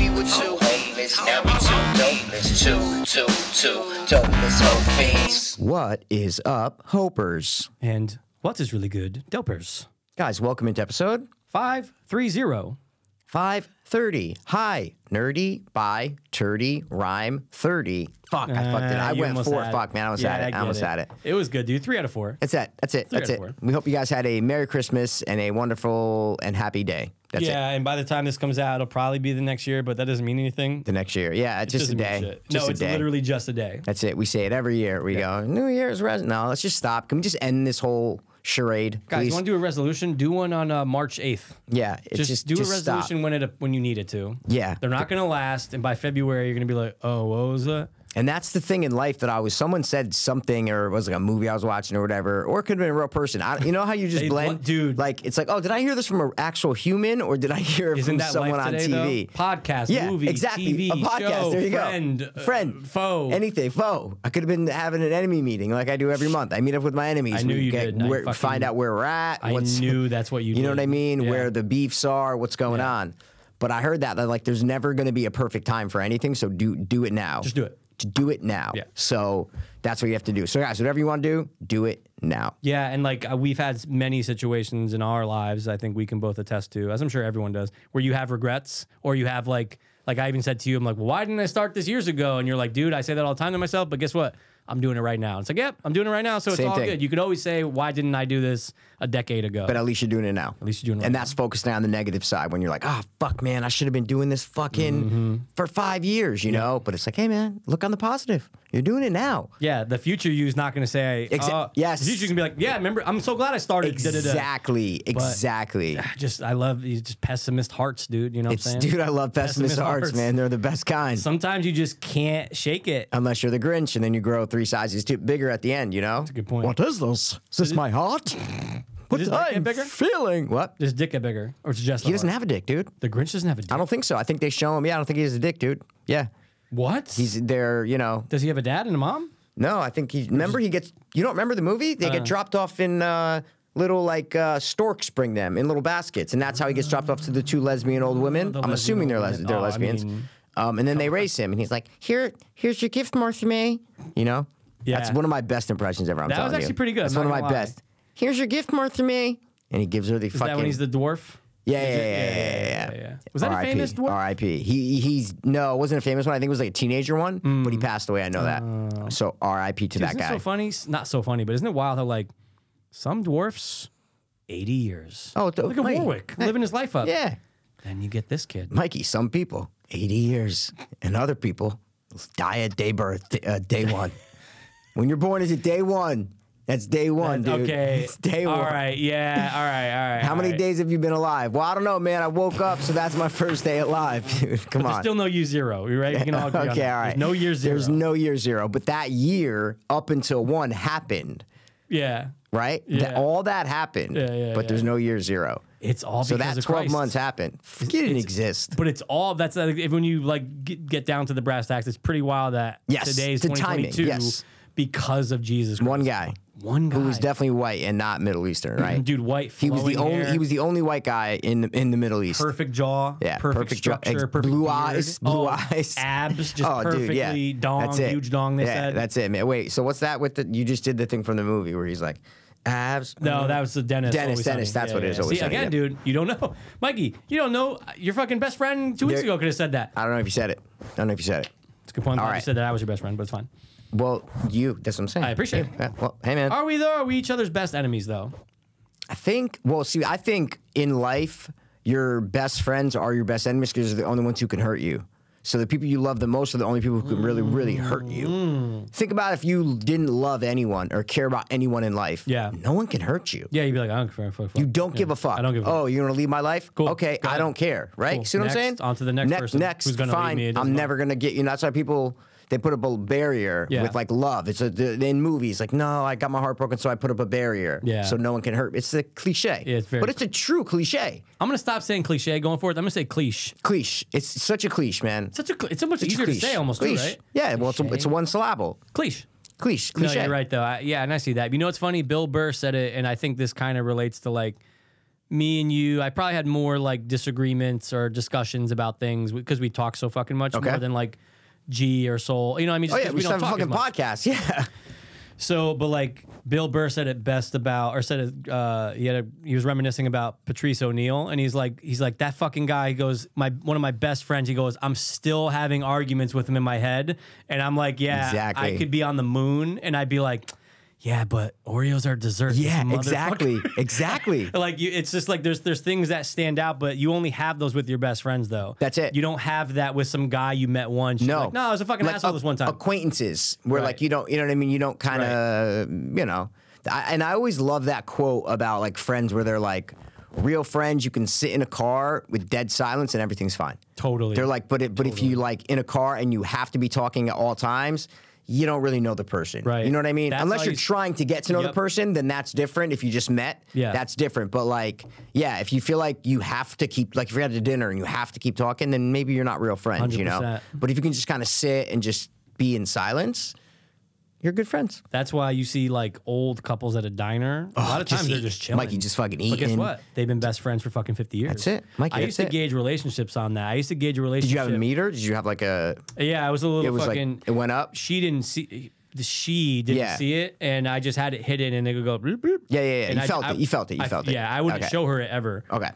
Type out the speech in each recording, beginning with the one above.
two. Homeless, number two, dopeless, two, two, two, dopeless, hope fiends. What is up, Hopers? And what is really good? Dopers. Guys, welcome into episode 530. 530. Hi, nerdy, bi, turdy, rhyme, 30. Fuck, I fucked it. Ah, I you went almost four. had it. Fuck, man, I was Yeah, at it. I, get almost at it. It was good, dude. Three out of four. That's it. That's it. That's it. out of four. We hope you guys had a Merry Christmas and a wonderful and happy day. That's it. yeah, and by the time this comes out, it'll probably be the next year, but that doesn't mean anything. The next year. Yeah, it's just a Doesn't mean day. shit. Just no, a it's day. literally just a day. That's it. We say it every year. We go, New Year's res. No, let's just stop. Can we just end this whole charade? Guys, please? you want to do a resolution? Do one on uh, March 8th. yeah, it's Just, just, do just a stop. resolution when it when you need it to. Yeah. They're not going to last, and by February, you're going to be like, oh, what was that? And that's the thing in life that I was. Someone said something, or it was like a movie I was watching, or whatever, or it could have been a real person. I, you know how you just They blend, want- dude. Like it's like, oh, did I hear this from an actual human, or did I hear it Isn't from that someone life on today, TV? Though? Podcast, yeah, movie, exactly. TV, a podcast. show, there you friend, go. uh, Friend, foe. anything, foe. I could have been having an enemy meeting like I do every month. I meet up with my enemies. I knew we you get, did, and I where- fucking- find out where we're at. I what's, knew that's what you. you know what I did. mean? Yeah. Where the beefs are, what's going on. But I heard that that like there's never going to be a perfect time for anything, so do do it now. Just do it. To do it now. Yeah. So that's what you have to do. So guys, whatever you want to do, do it now. Yeah, and like uh, we've had many situations in our lives, I think we can both attest to, as I'm sure everyone does, where you have regrets or you have like, like I even said to you, I'm like, why didn't I start this years ago? And you're like, dude, I say that all the time to myself, but guess what? I'm doing it right now. It's like, yep, I'm doing it right now, so it's Same all thing. good. You could always say, why didn't I do this a decade ago? But uh, at least you're doing it now. At least you're doing it And right that's focusing on the negative side when you're like, oh fuck, man, I should have been doing this fucking Mm-hmm. for five years, you know. But it's like, hey, man, look on the positive. You're doing it now. yeah, the future you's not going to say, Exa- uh, yes. The future's going to be like, yeah, remember, I'm so glad I started. da, da, da." Exactly. Exactly. Just, I love you, just pessimist hearts, dude. You know what It's, I'm saying? dude, I love pessimist Pessimist arts, hearts. man. They're the best kind. Sometimes you just can't shake it. unless you're the Grinch, and then you grow three sizes too, bigger at the end. You know, that's a good point. What is this? Is this my heart? What his dick I'm get bigger? feeling? What? Does dick get bigger? Or it's just He doesn't have a dick, dude. The Grinch doesn't have a dick. I don't think so. I think they show him. Yeah, I don't think he has a dick, dude. Yeah, What? he's there. You know, Does he have a dad and a mom? no, I think he. Remember, he gets. You don't remember the movie? They get dropped off in. Uh, Little like uh, storks bring them in little baskets, and that's how he gets dropped off to the two lesbian old women. the I'm lesbian assuming they're, old les- women. they're Oh, I lesbians, mean- um, and then they race him, and he's like, "Here, here's your gift, Martha May." You know, that's Yeah. one of my best impressions ever. I'm That was telling you. actually pretty good, That's one I'm of not my gonna lie. best. Here's your gift, Martha May, and he gives her the Is fucking. that when he's the dwarf? yeah, yeah, yeah, Is yeah, it- yeah, yeah, yeah, yeah. Was that a famous R.I.P. dwarf? R.I.P. He he's no, it wasn't a famous one. I think it was like a teenager one, but Mm. he passed away. I know that. Oh. so R.I.P. to that Isn't it guy. so funny? S- Not so funny, but isn't it wild how like some dwarfs, eighty years. Oh, it's- look at Mike. Warwick living his life up. Yeah, And you get this kid. Mikey. Some people eighty years, and other people die at day birth, uh, day one. when you're born, is it day one? That's day one, dude. Okay. it's day one. All right. Yeah. All right. All right. How all many right. days have you been alive? Well, I don't know, man. I woke up, so that's my first day alive, dude. Come There's on. still no year zero. You right? We can all agree on okay, that. all right. There's no year zero. There's no year zero, but that year up until one happened, yeah. right? That, Yeah. all that happened, Yeah, yeah, but yeah. there's no year zero. It's all So because that of 12 Christ. months happened. It didn't exist. But it's all that's uh, if when you like get, get down to the brass tacks, it's pretty wild that Yes, today's the timing, 2022 yes. because of Jesus. Christ. One guy One guy who was definitely white and not Middle Eastern, right? dude, white. he was the flowing only hair, he was the only white guy in the, in the Middle East. perfect jaw. Yeah, perfect, perfect jaw, structure. ex- perfect blue beard. eyes, blue Oh, eyes. abs, just Oh, perfectly dude, yeah. dong, that's it. huge dong. They yeah, said that's it, man. Wait, so what's that with the? You just did the thing from the movie where he's like, abs. No, that was the dentist. Dennis, Always Dennis, Sunny. that's what it is, Always See, Sunny, again, yeah. dude, you don't know, Mikey. You don't know. Your fucking best friend two weeks There- ago could have said that. I don't know if you said it. I don't know if you said it. It's a good point. All Mikey right. said that I was your best friend, but it's fine. Well, you. That's what I'm saying. I appreciate it. Yeah, well, hey man. Are we though? Are we each other's best enemies though? I think. Well, see, I think in life, your best friends are your best enemies because they're the only ones who can hurt you. So the people you love the most are the only people who can really, really hurt Mm. you. Think about if you didn't love anyone or care about anyone in life. Yeah. No one can hurt you. Yeah, you'd be like, I don't care. Fuck, fuck. You don't give a fuck. I don't give a Oh, you want to leave my life? Cool. Okay, Go I ahead. don't care. Right? Cool. See what Next, I'm saying? on to the next person Next, who's gonna leave fine. me, it doesn't I'm never gonna get you. And that's why people they put up a barrier Yeah. with like love. It's a, the, in movies like, no, I got my heart broken, so I put up a barrier. Yeah. So no one can hurt. me. It's a cliche. Yeah, it's very- but it's a true cliche. I'm gonna stop saying cliche going forward. I'm gonna say cliche. Cliche. It's such a cliche, man. Such a cl- it's so much Such a easier to cliche. say almost too, Cliche. right? Yeah. Well, it's a, it's a one syllable. Cliche. Cliche. No, Cliche. you're right though. I, yeah, and I see that. You know what's funny? Bill Burr said it, and I think this kind of relates to like me and you, I probably had more like disagreements or discussions about things because we talk so fucking much Okay. more than like G or Soul. You know, what I mean, Oh just yeah, 'cause we, should don't have a talk as fucking much. podcast. Yeah. So, but like Bill Burr said it best about, or said it, uh, he had a, he was reminiscing about Patrice O'Neill, and he's like, he's like that fucking guy. He goes, my one of my best friends. He goes, I'm still having arguments with him in my head, and I'm like, yeah, Exactly. I could be on the moon, and I'd be like, yeah, but Oreos are dessert. this Yeah, motherfucker." exactly. Exactly. Like you, it's just like there's there's things that stand out, but you only have those with your best friends, though. That's it. You don't have that with some guy you met once. You're No. like, no, I was a fucking asshole a- this one time. Acquaintances where Right. like you don't you know what I mean? You don't kind of you know. I, and I always love that quote about like friends where they're like real friends you can sit in a car with dead silence and everything's fine. Totally. They're like but it, but if you like in a car and you have to be talking at all times you don't really know the person. Right. You know what I mean? That's how Unless you're you s- trying to get to know the Yep. person, then that's different. If you just met, Yeah. that's different. But like, yeah, if you feel like you have to keep, like if you're at a dinner and you have to keep talking, then maybe you're not real friends, you know? 100%. But if you can just kind of sit and just be in silence, you're good friends. That's why you see like old couples at a diner. a lot of Oh, just times they're eat. just chilling. Mikey just fucking But guess eating. what? They've been best friends for fucking fifty years. That's it. Mikey, I used that's to it. gauge relationships on that. I used to gauge a Did relationship. you have a meter? Did you have like a, Yeah, I was a little it was fucking. like, it went up? she didn't see. the She didn't Yeah. see it, and I just had it hidden, and it would go. Bloop, bloop. Yeah, yeah, yeah. And You felt it. You felt it. You I- felt it. Yeah, I wouldn't Okay. Oh. show her it ever. Okay.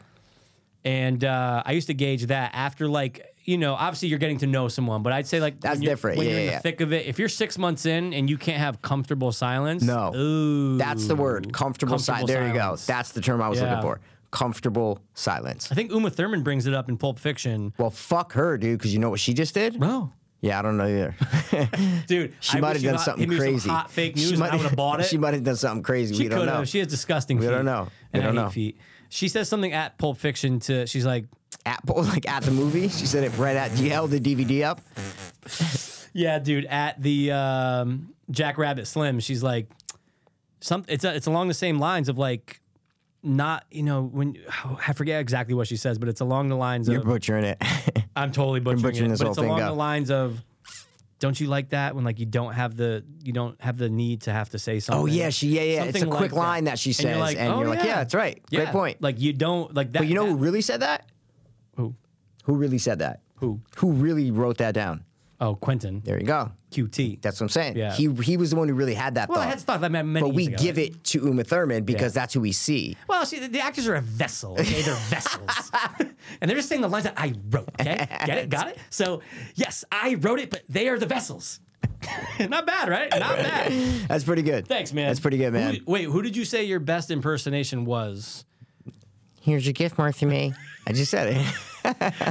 And uh, I used to gauge that after, like, you know, obviously you're getting to know someone, but I'd say, like, That's when you're- different. When Yeah, you're in yeah, the yeah. thick of it, if you're six months in and you can't have comfortable silence, No. Ooh. That's the word. Comfortable, silence. Comfortable There you go. silence. That's the term I was Yeah. looking for. Comfortable silence. I think Uma Thurman brings it up in Pulp Fiction. Well, fuck her, dude, because you know what she just did? No. Yeah, I don't know either. Dude, Oh. She I might wish have you done hot- something hit me with some crazy. hot fake news She and I might- would've bought it. She might have done something crazy. She we don't could know. have. She has disgusting We feet. don't know. We And I don't hate know. feet. She says something at Pulp Fiction to, she's like, at like at the movie. She said it right at. You held the DVD up. Yeah, dude. At the um, Jackrabbit Slim, she's like, some. It's it's along the same lines of like, not you know when I forget exactly what she says, but it's along the lines You're of butchering it. I'm totally butchering, butchering it, this but whole it's thing along up. the lines of. Don't you like that when like you don't have the you don't have the need to have to say something? oh yeah, she yeah yeah. it's a Something like quick line that, she And says, you're and you're like, "Oh, yeah. that's right. Great Yeah, point. Like you don't like that. but you know who that- really said that? who? Who really said that? Who? Who really wrote that down? Oh, Quentin. There you go. QT. That's what I'm saying. Yeah. He he was the one who really had that well, thought. I had this thought that many but years we ago. give it to Uma Thurman because that's who we see. Well, see, the, the actors are a vessel. Okay, they're vessels, and they're just saying the lines that I wrote. Okay, get it, got it. So, yes, I wrote it, but they are the vessels. Not bad, right? Not bad. That's pretty good. Thanks, man. That's pretty good, man. Who- wait, who did you say your best impersonation was? Here's your gift, Martha May. I just said it.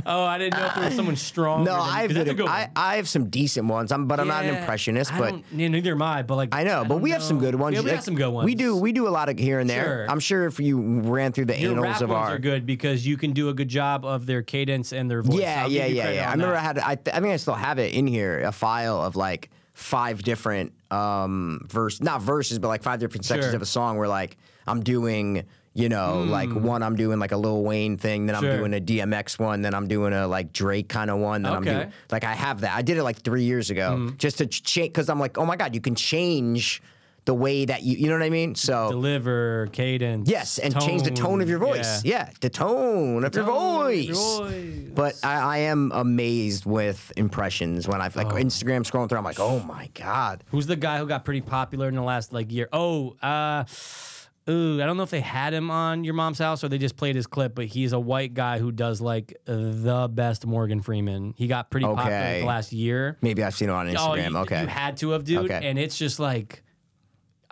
Oh, I didn't know if it was someone strong. No, I've that's a been, good I, one. I have some decent ones. I'm, but I'm not an Yeah, impressionist. I but don't- yeah, neither am I. But like, I know, but don't we have some know. good ones. Yeah, we Like, have some good ones. We do. We do a lot of here and there. Sure. I'm sure if you ran through the Your annals rap of ones our. are good because you can do a good job of their cadence and their voice. Yeah, I'll give yeah, you yeah, credit yeah. I on remember that. I had. I, th- I think I still have it in here, a file of like five different um verse, not verses, but like five different sections Sure. of a song where like I'm doing. You know, like one, I'm doing like a Lil Wayne thing, then I'm Hmm. Sure. doing a DMX one, then I'm doing a like Drake kind of one, then Okay. Hmm. I'm doing like I have that. I did it like three years ago just to ch- change because I'm like, oh my god, you can change the way that you, you know what I mean? So deliver cadence. Yes, and change the tone of your voice. Yeah, the tone of your Tone of voice. your voice. But I, I am amazed with impressions when I've like Oh. Instagram scrolling through. I'm like, oh my god. Who's the guy who got pretty popular in the last like year? Oh, uh, ooh, I don't know if they had him on your mom's house or they just played his clip, but he's a white guy who does like the best Morgan Freeman. He got pretty popular Okay. the last year. Maybe I've seen it on Oh, Instagram. you, okay. you had to have, dude. Okay. And it's just like,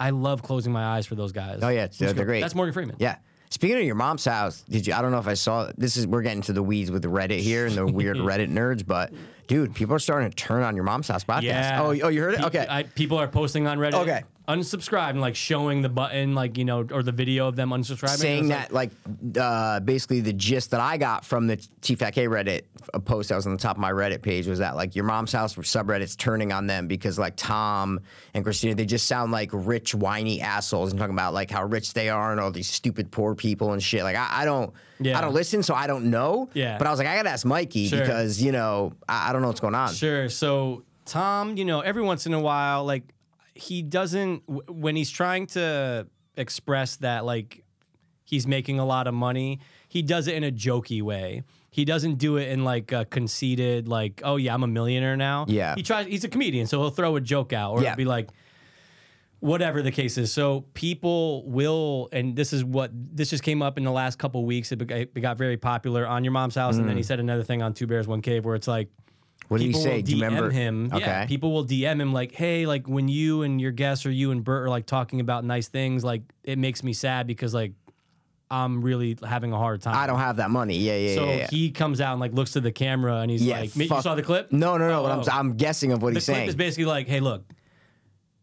I love closing my eyes for those guys. oh yeah, they're, they're great. That's Morgan Freeman. Yeah. Speaking of your mom's house, did you? I don't know if I saw this. Is we're getting to the weeds with Reddit here and the weird Reddit nerds, but dude, people are starting to turn on your mom's house podcast. Yeah. Oh, oh, you heard it? Pe- Okay. I, people are posting on Reddit. Okay. Unsubscribe and like showing the button, like, you know, or the video of them unsubscribing. saying It's like- that like uh, basically the gist that I got from the TFAK Reddit a post that was on the top of my Reddit page was that like your mom's house subreddits turning on them because like Tom and Christina they just sound like rich whiny assholes and talking about like how rich they are and all these stupid poor people and shit like I, I don't Yeah. I don't listen so I don't know Yeah. but I was like I gotta ask Mikey Sure. because you know I, I don't know what's going on Sure. So Tom, you know, every once in a while, like he doesn't w- when he's trying to express that, like He's making a lot of money. He does it in a jokey way. He doesn't do it in like a conceited, like, oh yeah, I'm a millionaire now. Yeah. He tries. He's a comedian, so he'll throw a joke out or Yeah. it'll be like, whatever the case is. So people will, and this is what this just came up in the last couple weeks. It, be- it got very popular on your mom's house, Mm. and then he said another thing on Two Bears One Cave where it's like. What did he people say? Will Do you DM remember? him? Yeah, Okay. people will DM him like, "Hey, like when you and your guests or you and Bert are like talking about nice things, like it makes me sad because like I'm really having a hard time." I don't have that money. Yeah, yeah, So yeah. yeah. he comes out and like looks to the camera and he's yeah like, "You fuck- saw the clip? No, no, no. Oh, but I'm, oh. I'm guessing of what the he's clip saying. is basically like, hey, look,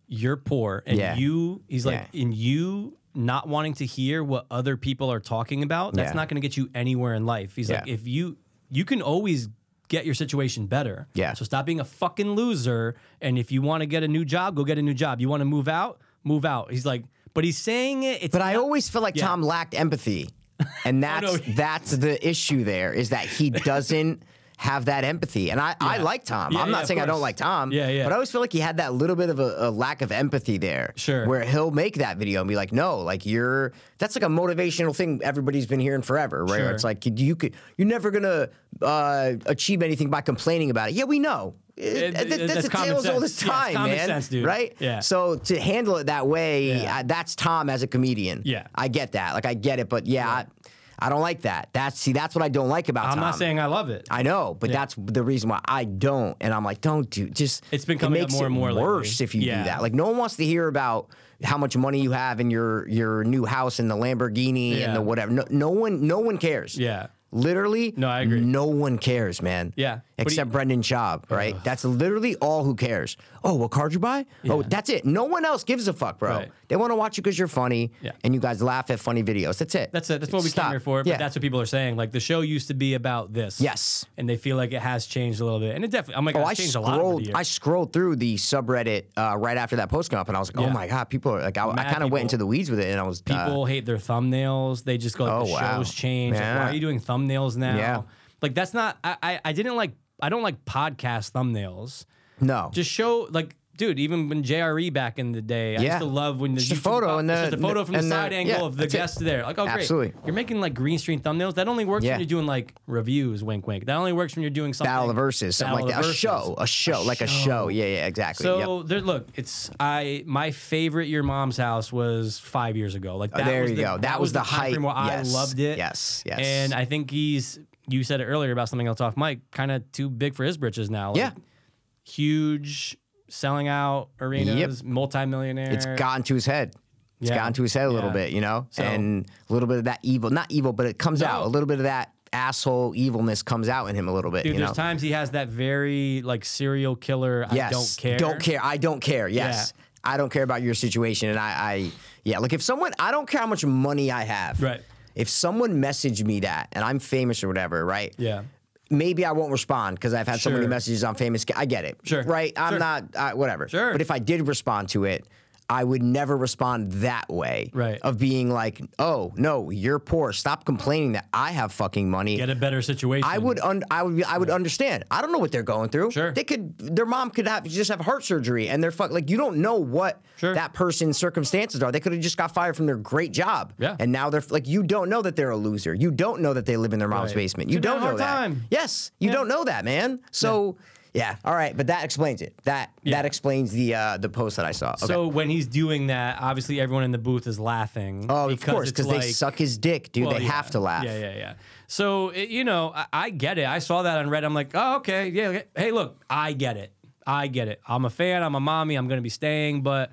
you're poor, and Yeah. you, he's like, Yeah. and you not wanting to hear what other people are talking about, that's Yeah. not going to get you anywhere in life. He's like, Yeah. if you, you can always get your situation better. Yeah. So stop being a fucking loser. And if you want to get a new job, go get a new job. You want to move out, move out. He's like, but he's saying it. It's But I not- always feel like Yeah. Oh, Tom lacked empathy. And that's no. that's the issue there is that he doesn't have that empathy. And I, I like Tom. Yeah, I'm not yeah, of saying I don't course. like Tom. Yeah, yeah. But I always feel like he had that little bit of a, a lack of empathy there. Sure. Where he'll make that video and be like, no, like you're that's like a motivational thing everybody's been hearing forever, right? Where Sure. It's like you could you're never gonna uh, achieve anything by complaining about it. Yeah, we know. It- th- It- it- that's that's a common tale as old as sense. Yeah, it's time, common man. sense, dude. Right? Yeah. So to handle it that way, Yeah. I- that's Tom as a comedian. Yeah. I get that. Like I get it, but yeah, I, I don't like that. That's see, that's what I don't like about I'm Tom. not saying I love it. I know, but that's the reason why I don't. And I'm like, don't do just. It's been it coming up makes more it and more lately. worse if you Yeah. do that. Like no one wants to hear about how much money you have in your your new house and the Lamborghini Yeah. and the whatever. No, no one, no one cares. yeah. Literally, No, I agree. No one cares, man. Yeah. But except he- Brendan Schaub, right? That's literally all who cares. Oh, what card you buy? Oh, that's it. No one else gives a fuck, bro. Right. They want to watch you because you're funny, Yeah. and you guys laugh at funny videos. That's it. That's it. That's what we Stop. came here for. But Yeah. that's what people are saying. Like the show used to be about this. Yes. And they feel like it has changed a little bit. And it definitely. I'm like, Oh, it's I changed a lot. Over the scrolled. years. I scrolled through the subreddit uh, right after that post came up, and I was like, "Oh Yeah. my god, people are like." I, I Mad kind of went people. into the weeds with it, and I was uh, People hate their thumbnails. They just go like Oh, the wow. shows change. Like, Yeah. why are you doing thumbnails now? Yeah. Like that's not I, I I didn't like I don't like podcast thumbnails. no, Just show like dude, even when JRE back in the day, I Yeah. used to love when the Just a YouTube photo pop- and it's just the- a photo from the and the- side yeah, angle of the that's it. guest there. Like, oh great. Absolutely. You're making like green screen thumbnails. That only works Yeah. when you're doing like reviews, wink wink. That only works when you're doing something battle of verses, something Battle like of that. A Verses. show, a show, like a show. Yeah, yeah, exactly. So there, look, it's I my favorite your mom's house was five years ago. Like that there was you the, go. That was the time hype. frame where Yes. I loved it. Yes, yes. And I think he's you said it earlier about something else off mic, kind of too big for his britches now. Like, Yeah. huge selling out arenas, multimillionaire. it's gotten to his head. It's Yeah. gotten to his head a little Yeah. bit, you know, So- and a little bit of that evil, not evil, but it comes out. A little bit of that asshole evilness comes out in him a little bit. Dude, you know? there's times he has that very like serial killer. I Yes. don't care. Don't care. I don't care. Yes. Yeah. I don't care about your situation. And I, I, yeah, like if someone, I don't care how much money I have. Right. If someone messaged me that and I'm famous or whatever, right? Yeah. Maybe I won't respond because I've had so many Sure. messages on famous. Ca- I get it. Sure. Right? I'm Sure. not, I, whatever. Sure. But if I did respond to it, I would never respond that way. Right. Of being like, oh, no, you're poor. Stop complaining that I have fucking money. Get a better situation. I would un- I would I would understand. I don't know what they're going through. Mm-hmm. Sure. They could their mom could have just have heart surgery and they're fuck like you don't know what Sure. that person's circumstances are. They could have just got fired from their great job. Yeah. And now they're like you don't know that they're a loser. You don't know that they live in their mom's Right. basement. You Dude, they don't had a know hard that. time. Yes. You don't know that, man. So yeah. All right, but that explains it. That Yeah. that explains the uh the post that I saw. Okay. So when he's doing that, obviously everyone in the booth is laughing. Oh, of because course, it's because they like- suck his dick, dude. Well, they yeah. have to laugh. Yeah, yeah, yeah. So it, you know, I, I get it. I saw that on Reddit. I'm like, oh, okay, yeah. okay. Hey, look, I get it. I get it. I'm a fan. I'm a mommy. I'm gonna be staying, but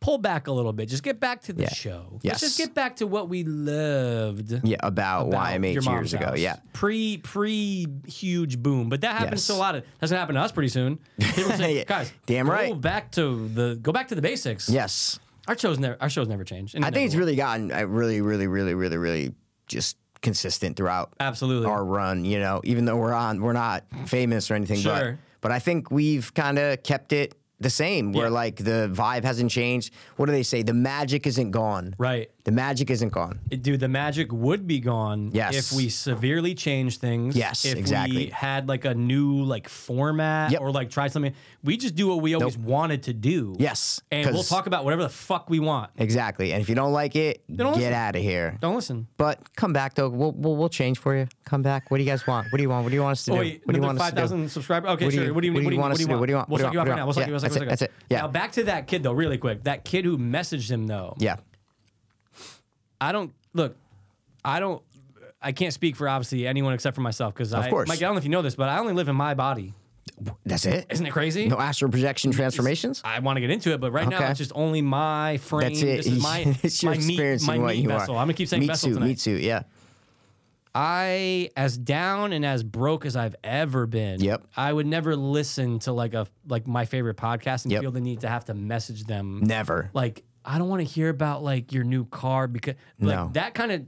pull back a little bit. Just get back to the show. Yes. Let's just get back to what we loved. Yeah, about, about your YMH years mom's ago. house. Yeah. pre pre huge boom, but that happens Yes. to a lot of. That's gonna happen to us pretty soon. People Yeah. say, Guys, Damn go right." Back to the go back to the basics. Yes. our shows never our shows never change. I think it's really gotten uh, really, really, really, really, really just consistent throughout absolutely our run. You know, even though we're on, we're not famous or anything. Sure. But, but I think we've kind of kept it the same. Where Yeah. like the vibe hasn't changed. What do they say? The magic isn't gone. right. The magic isn't gone. Dude, the magic would be gone Yes. if we severely changed things. Yes, if exactly. we had like a new like format Yep. or like tried something. We just do what we always wanted to do. Yes, and we'll 'cause- talk about whatever the fuck we want. Exactly. And if you don't like it, don't get listen. out of here. Don't listen. But come back though. We'll, we'll we'll change for you. Come back. What do you guys want? What do you want? What do you want us to do? Oh, wait, what do you want us five to do? thousand subscribers. Okay, What do sure. you- what do you what do you want us to do? What do you want? What We'll do suck you you out right want? now. We'll suck Yeah, you out. that's suck you it, out. that's it. Yeah. Now back to that kid though, really quick. That kid who messaged him though. Yeah. I don't look. I don't. I can't speak for obviously anyone except for myself because I, course. Mike, I don't know if you know this, but I only live in my body. That's it. Isn't it crazy? No astral projection transformations. I want to get into it, but right Okay. now it's just only my frame. That's it. This is my, it's your my meat, experience my in what meat you vessel. are. I'm gonna keep saying me vessel too. tonight. Me too. Yeah. I as down and as broke as I've ever been. Yep. I would never listen to like a like my favorite podcast and Yep. feel the need to have to message them. Never. Like I don't want to hear about like your new car because like No. that kind of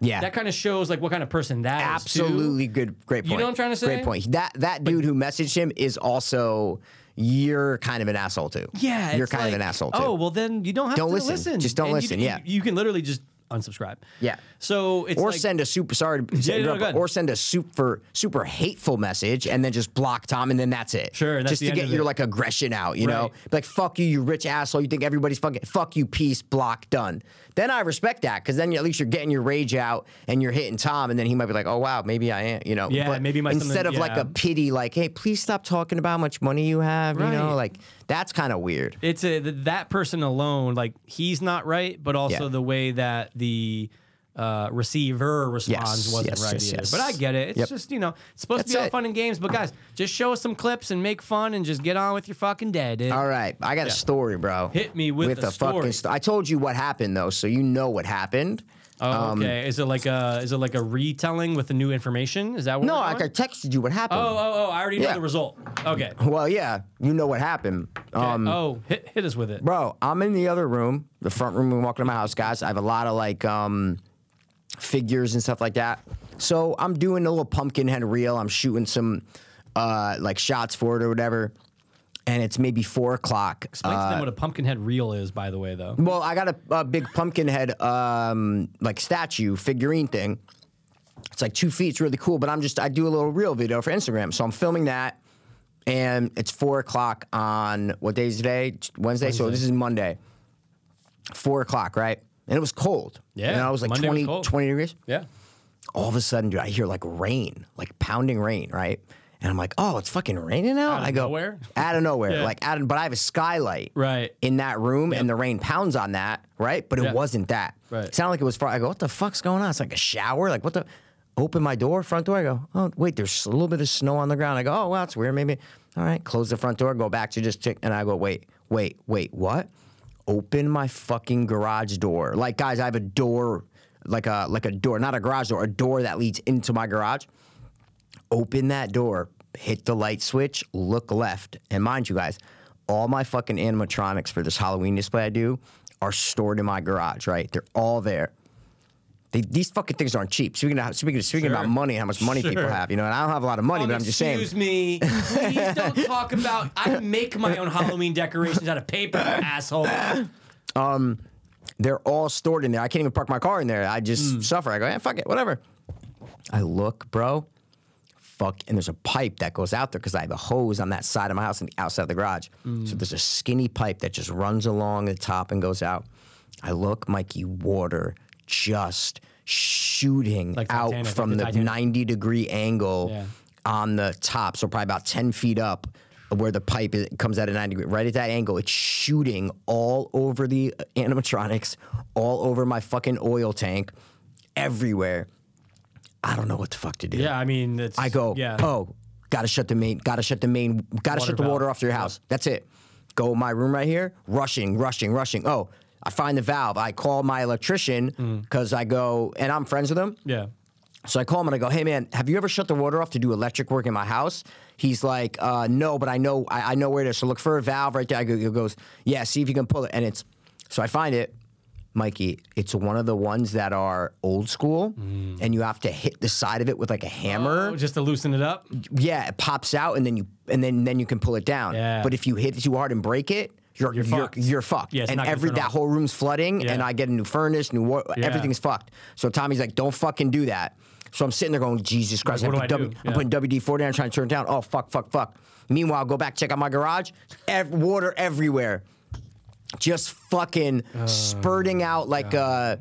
Yeah. that kind of shows like what kind of person that is, too. Absolutely good. Great point. You know what I'm trying to Great say? point. That that dude who messaged him is also you're kind of an asshole too. Yeah, You're it's kind like, of an asshole too. Oh well, then you don't have Don't to listen. listen. Just don't And you listen, can- yeah. you, can literally just unsubscribe. Yeah. So it's or like, send a super sorry to Yeah, no, interrupt, go ahead. or send a super super hateful message and then just block Tom and then that's it. Sure, and that's just the to end get of your it. like aggression out, you know, Right. Be like fuck you, you rich asshole. You think everybody's fucking fuck you, peace, block, done. Then I respect that because then at least you're getting your rage out and you're hitting Tom, and then he might be like, oh wow, maybe I am, you know. Yeah, but maybe my- instead of something- like yeah. a pity, like hey, please stop talking about how much money you have, you know, Right. like that's kind of weird. it's a th- that person alone like he's not right but also Yeah. the way that the uh, receiver responds Yes, wasn't yes, right yes, either. yes. but i get it it's Yep. just you know it's supposed That's to be all it. fun and games but guys just show us some clips and make fun and just get on with your fucking day dude All right, I got a story, bro. Hit me with a story. fucking. St- I told you what happened though, so you know what happened. oh, um, okay is it like a is it like a retelling with the new information is that what No, we're I, I doing? texted you what happened. oh oh oh i already Yeah. know the result okay, Well, yeah, you know what happened. Um, oh hit, hit us with it bro, I'm in the other room, the front room when we walk into my house, guys. I have a lot of like um, figures and stuff like that. So I'm doing a little pumpkin head reel. I'm shooting some uh, like shots for it or whatever. And it's maybe four o'clock. explain to uh, them what a pumpkin head reel is by the way though Well, I got a, a big pumpkin head, um, like statue figurine thing. It's like two feet. It's really cool. But I'm just I do a little reel video for Instagram, so I'm filming that. And it's four o'clock on what day is today? Wednesday. So this is Monday. Four o'clock, right? And it was cold. Yeah, And I was like Monday was 20, cold. 20 degrees yeah all of a sudden, dude, I hear like rain, like pounding rain, right? And I'm like, oh, it's fucking raining out. Out of I go nowhere? out of nowhere, Yeah. like out. Of, but I have a skylight, Right. in that room, and the rain pounds on that, right? But it Yeah. wasn't that. Right. It sounded like it was far. I go, what the fuck's going on? It's like a shower. Like what the? Open my door, front door. I go, oh wait, there's a little bit of snow on the ground. I go, oh wow, it's weird. Maybe all right. Close the front door. Go back to just tick, and I go, wait, wait, wait, what? Open my fucking garage door. Like guys, I have a door, like a like a door, not a garage door, a door that leads into my garage open that door, hit the light switch, look left. And mind you guys, all my fucking animatronics for this Halloween display I do are stored in my garage, right? They're all there. They, these fucking things aren't cheap. Speaking of, speaking, speaking about money and how much money people Sure. have, you know, and I don't have a lot of money, Um, but I'm just saying. Excuse me. Please don't talk about. I make my own Halloween decorations out of paper, asshole. they're all stored in there. I can't even park my car in there. I just Hmm. suffer. I go, yeah, fuck it, whatever. I look, bro, fuck, and there's a pipe that goes out there because I have a hose on that side of my house and the outside of the garage. So there's a skinny pipe that just runs along the top and goes out. I look, Mikey, water just shooting Like out Titanic, from like the the Titanic. 90 degree angle Yeah. on the top, so probably about 10 feet up where the pipe is, comes out at 90 degree, right at that angle. It's shooting all over the uh, animatronics, all over my fucking oil tank, everywhere. I don't know what the fuck to do. Yeah, I mean, it's. I go, Yeah. oh, gotta shut the main, gotta shut the main, gotta Water shut the valve. water off to your house. That's it. Go in my room right here, rushing, rushing, rushing. Oh, I find the valve. I call my electrician Mm. because I go, and I'm friends with him. Yeah. So I call him and I go, "Hey man, have you ever shut the water off to do electric work in my house?" He's like, uh, "No, but I know I, I know where it is. So look for a valve right there." I go, he goes, "Yeah, see if you can pull it." And it's so I find it, Mikey. It's one of the ones that are old school, and you have to hit the side of it with like a hammer. Oh, just to loosen it up. yeah, it pops out, and then you and then then you can pull it down. Yeah. But if you hit it too hard and break it, you're you're you're, fucked. fucked. Yeah, it's and not gonna every turn that off. whole room's flooding, and Yeah. I get a new furnace, new wa- Yeah. everything's fucked. So Tommy's like, don't fucking do that. So I'm sitting there going, Jesus Christ, I Like, what put do I W- do? I'm Yeah. putting WD forty down, trying to turn it down. Oh fuck, fuck, fuck. Meanwhile, go back, check out my garage, ev- water everywhere, just fucking spurting out like uh,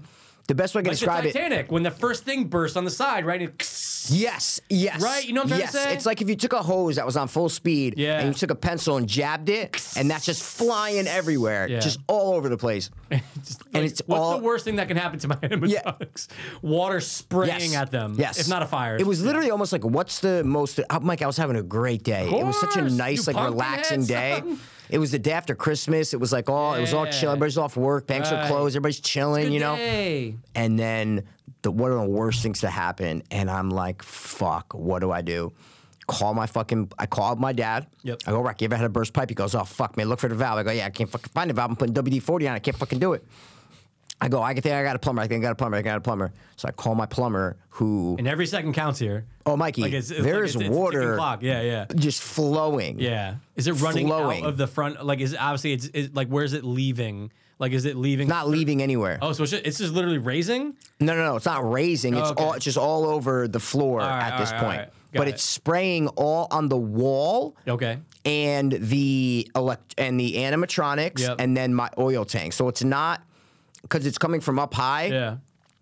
the best way I can Like the describe it. Titanic, when the first thing bursts on the side, right? It, Yes, yes. Right? You know what I'm trying to yes. say? It's like if you took a hose that was on full speed Yeah. and you took a pencil and jabbed it, and that's just flying everywhere, Yeah. just all over the place. Just, And like, it's what's all- the worst thing that can happen to my animatronics? Water spraying at them. Yes. If not a fire. It was literally almost like, what's the most. uh, Mike, I was having a great day. It was such a course. nice, You like, pumpkin head, relaxing day. son. It was the day after Christmas. It was like all, it was all chill. Yeah. Everybody's off work. Banks are Right. closed. Everybody's chilling, you know? Hey. And then the one of the worst things to happen, and I'm like, fuck, what do I do? Call my fucking I called my dad. Yep. I go, Rocky, you ever had a burst pipe? He goes, Oh fuck, man, look for the valve. I go, Yeah, I can't fucking find the valve. I'm putting WD forty on it. I can't fucking do it. I go, I think I got a plumber, I think I got a plumber, I think I got a plumber. So I call my plumber who And every second counts here. Oh Mikey, Like it's, it's there like is it's- it's ticking water Clock. Yeah, yeah. just flowing. Yeah. Is it running Flowing. out of the front? Like, is obviously it's, it's like where is it leaving? Like, is it leaving? Not leaving anywhere. Oh, so it's just, it's just literally raising. No, no, no. It's not raising. It's Okay. all it's just all over the floor right, at all this right, all point. right. Got But it. it's spraying all on the wall Okay. and the elect and the animatronics Yep. and then my oil tank. So it's not because it's coming from up high. Yeah.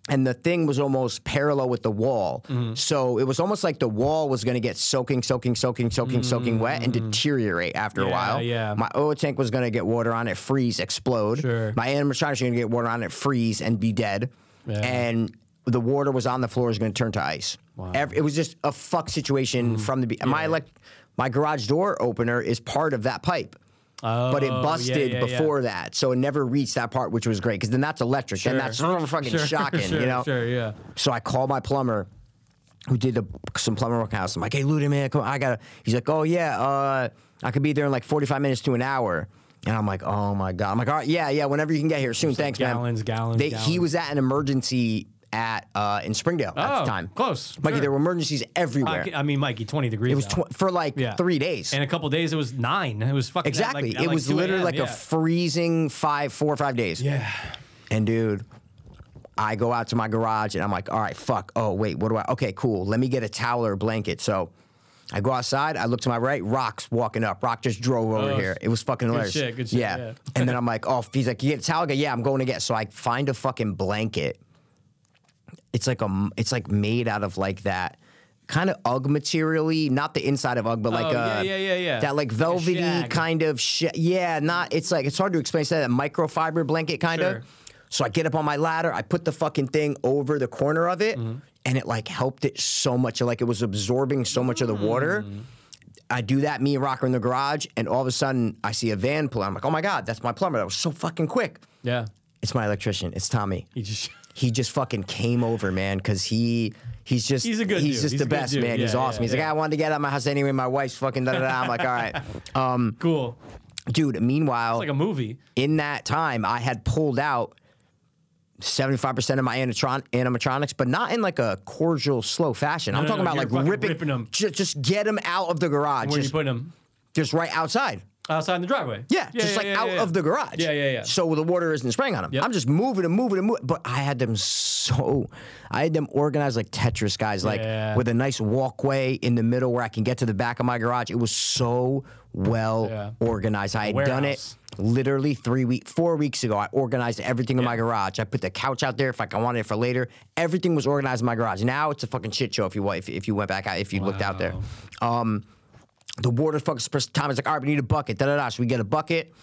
And the thing was almost parallel with the wall. Mm-hmm. So it was almost like the wall was going to get soaking, soaking, soaking, soaking, soaking wet and deteriorate after a Mm-hmm. Yeah, while. yeah. My oil tank was going to get water on it, freeze, explode. Sure. My animatronics are going to get water on it, freeze, and be dead. Yeah. And the water was on the floor is going to turn to ice. Wow. Mm-hmm. Ev- it was just a fuck situation from the be- my elect- my garage door opener is part of that pipe. but it Oh, yeah, busted yeah, yeah. before that, so it never reached that part, which was great because then that's electric, then that's fucking Sure, shocking, sure, you know. Sure. Yeah. So I called my plumber, who did the, some plumber work in the house. I'm like, hey, Luda, man, come on, I gotta. He's like, oh yeah, uh, I could be there in like 45 minutes to an hour. And I'm like, oh my god. I'm like, all right, yeah, yeah, whenever you can get here, soon. Thanks, man. gallons, gallons, They, He gallons. was at an emergency at uh, in Springdale at Oh, the time. close, Mikey. sure. There were emergencies everywhere. I, I mean, Mikey, twenty degrees. it was tw- for like Yeah. three days. In a couple days, it was nine. It was fucking at, like- exactly. at, it like, was 2 literally a.m., like a yeah. freezing five, four or five days. yeah. And dude, I go out to my garage and I'm like, all right, fuck. Oh, wait, what do I? Okay, cool. Let me get a towel or a blanket. So I go outside, I look to my right, Rock's walking up. Rock just drove over Oh, here. It was fucking hilarious. shit, good shit, Yeah. yeah. and then I'm like, oh, he's like, you get a towel? I go, yeah, I'm going to get. So I find a fucking blanket. It's like a, it's like made out of like that kind of UGG materially, not the inside of UGG, but like Oh, yeah, uh, yeah, yeah, yeah. that like Like a velvety shag. kind of shit. Yeah, not. It's like it's hard to explain. It's that microfiber blanket kind Sure. of. So I get up on my ladder, I put the fucking thing over the corner of it, Mm-hmm. and it like helped it so much. Like it was absorbing so much of the water. Mm. I do that, me and Rocker in the garage, and all of a sudden I see a van pull. I'm like, oh my God, that's my plumber. That was so fucking quick. Yeah. It's my electrician. It's Tommy. He just. He just fucking came over, man, because he he's just He's a good he's dude. just He's the a good best, dude. man. he's Yeah, awesome. yeah, he's like, yeah. I wanted to get out of my house anyway. My wife's fucking da da da. I'm like, all right, um, Cool. dude. Meanwhile, It's like a movie. in that time, I had pulled out 75% of my animatron- animatronics, but not in like a cordial, slow fashion. I'm no, talking no, about you're like fucking ripping, ripping 'em. ju- Just, get them out of the garage. Where you Just, put him? just right outside. Outside in the driveway. Yeah, just like yeah, out yeah. of the garage. Yeah, yeah, yeah. So the water isn't spraying on them. Yep. I'm just moving and moving and moving. But I had them so, I had them organized like Tetris guys, like Yeah. with a nice walkway in the middle where I can get to the back of my garage. It was so well Yeah. organized. I had done it Warehouse. literally three week, four weeks ago. I organized everything in my garage. I put the couch out there if I wanted it for later. Everything was organized in my garage. Now it's a fucking shit show if you if, if you went back out if you looked out there. Wow. Um, the water fucking spurs time. It's like, all right, we need a bucket. Da da da. So we get a bucket.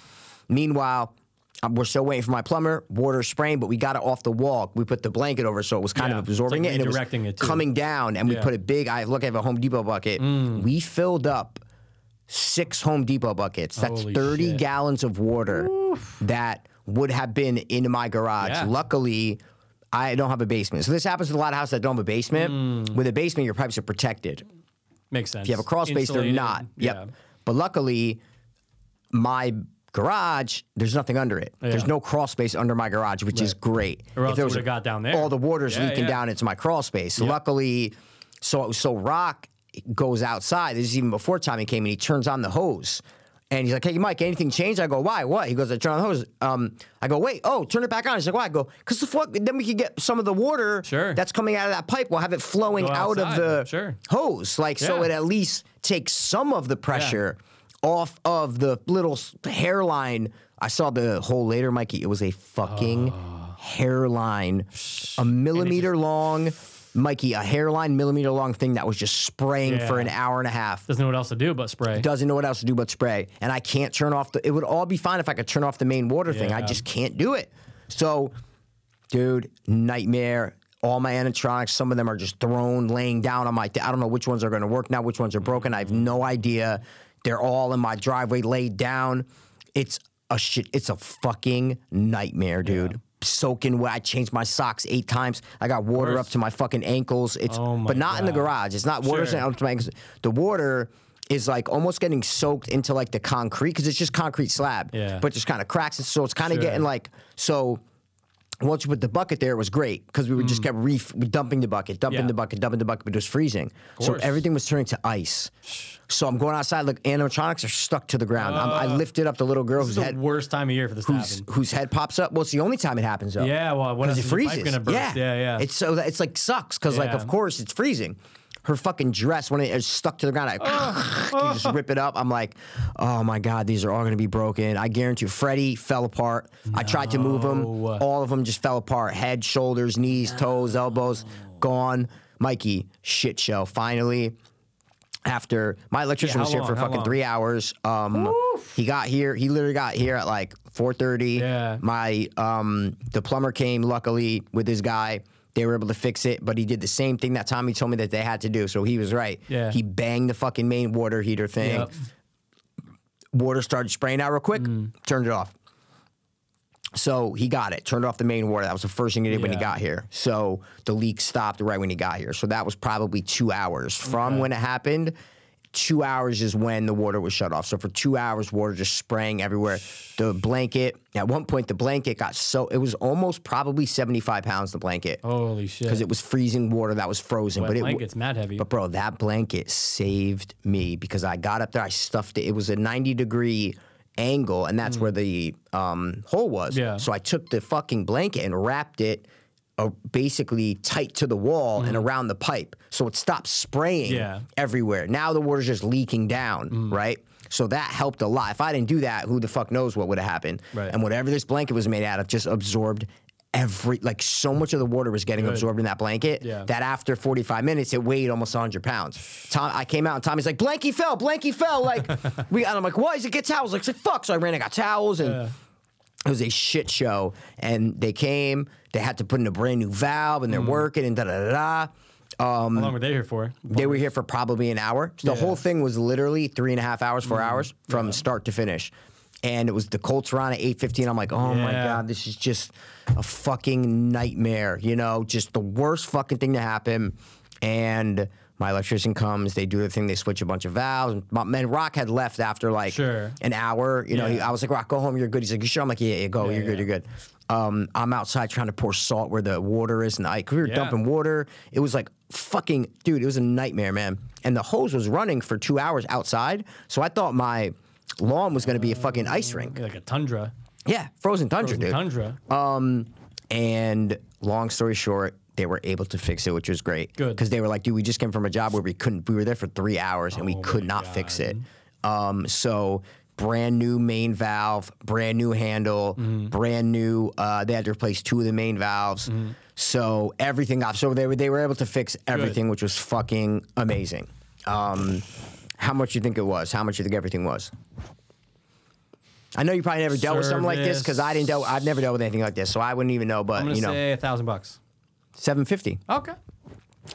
Meanwhile, um, we're still waiting for my plumber. Water spraying, but we got it off the wall. We put the blanket over, so it was kind Yeah, of it's absorbing like it and it was redirecting it, too. coming down. And we Yeah. Mm. put a big. I look, I have a Home Depot bucket. We filled up six Home Depot buckets. That's Holy thirty shit. gallons of water that would have been in my garage. Yeah. Luckily. I don't have a basement. So this happens with a lot of houses that don't have a basement. Mm. With a basement, your pipes are protected. Makes sense. If you have a crawl space, they're not. Yep. But luckily, my garage, there's nothing under it. There's Yeah. no crawl space under my garage, which is great. Or else there it was would've got down there. All the water's Yeah, leaking yeah. down into my crawl space. Luckily, so so Rock goes outside. This is even before Tommy came and he turns on the hose. And he's like, hey, Mike, anything changed? I go, why? What? He goes, I turn on the hose. Um, I go, wait, oh, turn it back on. He's like, why? I go, because the fuck, then we could get some of the water Sure. that's coming out of that pipe. We'll have it flowing Go out of outside. the Sure. hose. Like, so Yeah. it at least takes some of the pressure off of the little s- hairline. I saw the hole later, Mikey. It was a fucking Ah. hairline, a millimeter long. Mikey, a hairline millimeter long thing that was just spraying for Yeah. an hour and a half Doesn't know what else to do but spray. doesn't know what else to do but spray. And I can't turn off the. It would all be fine if I could turn off the main water thing. I Yeah. just can't do it. So, dude, nightmare. All my animatronics, some of them are just thrown, laying down on my. I don't know which ones are going to work now, which ones are broken. I have no idea. They're all in my driveway, laid down. It's a shit. It's a fucking nightmare, dude. Soaking wet. I changed my socks eight times. I got water up course. to my fucking ankles. It's Oh my but not in the God. garage. It's not water Sure. down to my ankles. The water is like almost getting soaked into like the concrete because it's just concrete slab. Yeah. But just kind of cracks it, so it's kind of Sure. getting like so. Once you put the bucket there, it was great because we were just kept re- dumping the bucket, dumping Mm. Yeah. the bucket, dumping the bucket, but it was freezing. So course. everything was turning to ice. So I'm going outside. Look, animatronics are stuck to the ground. I'm, Uh, I lifted up the little girl It's whose the head worst time of year for this to whose, happen. whose head pops up. Well, it's the only time it happens though. Yeah, well, uh, what Because else it is the pipe freezes. gonna burst? Yeah, Yeah, yeah. It's so that it's like sucks because like Yeah. of course it's freezing. Her fucking dress when it is stuck to the ground, I, Uh, you just rip it up. I'm like, oh my god, these are all gonna be broken. I guarantee you. Freddie fell apart. I tried to move him. No. All of them just fell apart. Head, shoulders, knees, toes, elbows, gone. Mikey, shit show. Finally, after my electrician Yeah, was how here for long? How fucking long? three hours. Um, he got here. He literally got here at like four thirty. Yeah. My um, the plumber came luckily with his guy. They were able to fix it, but he did the same thing that Tommy told me that they had to do. So he was right. Yeah. He banged the fucking main water heater thing. Yep. Water started spraying out real quick. Mm. Turned it off. So he got it, turned off the main water. That was the first thing he did when he Yeah. got here. So the leak stopped right when he got here. So that was probably two hours from when it happened. Two hours is when the water was shut off. So for two hours, water just spraying everywhere. The blanket, at one point, the blanket got so, it was almost probably 75 pounds, the blanket, Holy shit. because it was freezing water that was frozen. Oh. Wet but it, w- blanket's mad heavy. but bro, that blanket saved me because I got up there, I stuffed it. It was a 90 degree angle, and that's where the um, hole was. Mm. Yeah. So I took the fucking blanket and wrapped it uh, basically tight to the wall and around the pipe. So it stopped spraying Mm. Yeah. Mm. everywhere. Now the water's just leaking down, right? So that helped a lot. If I didn't do that, who the fuck knows what would have happened? Right. And whatever this blanket was made out of just absorbed every like so much of the water was getting absorbed in that blanket Yeah. that after 45 minutes it weighed almost 100 pounds. Tom, I came out and Tommy's like, "Blanky fell, Blanky fell." Like, we and I'm like, "Why is it get towels?" Like, fuck. So I ran and got towels and. It was a shit show, and they came. They had to put in a brand new valve, and they're working, and da da da. Um, da. How long were they here for? They were here for probably an hour. So the Yeah. Mm-hmm. whole thing was literally three and a half hours, four hours from start to finish. And it was the Colts were on at eight fifteen. I'm like, oh my Yeah. god, this is just a fucking nightmare. You know, just the worst fucking thing to happen. And my electrician comes. They do the thing. They switch a bunch of valves. My man Rock had left after like Sure. an hour. You know, he- Yeah. I was like, Rock, go home. You're good. He's like, you sure? I'm like, yeah, yeah, go. Yeah, you're good. yeah. You're good. Um, I'm outside trying to pour salt where the water is, and I, we were Yeah. dumping water. It was like fucking, dude, it was a nightmare, man. And the hose was running for two hours outside. So I thought my lawn was going to be a fucking ice rink. Like a tundra. Yeah, frozen tundra, dude. Tundra. Um, and long story short, they were able to fix it, which was great. Good. Because they were like, dude, we just came from a job where we couldn't, we were there for three hours and we could not fix it. Um, so brand new main valve, brand new handle, brand new, uh, they had to replace two of the main valves. So everything got, so they were, they were able to fix everything, which was fucking amazing. Um, how much you think it was? How much you think everything was? I know you probably never dealt with something like this because I didn't deal. Oh, I've never dealt with anything like this, so I wouldn't even know. I'm But gonna you know, say a thousand bucks. seven fifty, Okay.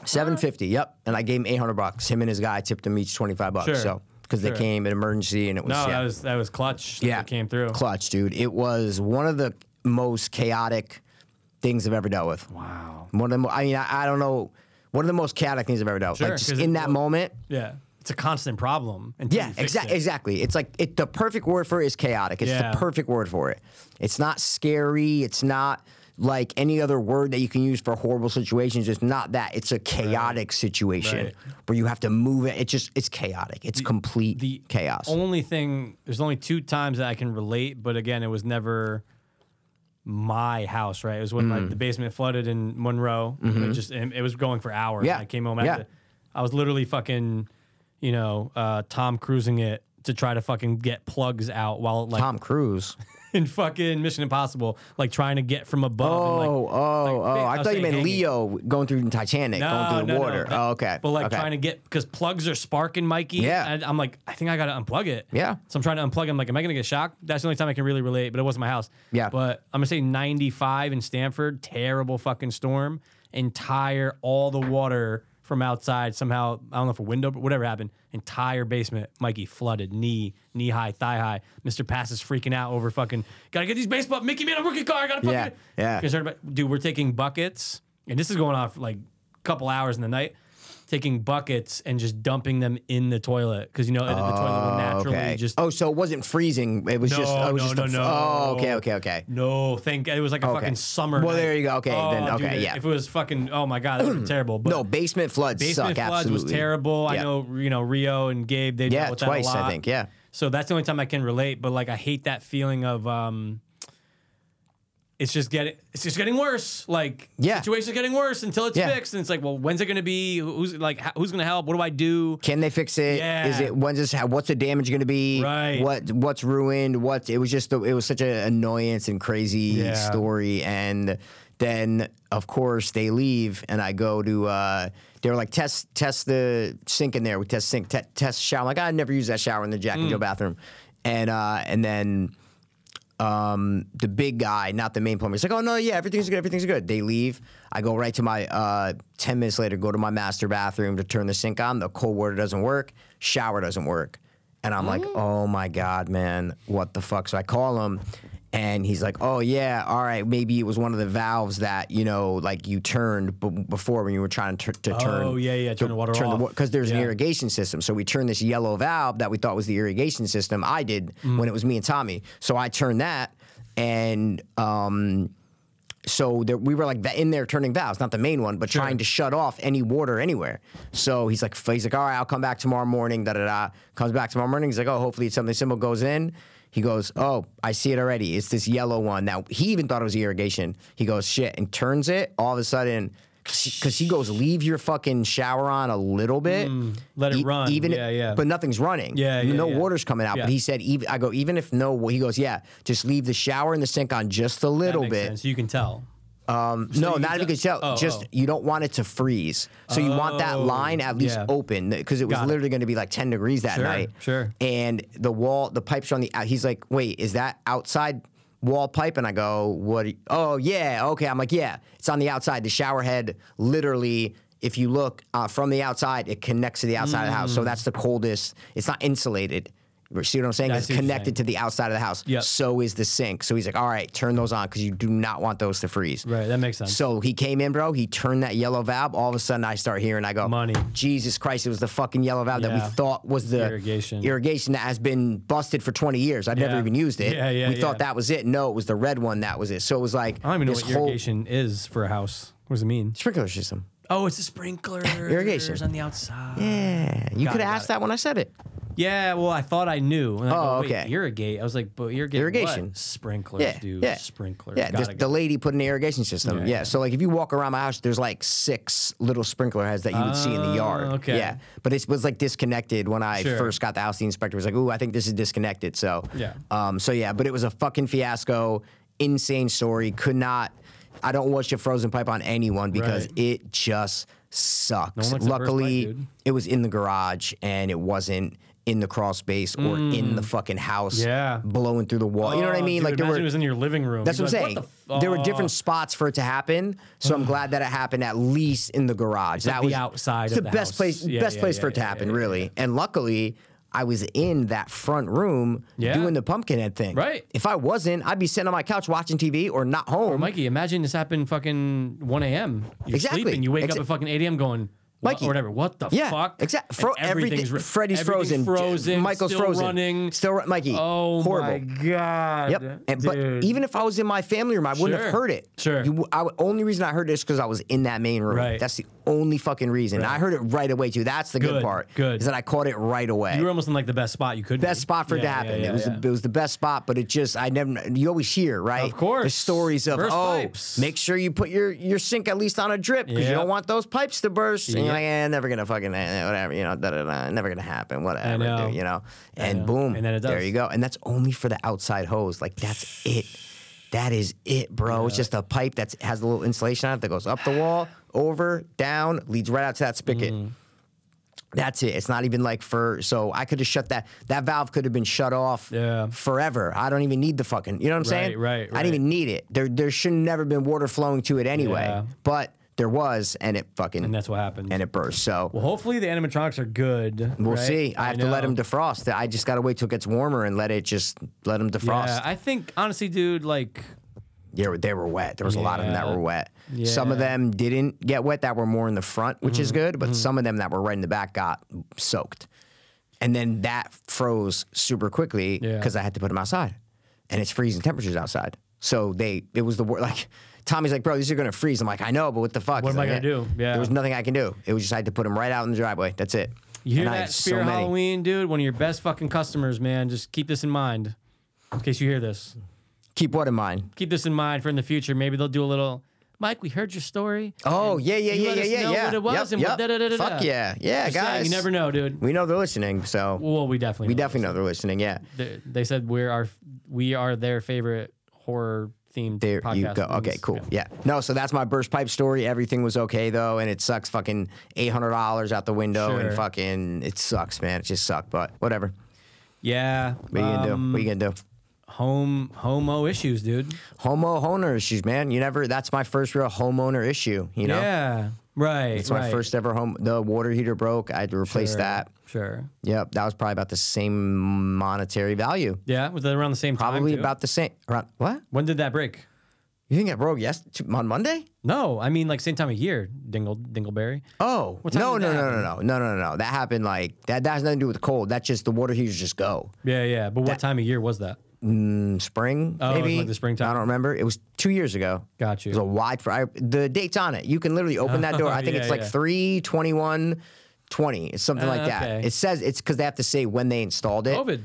seven fifty. Yep. And I gave him eight hundred bucks. Him and his guy tipped him each twenty five bucks. Sure. So because Sure. they came in emergency and it was No, yeah, that was that was clutch. That yeah it came through. clutch, dude. It was one of the most chaotic things I've ever dealt with. Wow. One of the, mo- I mean, I, I don't know, one of the most chaotic things I've ever dealt with. Sure, like just 'cause in it- that moment. Yeah, it's a constant problem. Until Yeah, you fix exactly. it. Exactly. It's like it, the perfect word for it is chaotic. It's Yeah. the perfect word for it. It's not scary. It's not like any other word that you can use for horrible situations. It's not that. It's a chaotic situation Right. where you have to move it. It's just it's chaotic. It's complete the chaos. Only thing there's only two times that I can relate, but again, it was never my house, right? It was when Mm. like the basement flooded in Monroe. And it just and it was going for hours. Mm-hmm. Yeah. I came home Yeah. after I was literally fucking, you know, uh, Tom cruising it to try to fucking get plugs out while like Tom Cruise. in fucking Mission Impossible, like trying to get from above. Oh, and, like, oh, like, oh! big- I I'll thought you say meant hanging. Leo going through the Titanic, going through the water. that- oh, okay. But like okay. trying to get because plugs are sparking, Mikey. Yeah. And I'm like, I think I gotta unplug it. Yeah. So I'm trying to unplug. I'm like, am I gonna get shocked? That's the only time I can really relate. But it wasn't my house. Yeah. But I'm gonna say 95 in Stanford, terrible fucking storm. Entire all the water from outside somehow I don't know if a window but whatever happened. Entire basement, Mikey flooded, knee knee high, thigh high. Mr. Pass is freaking out over fucking. Gotta get these baseball. Mickey made a rookie car. I gotta fucking. Yeah, yeah. Concerned about dude. We're taking buckets, and this is going off like a couple hours in the night. Taking buckets and just dumping them in the toilet because you know the toilet will naturally okay. just. oh, so it wasn't freezing. It was just. No, It was no, just a, no, no. Oh, okay, okay, okay. No, thank God. It was like a Okay. fucking summer. Well, night. Oh, there you go. Okay, then, dude, okay, it- yeah. If it was fucking, oh my god, that would be terrible. But No, basement floods basement suck. floods absolutely, was terrible. I Yeah. know, you know, Rio and Gabe. They Yeah, dealt with twice that a lot. I think. Yeah. So that's the only time I can relate. But like, I hate that feeling of um, it's just getting it's just getting worse. Like, Yeah. situation's getting worse until it's Yeah. fixed. And it's like, well, when's it gonna be? Who's like, h- who's gonna help? What do I do? Can they fix it? Is Yeah. it when's this? How, what's the damage going to be? Right. What what's ruined? What it was just the, it was such an annoyance and crazy Yeah. story. And then of course they leave, and I go to uh, they were like test test the sink in there. We test sink te- test shower. I'm like I never use that shower in the Jack Mm. and Joe bathroom, and uh, and then um, the big guy, not the main plumber. He's like, oh no, yeah, everything's good, everything's good. They leave. I go right to my uh, ten minutes later, go to my master bathroom to turn the sink on. The cold water doesn't work, shower doesn't work, and I'm like, oh my god, man, what the fuck? So I call him. And he's like, "Oh yeah, all right. Maybe it was one of the valves that you know, like you turned b- before when you were trying to, tur- to turn. Oh, yeah, yeah, turn the water off. because there's an Yeah. irrigation system. So we turned this yellow valve that we thought was the irrigation system. I did Mm. when it was me and Tommy. So I turned that, and um, so there, we were like va- in there turning valves, not the main one, but trying to shut off any water anywhere. So he's like, he's like, all right, I'll come back tomorrow morning. Da da da. Comes back tomorrow morning. He's like, oh, hopefully it's something simple goes in. He goes, oh, I see it already. It's this yellow one. Now he even thought it was irrigation. He goes, shit, and turns it. All of a sudden, because he goes, leave your fucking shower on a little bit. Mm, let it E- run. Even Yeah, yeah. But nothing's running. Yeah, yeah, No yeah. water's coming out. But Yeah. he said, even I go, even if no, wa-" he goes, yeah, just leave the shower and the sink on just a That little makes bit. sense. You can tell. No, you not can if you could tell- tell. oh, just oh. you don't want it to freeze, so you want that Oh, line at least yeah. open because it was Got it. literally going to be like ten degrees that Sure, night. sure. And the wall, the pipes are on the. out- He's like, "Wait, is that outside wall pipe?" And I go, "What? are you- oh yeah, okay." I'm like, "Yeah, it's on the outside. The shower head, literally." If you look uh, from the outside, it connects to the outside of the Mm. house. So that's the coldest. It's not insulated. See what I'm saying? I 'Cause see It's what you're saying. connected to the outside of the house. Yep. So is the sink. So he's like, all right, turn those on because you do not want those to freeze. Right, that makes sense. So he came in, bro. He turned that yellow valve. All of a sudden, I start hearing. I go, Money. Jesus Christ! It was the fucking yellow valve that Yeah. we thought was the Irrigation. irrigation that has been busted for twenty years. I've never Yeah. even used it. Yeah, yeah, We yeah. thought that was it. No, it was the red one that was it. So it was like I don't even know this what irrigation is for a house. What does it mean? sprinkler system. Oh, it's a sprinkler Irrigation. on the outside. Yeah, you Got could have it, got asked it. that when I said it. Yeah, well, I thought I knew. And I Oh, go, "Wait, okay. Irrigate. I was like, but irrigate Irrigation. What? Sprinklers, Yeah, dude. yeah, Sprinklers. Yeah, Gotta the, go. the lady put in the irrigation system. Yeah, Yeah, yeah. So like if you walk around my house, there's like six little sprinkler heads that you would see in the yard. Oh, okay. Yeah. But it was like disconnected when I Sure. first got the house. The inspector was like, "Ooh, I think this is disconnected." So Yeah. Um. So yeah, but it was a fucking fiasco. Insane story. Could not. I don't watch a frozen pipe on anyone because Right. it just sucks. wants the first Luckily, pipe, dude. it was in the garage and it wasn't. In the crawl space or in the fucking house, Mm. Yeah. blowing through the wall. you know what I Oh, mean? dude, like there were imagine it was in your living room. that's You'd what be I'm like, saying. the f- there were oh, different spots for it to happen, so I'm glad that it happened at least in the garage. that the was outside It's of the, the best house. place, Yeah, best yeah, place yeah, for it to yeah, happen, yeah, really. And luckily, I was in that front room Yeah. doing the Pumpkinhead thing. Right. Oh If I wasn't, I'd be sitting on my couch watching TV or not home. Mikey, imagine this happened fucking 1 a.m. You're Exactly. sleeping. You wake Exa- up at fucking 8 a.m. going, Mikey. or whatever. What the Yeah, fuck? exactly. And Fro- everything. ri- Freddy's frozen. everything's Frozen. Michael's still frozen. Running. Still, ru- Mikey. oh horrible. my god. Yep. And, but e dude. even if I was in my family room, I wouldn't have Sure. heard it. Sure. You, I, only reason I heard it is because I was in that main room. Right. That's the only fucking reason. I heard it right away too. That's the good, Good, part. good. Is that I caught it right away. you were almost in like the best spot you could. best be. spot for it to Yeah, yeah, happen. yeah, it was yeah. the, it was the best spot, but it just I never you always hear right. Of course. the stories of Burst oh pipes. make sure you put your your sink at least on a drip because you Yep. don't want those pipes to burst. And Yep. you're like eh, never gonna fucking eh, whatever you know da da da never gonna happen whatever know. dude, you know and know. boom And then it there does. you go and that's only for the outside hose like that's it. That is it, bro. It's just a pipe that has a little insulation on it that goes up the wall, over, down, leads right out to that spigot. Mm. That's it. It's not even like for so I could have shut that that valve could have been shut off Yeah. forever. I don't even need the fucking you know what I'm saying? right, I right. didn't even need it. There there should have never been water flowing to it anyway. Yeah. But there was and it fucking And that's what happened. and it burst. So well, hopefully the animatronics are good. we'll right? see. I have to let know. them defrost. I just gotta wait till it gets warmer and let it just let them defrost. Yeah, I think honestly, dude, like Yeah, they were wet. There was a lot of them that Yeah. were wet. Some of Yeah. Mm-hmm. them didn't get wet that were more in the front, which is good, but some of them that were right in the back got soaked. And then that froze super quickly Yeah. because I had to put them outside. And it's freezing temperatures outside. So they it was the wor- like Tommy's like, "Bro, these are going to freeze." I'm like, "I know, but what the fuck?" What He's am I like, gonna "Eh." do? Yeah. There was nothing I can do. It was just I had to put them right out in the driveway. That's it. you hear And I that had so Spear many. Halloween, dude. One of your best fucking customers, man. Just keep this in mind, in case you hear this. Keep what in mind? Keep this in mind for in the future. Maybe they'll do a little. Mike, we heard your story. Oh, yeah, yeah, you yeah, let yeah, us yeah, know yeah. what it was and yep, what yep. da-da-da-da-da. Fuck yeah. Yeah, Just saying, guys. you never know, dude. We know they're listening, so Well, we definitely we know. definitely know they're listening. Yeah. They, they said we're our we are their favorite horror themed. There podcast you go. Okay, means- cool. yeah. Yeah. No, so that's my burst pipe story. Everything was okay though, and it sucks fucking eight hundred dollars out the window and Sure. fucking it sucks, man. It just sucked, but whatever. Yeah. Um, What are you gonna do? What are you gonna do? Home homo issues, dude. Homo owner issues, man. You never that's my first real homeowner issue, you know? Yeah. Right. It's my first ever home the water heater broke. I had to replace that. Sure. Yep. That was probably about the same monetary value. Yeah. Was that around the same time? Probably too? about the same around, what? When did that break? You think it broke yes on Monday? No, I mean like same time of year. Dingle Dingleberry. Oh time no did no that no no no no no no! That happened like that. That has nothing to do with the cold. That's just the water heaters just go. Yeah, yeah. But what time of year was that? Mm, spring Oh, it was maybe like the springtime. I don't remember. It was two years ago. Got It was a you. wide. I, the dates on it. You can literally open that door. I think Yeah, it's like yeah. three twenty one twenty. It's something Uh, like that. okay. Oh, It says it's because they have to say when they installed it. COVID.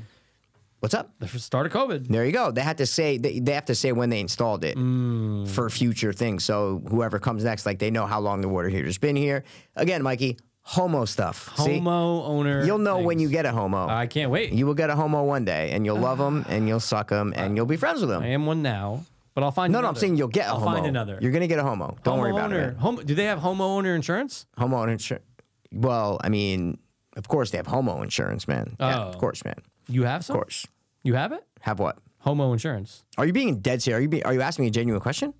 What's up? The first start of COVID. There you go. They had to say they, they have to say when they installed it Mm. for future things. So whoever comes next, like they know how long the water heater's been here. Again, Mikey, homo stuff. See? Homo owner. You'll know when you things. get a homo. I can't wait. you will get a homo one day, and you'll love him, and you'll suck him, and you'll be friends with him. I am one now, but I'll find. no, no, another. I'm saying you'll get a I'll homo. find another. You're gonna get a homo. Don't worry about Homeowner- it. Home, do they have homeowner insurance? man. Homo insurance. Well, I mean, of course they have homo insurance, man. Yeah, of Oh. course, man. Of You have some. Of course. You have it. Have what? Homo insurance. Are you being dead serious? Are you be, are you asking me a genuine question?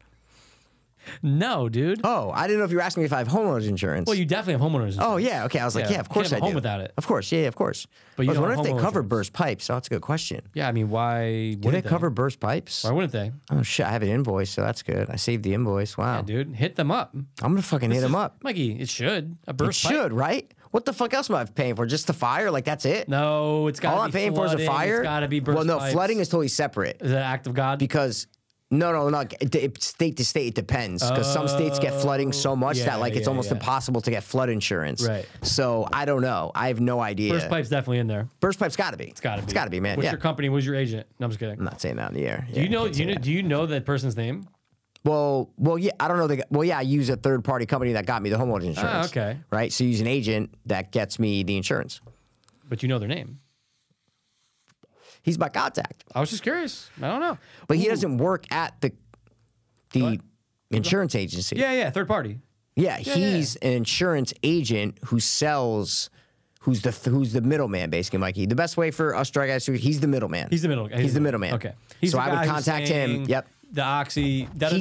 No, dude. Oh, I didn't know if you were asking me if I have homeowners insurance. Well, you definitely have homeowners. Insurance. Oh yeah, okay. I was like, Yeah, yeah, of you course can't have I a home do. without it. Of course, yeah, yeah, of course. But I you was don't have wondering if they homeowner cover insurance. burst pipes. Oh, that's a good question. Yeah, I mean, why? Do they wouldn't cover burst pipes? Why wouldn't they? Oh shit, I have an invoice, so that's good. I saved the invoice. Wow, Dude, hit them up. I'm gonna fucking hit him up. Mikey, it should. A It burst pipe? should, right? What the fuck else am I paying for? Just the fire? Like that's it? No, it's got to be All I'm paying flooding. for is a fire. It's got to be burst Well, no, pipes. flooding is totally separate Is that an act of God? because no, no, no. It, it, state to state, it depends because some states get flooding so much yeah, that like it's Oh, yeah, almost yeah. impossible to get flood insurance. Right. So I don't know. I have no idea. burst pipe's definitely in there. Burst pipe's got to be. It's Got to be. It's got to be, man. What's yeah. your company? What's your agent? No, I'm just kidding. I'm not saying that in the air. Do you know? Do you know, do you know that person's name? Well, well, yeah, I don't know. The, well, yeah, I use a third party company that got me the homeowners insurance. Ah, okay. Right. So you use an agent that gets me the insurance. But you know their name. He's my contact, I was just curious. I don't know. but he doesn't work at the the insurance agency. Yeah, yeah. Third party. Yeah, yeah. he's an insurance agent who sells. Who's the who's the middleman basically, Mikey? The best way for us drug addicts, to- he's the middleman. He's the middle. He's the middleman. Okay. He's so the I guy would who's contact him. saying, Yep. the oxy. He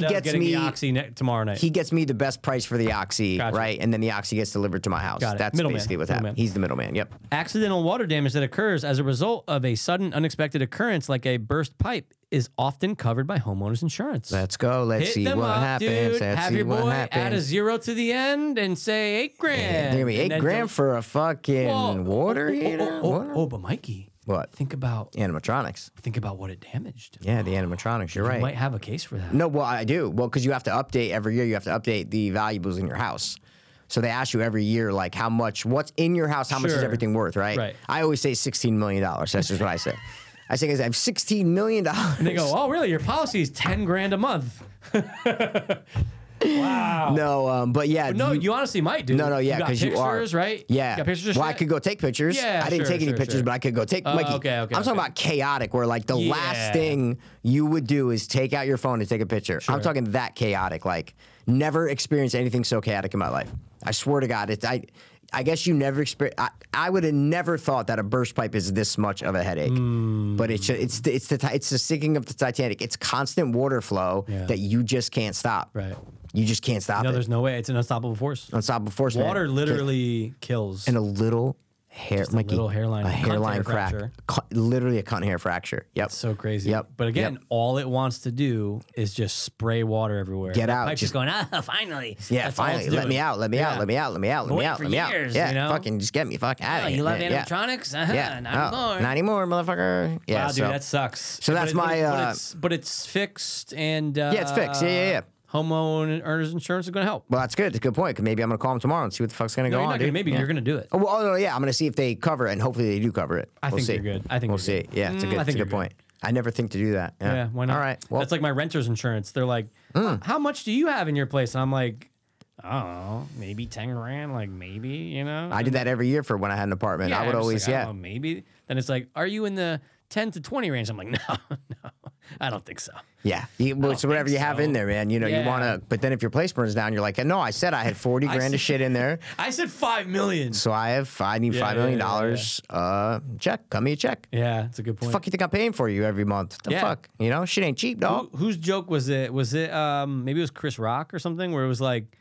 gets getting me- the oxy ne- tomorrow night. He gets me the best price for the oxy, Gotcha. right? And then the oxy gets delivered to my house. Got it. That's Middleman. basically what's Middleman. happening. He's the middleman. Yep. Accidental water damage that occurs as a result of a sudden unexpected occurrence like a burst pipe is often covered by homeowners insurance. Let's go. Let's Hit see them what up, happens. dude. Let's Have see your what boy happens. add a zero to the end and say eight They're grand. gonna be And eight then grand don't- for a fucking Whoa. water Oh, oh, heater. Oh, oh, Water? oh, but Mikey, What? Think about Animatronics. think about what it damaged. Yeah, the animatronics. You're You right. might have a case for that. No, well, I do. Well, because you have to update every year. You have to update the valuables in your house. So they ask you every year, like, how much, what's in your house, how much is Sure. everything worth, right? Right. I always say $16 million. That's just what I say. I say, guys, I have $16 million. And they go, oh, really? Your policy is ten grand a month. wow. No, um, but yeah. No, you- you honestly might do. no, no, yeah, got because you, are pictures, right? Yeah, You got pictures. Of well, I shit? could go take pictures. Yeah, I didn't sure, take any sure, pictures, sure. but I could go take. Uh, Mikey, okay, okay, I'm talking okay. about chaotic, where like the Yeah. last thing you would do is take out your phone and take a picture. I'm talking that chaotic. Like, never experienced anything so chaotic in my life. I swear to God, it's I. I guess you never experience. I, I would have never thought that a burst pipe is this much of a headache. Hmm. But it's ju- it's the, it's the Ti- it's the sinking of the Titanic. It's constant water flow Yeah. that you just can't stop. Right. You just can't stop No, it. there's no way. It's an unstoppable force. Unstoppable force. man. Water Can't- literally kills. and a little hair, a Mikey, little hairline- a cunt hair hairline crack, fracture. Cu- literally a cunt hair fracture. Yep. so crazy. Yep. But again, Yep. all it wants to do is just spray water everywhere. Get That out. Pipe's Just- just going. Ah, finally. yeah, That's all it's finally, let me doing. out, let me Yeah. out, let me out, let me out, let Been me waiting out, for let me out. years, yeah, you know? fucking just get me fuck out Oh, of here. you love yeah, animatronics? Uh-huh, Yeah, not no, anymore. not anymore, motherfucker. Yeah, Wow, so dude, that sucks. so that's but my, It, but, uh, it's, but it's fixed, and uh, it's fixed. Yeah, yeah, yeah. Homeowners insurance is going to help. well, that's good. It's a good point. 'cause maybe I'm gonna call him tomorrow and see what the fuck's gonna go No, you're on. not gonna, dude. maybe yeah. you're going to do it. Oh, well, oh, yeah, I'm gonna see if they cover it, and hopefully they do cover it. I we'll think see. they're good. I think we'll they're see. good. Yeah, it's a Mm, good, I it's think a they're good point. I never think to do that. Yeah, Yeah, why not? All right, well, Mm. that's like my renter's insurance. They're like, "Uh, how much do you have in your place? And I'm like, I don't know, maybe 10 grand, like maybe, you know? I did that every year for when I had an apartment. I would I'm just always, like, I yeah, don't know, maybe. Then it's like, are you in the 10 to 20 range? I'm like, no, no, I don't think so. Yeah, you, well, don't so whatever think you have so. in there, man. You know, Yeah. you want to. But then if your place burns down, you're like, no, I said I had forty grand said- of shit in there, I said 5 million. so I have. I need Yeah, five yeah, million yeah, dollars. Uh, check, cut me a check. Yeah, that's a good point. Fuck, you think I'm paying for you every month? The Yeah. fuck, you know, shit ain't cheap, dog. Who- whose joke was it? Was it um maybe it was Chris Rock or something where it was like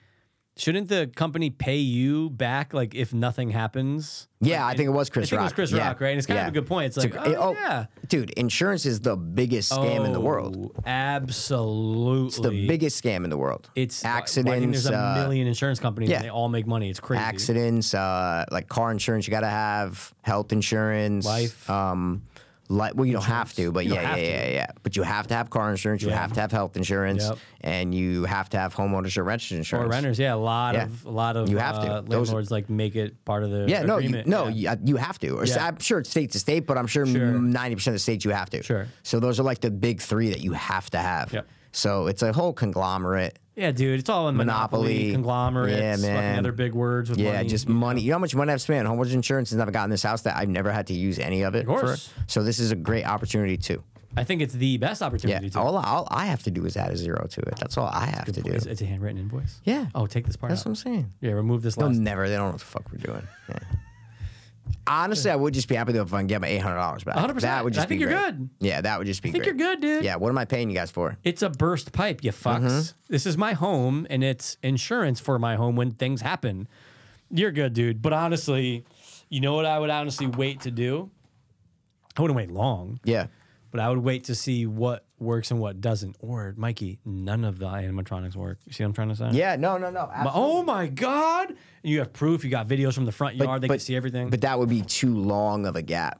shouldn't the company pay you back like if nothing happens? Yeah, I think it was Chris I think Rock. it was Chris Yeah. Rock, right? And it's kind Yeah. of a good point. It's It's a like, gr- oh, yeah. dude, insurance is the biggest scam in the world. Oh, Absolutely. It's the biggest scam in the world. It's accidents. I think there's a uh, million insurance companies yeah. and they all make money. It's crazy. accidents, uh, like car insurance, you got to have health insurance, Life. Um, like well, you don't have to, but You don't yeah, yeah, have to. yeah, yeah. But you have to have car insurance, you Yeah. have to have health insurance, Yep. and you have to have homeowners or renters Or insurance. renters, yeah, a lot Yeah. of a lot of You have to. uh, Those- landlords like make it part of the Yeah, no, you, agreement. no, yeah. you, uh, you have to. Or s- Yeah. I'm sure it's state to state, but I'm sure Sure. ninety percent of the states you have to. Sure. So those are like the big three that you have to have. Yep. So it's a whole conglomerate. Yeah, dude, it's all in monopoly, Monopoly. conglomerates, Yeah, man. fucking other big words with Yeah, money. just money. You know how much money I've spent on homeowners insurance since I've gotten this house that I've never had to use any of it. for- course. so this is a great opportunity too. I think it's the best Yeah, opportunity. to, all, all I have to do is add a zero to it. That's all I have to do. it's, it's a handwritten invoice. Yeah. Oh, take this part That's out. what I'm saying. yeah, remove this They'll last. never. They don't know what the fuck we're doing. Yeah. Honestly, I would just be happy though if I can get my eight hundred dollars back. 100%. That would I just. think be you're great. good. Yeah, that would just be. I think great. you're good, dude. Yeah. What am I paying you guys for? It's a burst pipe, you fucks. Mm-hmm. This is my home, and it's insurance for my home when things happen. You're good, dude. But honestly, you know what I would honestly wait to do? I wouldn't wait long, Yeah. but I would wait to see what works and what doesn't. Or, Mikey, none of the animatronics work. You see what I'm trying to say? Yeah. No. No. No. My- absolutely. oh my God. And you have proof. You got videos from the front yard. they can see everything. Oh, But that would be too long of a gap.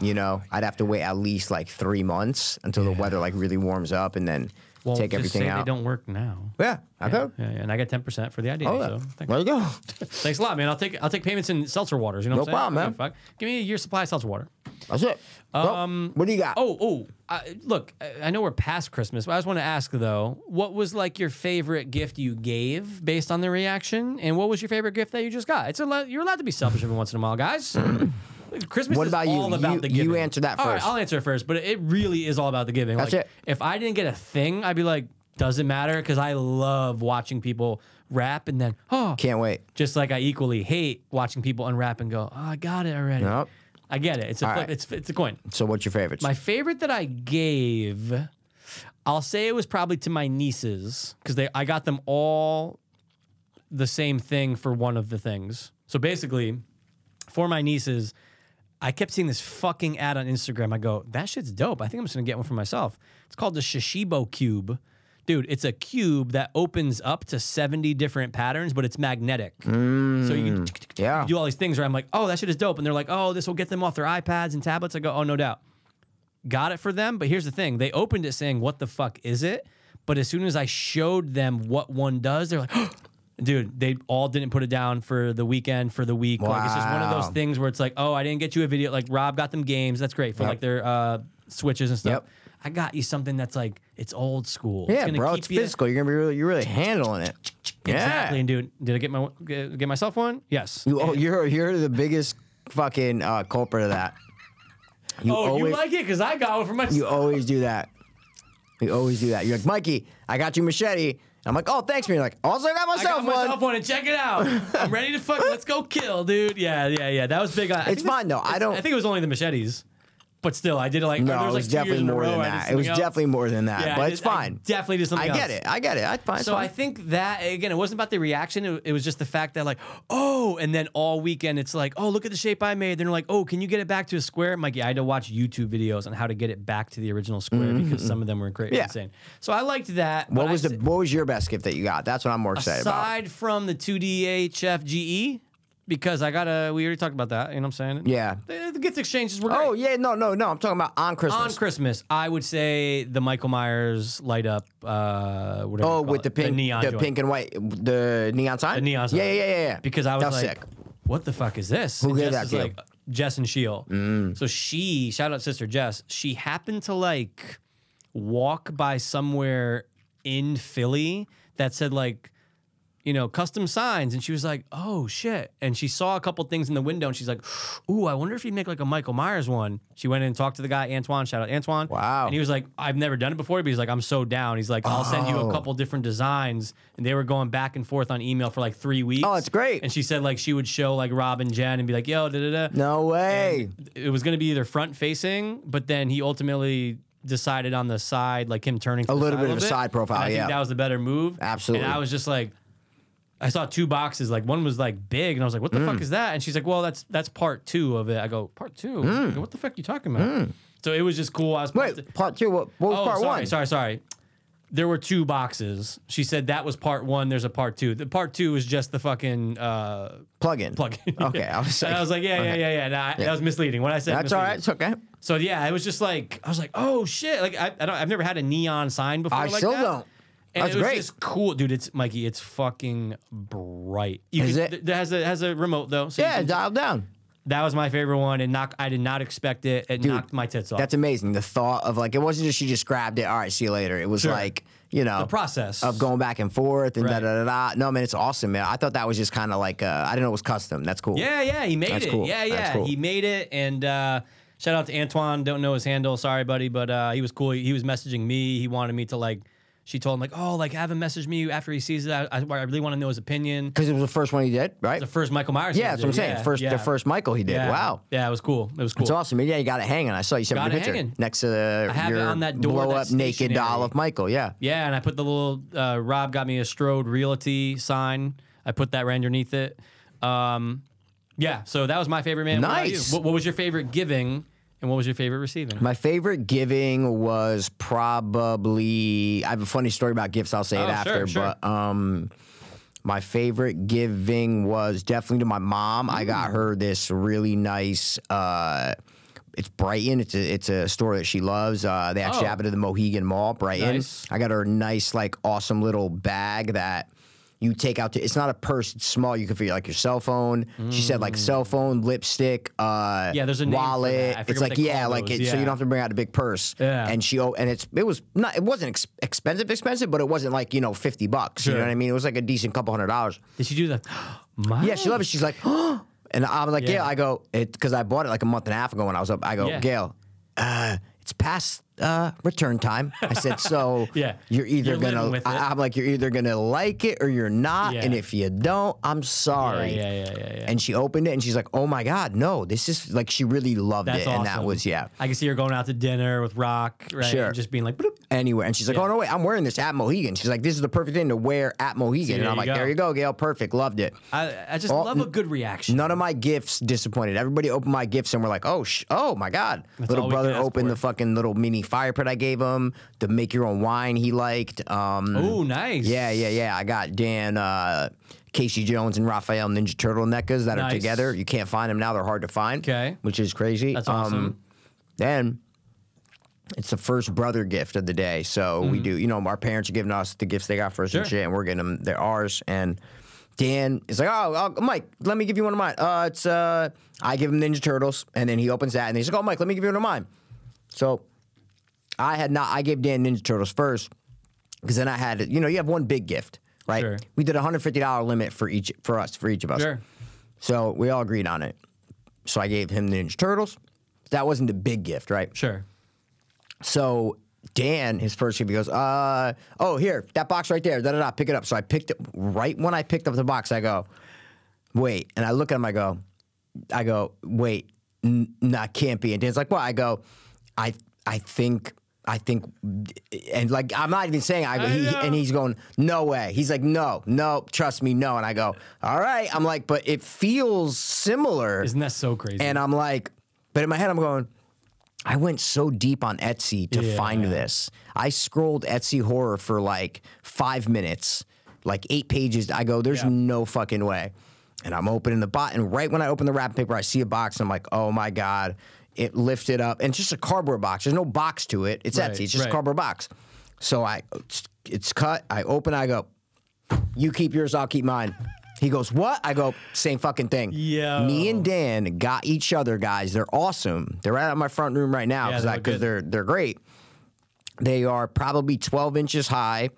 you know, I'd have to wait at least like three months until the weather like really warms up and then Well, take just everything say out. They don't work now. yeah. Okay. Yeah, yeah, and I got ten percent for the idea. Oh, so yeah. thanks. There you go. thanks a lot, man. I'll take I'll take payments in seltzer waters. You know No what I'm saying? problem, I don't man. give a Fuck. Give me a year's supply of seltzer water. That's it. Well, what do you got? Oh, oh. I, look, I I know we're past Christmas, but I just want to ask though, what was like your favorite gift you gave based on the reaction, and what was your favorite gift that you just got? It's allowed, you're allowed to be selfish every once in a while, guys. Christmas What is about you? all about You- the you giving. answer that All right, first. I'll answer it first, but it really is all about the giving. That's like, it. If I didn't get a thing, I'd be like, doesn't matter because I love watching people rap and then oh, Can't wait. just like I equally hate watching people unwrap and go, oh, I got it already. Nope. I get it. It's a flip, right. it's it's a coin. So what's your favorites? My favorite that I gave, I'll say it was probably to my nieces because they I got them all the same thing for one of the things. So basically, for my nieces, I kept seeing this fucking ad on Instagram. I go, that shit's dope. I think I'm just gonna get one for myself. It's called the Shishibo Cube. Dude, it's a cube that opens up to 70 different patterns, but it's magnetic. So you can Yeah. do all these things where I'm like, oh, that shit is dope. And they're like, oh, this will get them off their iPads and tablets. I go, oh, no doubt. Got it for them. But here's the thing they opened it saying, what the fuck is it? But as soon as I showed them what one does, they're like, dude, they all didn't put it down for the weekend, for the week. Like, it's just one of those Wow. things where it's like, oh, I didn't get you a video. Like, Rob got them games. That's great for Yep. like their uh, switches and stuff. Yep. I got you something that's like, it's old school. Yeah, gonna bro, keep it's you- physical. You're gonna be really, you're really handling it. Exactly. Yeah. And dude, did I get my get get myself one? Yes. You, oh, you're you're the biggest fucking uh, culprit of that. You oh, always you like it? Because I got one for myself. you always do that. You always do that. You're like Mikey, I got you machete. I'm like, oh, thanks, man. You're like, also I got I myself got myself one. one. and check it out. I'm ready to fuck. Let's go kill, dude. Yeah, yeah, yeah. That was big. I, I It's think fine though. I it's- don't. I think it was only the machetes, but still, I did it like. no, there it was, was like two years definitely in a more row than I did that. It was something else. definitely more than that. Yeah, I but did- it's fine. I definitely I did something. get else. it. I get it. I fine. So I think that again, it wasn't about the reaction. It, it was just the fact that like, oh, and then all weekend it's like, oh, look at the shape I made. Then they're like, oh, can you get it back to a square? I'm like, yeah, I had to watch YouTube videos on how to get it back to the original square because some of them were crazy Mm-hmm, Yeah. insane. So I liked that. but what I was s- the what was your best gift that you got? That's what I'm more excited about. aside from the 2DHFGE? E, Because I gotta, we already talked about that. You know what I'm saying? Yeah. The, the gift exchanges were great. Oh yeah, no, no, no. I'm talking about on Christmas. On Christmas, I would say the Michael Myers light up, uh, whatever. you Oh, call with it, the pink, the the, neon, joint. pink and white, the neon sign, The neon sign. Yeah, yeah, yeah, yeah. because I was That's like, sick. "What the fuck is this?" Who And gave Jess that is to you? Mm. like, Jess and Sheil. So she, shout out sister Jess. She happened to like walk by somewhere in Philly that said like, you know, custom signs, and she was like, "Oh shit!" And she saw a couple things in the window, and she's like, "Ooh, I wonder if you would make like a Michael Myers one." She went in and talked to the guy Antoine. Shout out Antoine. Wow. And he was like, "I've never done it before," but he's like, "I'm so down." He's like, "I'll send you a Oh. couple different designs," and they were going back and forth on email for like three weeks. Oh, it's great. And she said like she would show like Rob and Jen and be like, yo, da da da. No way. It was gonna be either front facing, but then he ultimately decided on the side, like him turning to A the little side bit of a side profile, And I yeah. think that was the better move. Absolutely. And I was just like, I saw two boxes. Like one was like big, and I was like, what Mm. the fuck is that? And she's like, well, that's that's part two of it. I go, part two? I go, what the fuck you talking about? So it was just cool. I was posted- Mm. Wait, part two. What, what was Oh, part sorry, one? sorry, sorry. There were two boxes. She said that was part one. There's a part two. The part two is just the fucking uh, Plug in. plug. Okay, I was and I like- was like, yeah, yeah, okay. yeah, yeah. Nah, I- That was misleading. What I said. That's all right. misleading. It's okay. So yeah, it was just like I was like, oh shit. Like I, I don't, I've never had a neon sign before. I like still that. don't. And That's it was great. just cool, dude. It's Mikey. It's fucking bright. You Is can, it? th- That has a has a remote though. So you Yeah, can- dial down. that was my favorite one, and knock. I did not expect it. It knocked my tits off. That's amazing. The thought of like it wasn't just she just grabbed it. All right, see you later. It was Sure. like you know the process of going back and forth and Right. da da da da. No man, it's awesome, man. I thought that was just kind of like uh, I didn't know it was custom. That's cool. Yeah, yeah, he made That's it. cool. Yeah, That's yeah, cool. he made it. And uh, shout out to Antoine. Don't know his handle. Sorry, buddy, but uh, he was cool. He, he was messaging me. He wanted me to like. She told him like, oh, like have him message me after he sees it. I, I, I really want to know his opinion. because it was the first one he did, right? The first Michael Myers. yeah, he that's what I'm did. saying. Yeah, first, yeah. the first Michael he did. Yeah. Wow. Yeah, it was cool. It was cool. It's awesome. Yeah, you got it hanging. I saw you sent me Got the it picture hanging. next to the, have it your on that door blow up that's naked doll stationary. of Michael. Yeah. Yeah, and I put the little uh, Rob got me a Strode Realty sign. I put that right underneath it. Um, yeah, so that was my favorite man. What about you? Nice. What, what was your favorite giving, and what was your favorite receiving? My favorite giving was probably. I have a funny story about gifts. I'll say Oh, it sure, after, sure. but um, my favorite giving was definitely to my mom. I Mm. got her this really nice. Uh, it's Brighton. It's a it's a store that she loves. Uh, they actually Oh. have it at the Mohegan Mall, Brighton. Nice. I got her a nice, like, awesome little bag that you take out to. It's not a purse. It's small. You can fit like your cell phone. She said like cell phone, lipstick. Uh, Mm. Yeah, there's a name for that. I wallet. forget It's what like they yeah, call like those, it, so you yeah. don't have to bring out a big purse. Yeah. And she oh, and it's it was not it wasn't ex- expensive expensive, but it wasn't like you know fifty bucks. You Sure. know what I mean? It was like a decent couple hundred dollars. Did she do the? My Yeah, she loved it. She's like, oh. and I'm like, yeah. Yeah. I go, it because I bought it like a month and a half ago when I was up. I go, Yeah. Gail, uh, it's past uh, return time. I said, so Yeah. you're either You're living gonna. with it. I, am like, you're either gonna like it or you're not, Yeah. and if you don't, I'm sorry. Yeah, yeah, yeah, yeah. And she opened it and she's like, "Oh my God, no! This is like she really loved That's it, and that awesome. was yeah." I can see her going out to dinner with Rock, right? Sure. And just being like, "Bloop." anywhere. And she's like, Yeah. oh, no, wait, I'm wearing this at Mohegan. She's like, this is the perfect thing to wear at Mohegan. and there I'm you like, go. there you go, Gail. Perfect. Loved it. I, I just Oh, love a good reaction. None of my gifts disappointed. Everybody opened my gifts and we're like, oh, sh- oh my God. little all we can brother ask opened for. the fucking little mini fire pit I gave him, the make your own wine he liked. Um, oh, nice. Yeah, yeah, yeah. I got Dan, uh, Casey Jones, and Raphael Ninja Turtle NECAs that Nice. are together. You can't find them now. They're hard to find. 'Kay. Which is crazy. Um, That's awesome. Then it's the first brother gift of the day. So we do, you know, our parents are giving us the gifts they got for us and Mm-hmm. Sure. shit, and we're getting them, they're ours. And Dan is like, oh, oh, Mike, let me give you one of mine. Uh, it's, uh, I give him Ninja Turtles, and then he opens that, and he's like, oh, Mike, let me give you one of mine. So I had not. I gave Dan Ninja Turtles first because then I had you know you have one big gift, right? Sure. We did a hundred fifty dollar limit for each for us for each of us. Sure. So we all agreed on it. So I gave him the Ninja Turtles. That wasn't the big gift, right? Sure. So Dan, his first gift, he goes, uh, oh here that box right there, da da da, pick it up. So I picked it right when I picked up the box. I go, wait, and I look at him. I go, I go, wait, n- that can't be. And Dan's like, well, I go, I, I think, I think, and like, I'm not even saying. I go, I he, he- know. and he's going, no way. He's like, no, no, trust me, no. And I go, all right. I'm like, but it feels similar. Isn't that so crazy? And I'm like, but in my head, I'm going, I went so deep on Etsy to Yeah. find this. I scrolled Etsy horror for like five minutes, like eight pages. I go, there's Yeah. no fucking way. And I'm opening the box. And right when I open the wrapping paper, I see a box. And I'm like, oh my God. It lifted up. And it's just a cardboard box. There's no box to it. It's Right, Etsy. It's just right. a cardboard box. So I, it's cut. I open. I go, you keep yours, I'll keep mine. He goes, What? I go, Same fucking thing. Yo. Me and Dan got each other, guys. They're awesome. They're right out of my front room right now Yeah, because they look good. they're, they're great. They are probably 12 inches high.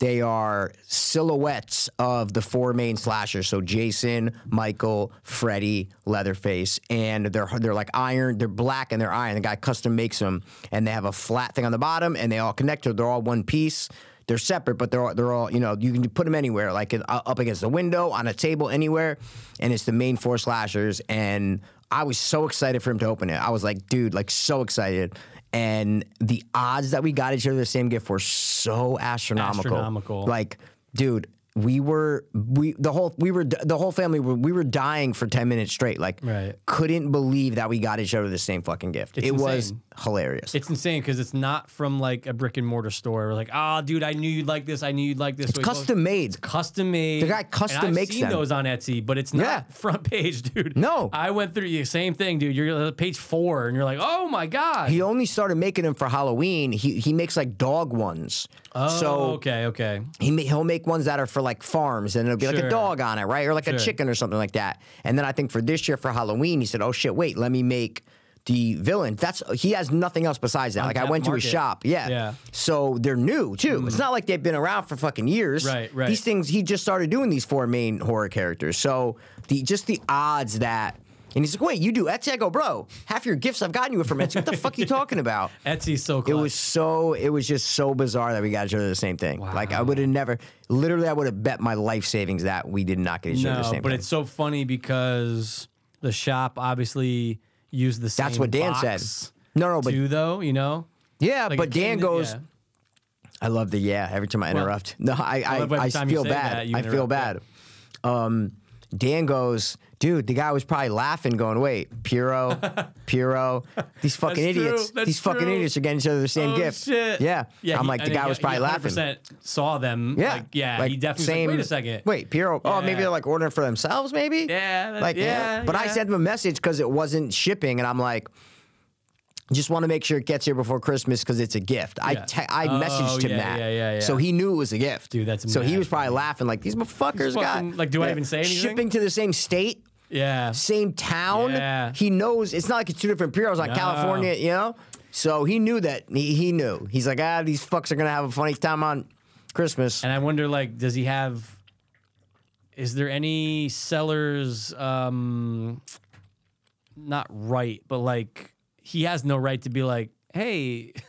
They are silhouettes of the four main slashers. So Jason, Michael, Freddy, Leatherface, and they're they're like iron. They're black and they're iron. The guy custom makes them, and they have a flat thing on the bottom, and they all connect. So they're all one piece. They're separate, but they're all, they're all you know. You can put them anywhere, like uh, up against the window, on a table, anywhere. And it's the main four slashers. And I was so excited for him to open it. I was like, dude, like so excited and the odds that we got each other the same gift were so astronomical. Astronomical. Like, dude, we were we the whole we were the whole family were, we were dying for ten minutes straight. Like, Right. couldn't believe that we got each other the same fucking gift. It's it was insane. hilarious. it's insane because it's not from like a brick and mortar store. We're like, ah, dude, I knew you'd like this. I knew you'd like this. It's Custom made. custom made. The guy And custom I've makes seen them. those on Etsy, but it's not Yeah. front page, dude. No. I went through the same thing, dude. You're at page four, and you're like, oh my god. He only started making them for Halloween. He he makes like dog ones. oh, so okay, okay. He ma- he'll make ones that are for like farms, and it'll be like Sure. a dog on it, right, or like Sure. a chicken or something like that. And then I think for this year for Halloween, he said, "Oh shit, wait, let me make the villain." That's he has nothing else besides that. like I Untapped went to his market. shop, yeah. Yeah. So they're new too. It's not like they've been around for fucking years. Right, right. These things he just started doing these four main horror characters. So the just the odds that. And he's like, wait, you do Etsy? I go, bro, half your gifts I've gotten you were from Etsy. What the fuck you talking about? Etsy's so It cool. was so. It was just so bizarre that we got each other the same thing. Like I Wow. would have never. Literally, I would have bet my life savings that we did not get each other the no, same but thing. it's so funny because the shop obviously used the same. That's what Dan said. box No, no, but too, though, you know. yeah, Like, but it came Dan to- goes. yeah. I love the yeah every time I interrupt. No, I I, love every I, time you feel say that, bad. you I feel interrupt, bad. yeah. Um, Dan goes, dude. The guy was probably laughing, going, "Wait, Puro, Puro, these fucking That's true, idiots. that's These fucking true. idiots are getting each other the same Oh, gift." shit. Yeah, I'm he- like I the think guy was he- probably he laughing. 100% Saw them. Yeah. Like, yeah. he definitely was like, wait a second. Wait, Piero. Oh, maybe Yeah. they're like ordering for themselves, maybe? Yeah, that- Like, yeah, But I yeah. sent them a message because it wasn't shipping, and I'm like, just want to make sure it gets here before Christmas because it's a gift. I Yeah. te- I Oh, messaged him yeah, that. yeah, yeah, yeah. So he knew it was a gift. Dude, that's So he was mad probably laughing, like, these motherfuckers fucking- got. like, do I even say anything? Shipping to the same state, Yeah. same town. Yeah. He knows it's not like it's two different Pieros on No. California, you know? So he knew that. He, he knew. He's like, ah, these fucks are going to have a funny time on Christmas. And I wonder, like, does he have? Is there any sellers? Um, not right, but like he has no right to be like, hey,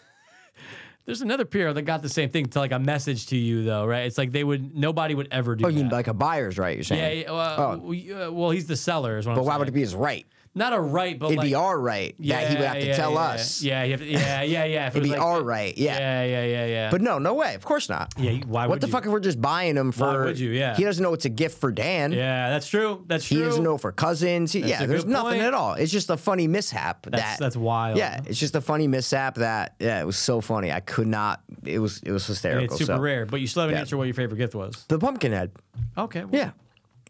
There's another PR that got the same thing to like a message to you though, right? It's like they would nobody would ever do Oh, you mean that. like a buyer's right? You're saying. yeah, yeah, uh, we- uh, well, he's the seller is what But I'm why saying. would it be his right? Not a right, but It'd like be our right that he would have to yeah, tell yeah, us. Yeah, yeah, yeah, yeah, yeah. If it It'd was be like- our right. Yeah. Yeah, yeah, yeah, yeah. But no, no way. Of course not. yeah, you- why What would the you? fuck if we're just buying him for? would you? Yeah. He doesn't know it's a gift for Dan. Yeah, that's true. That's true. He doesn't know for cousins. He- yeah, a there's good nothing point. at all. It's just a funny mishap. That's- that, that's wild. Yeah, it's just a funny mishap that yeah, it was so funny. I could not. It was it was hysterical. It's super so. rare, but you still haven't Yeah. answered what your favorite gift was. The pumpkin head. Okay. well, Yeah.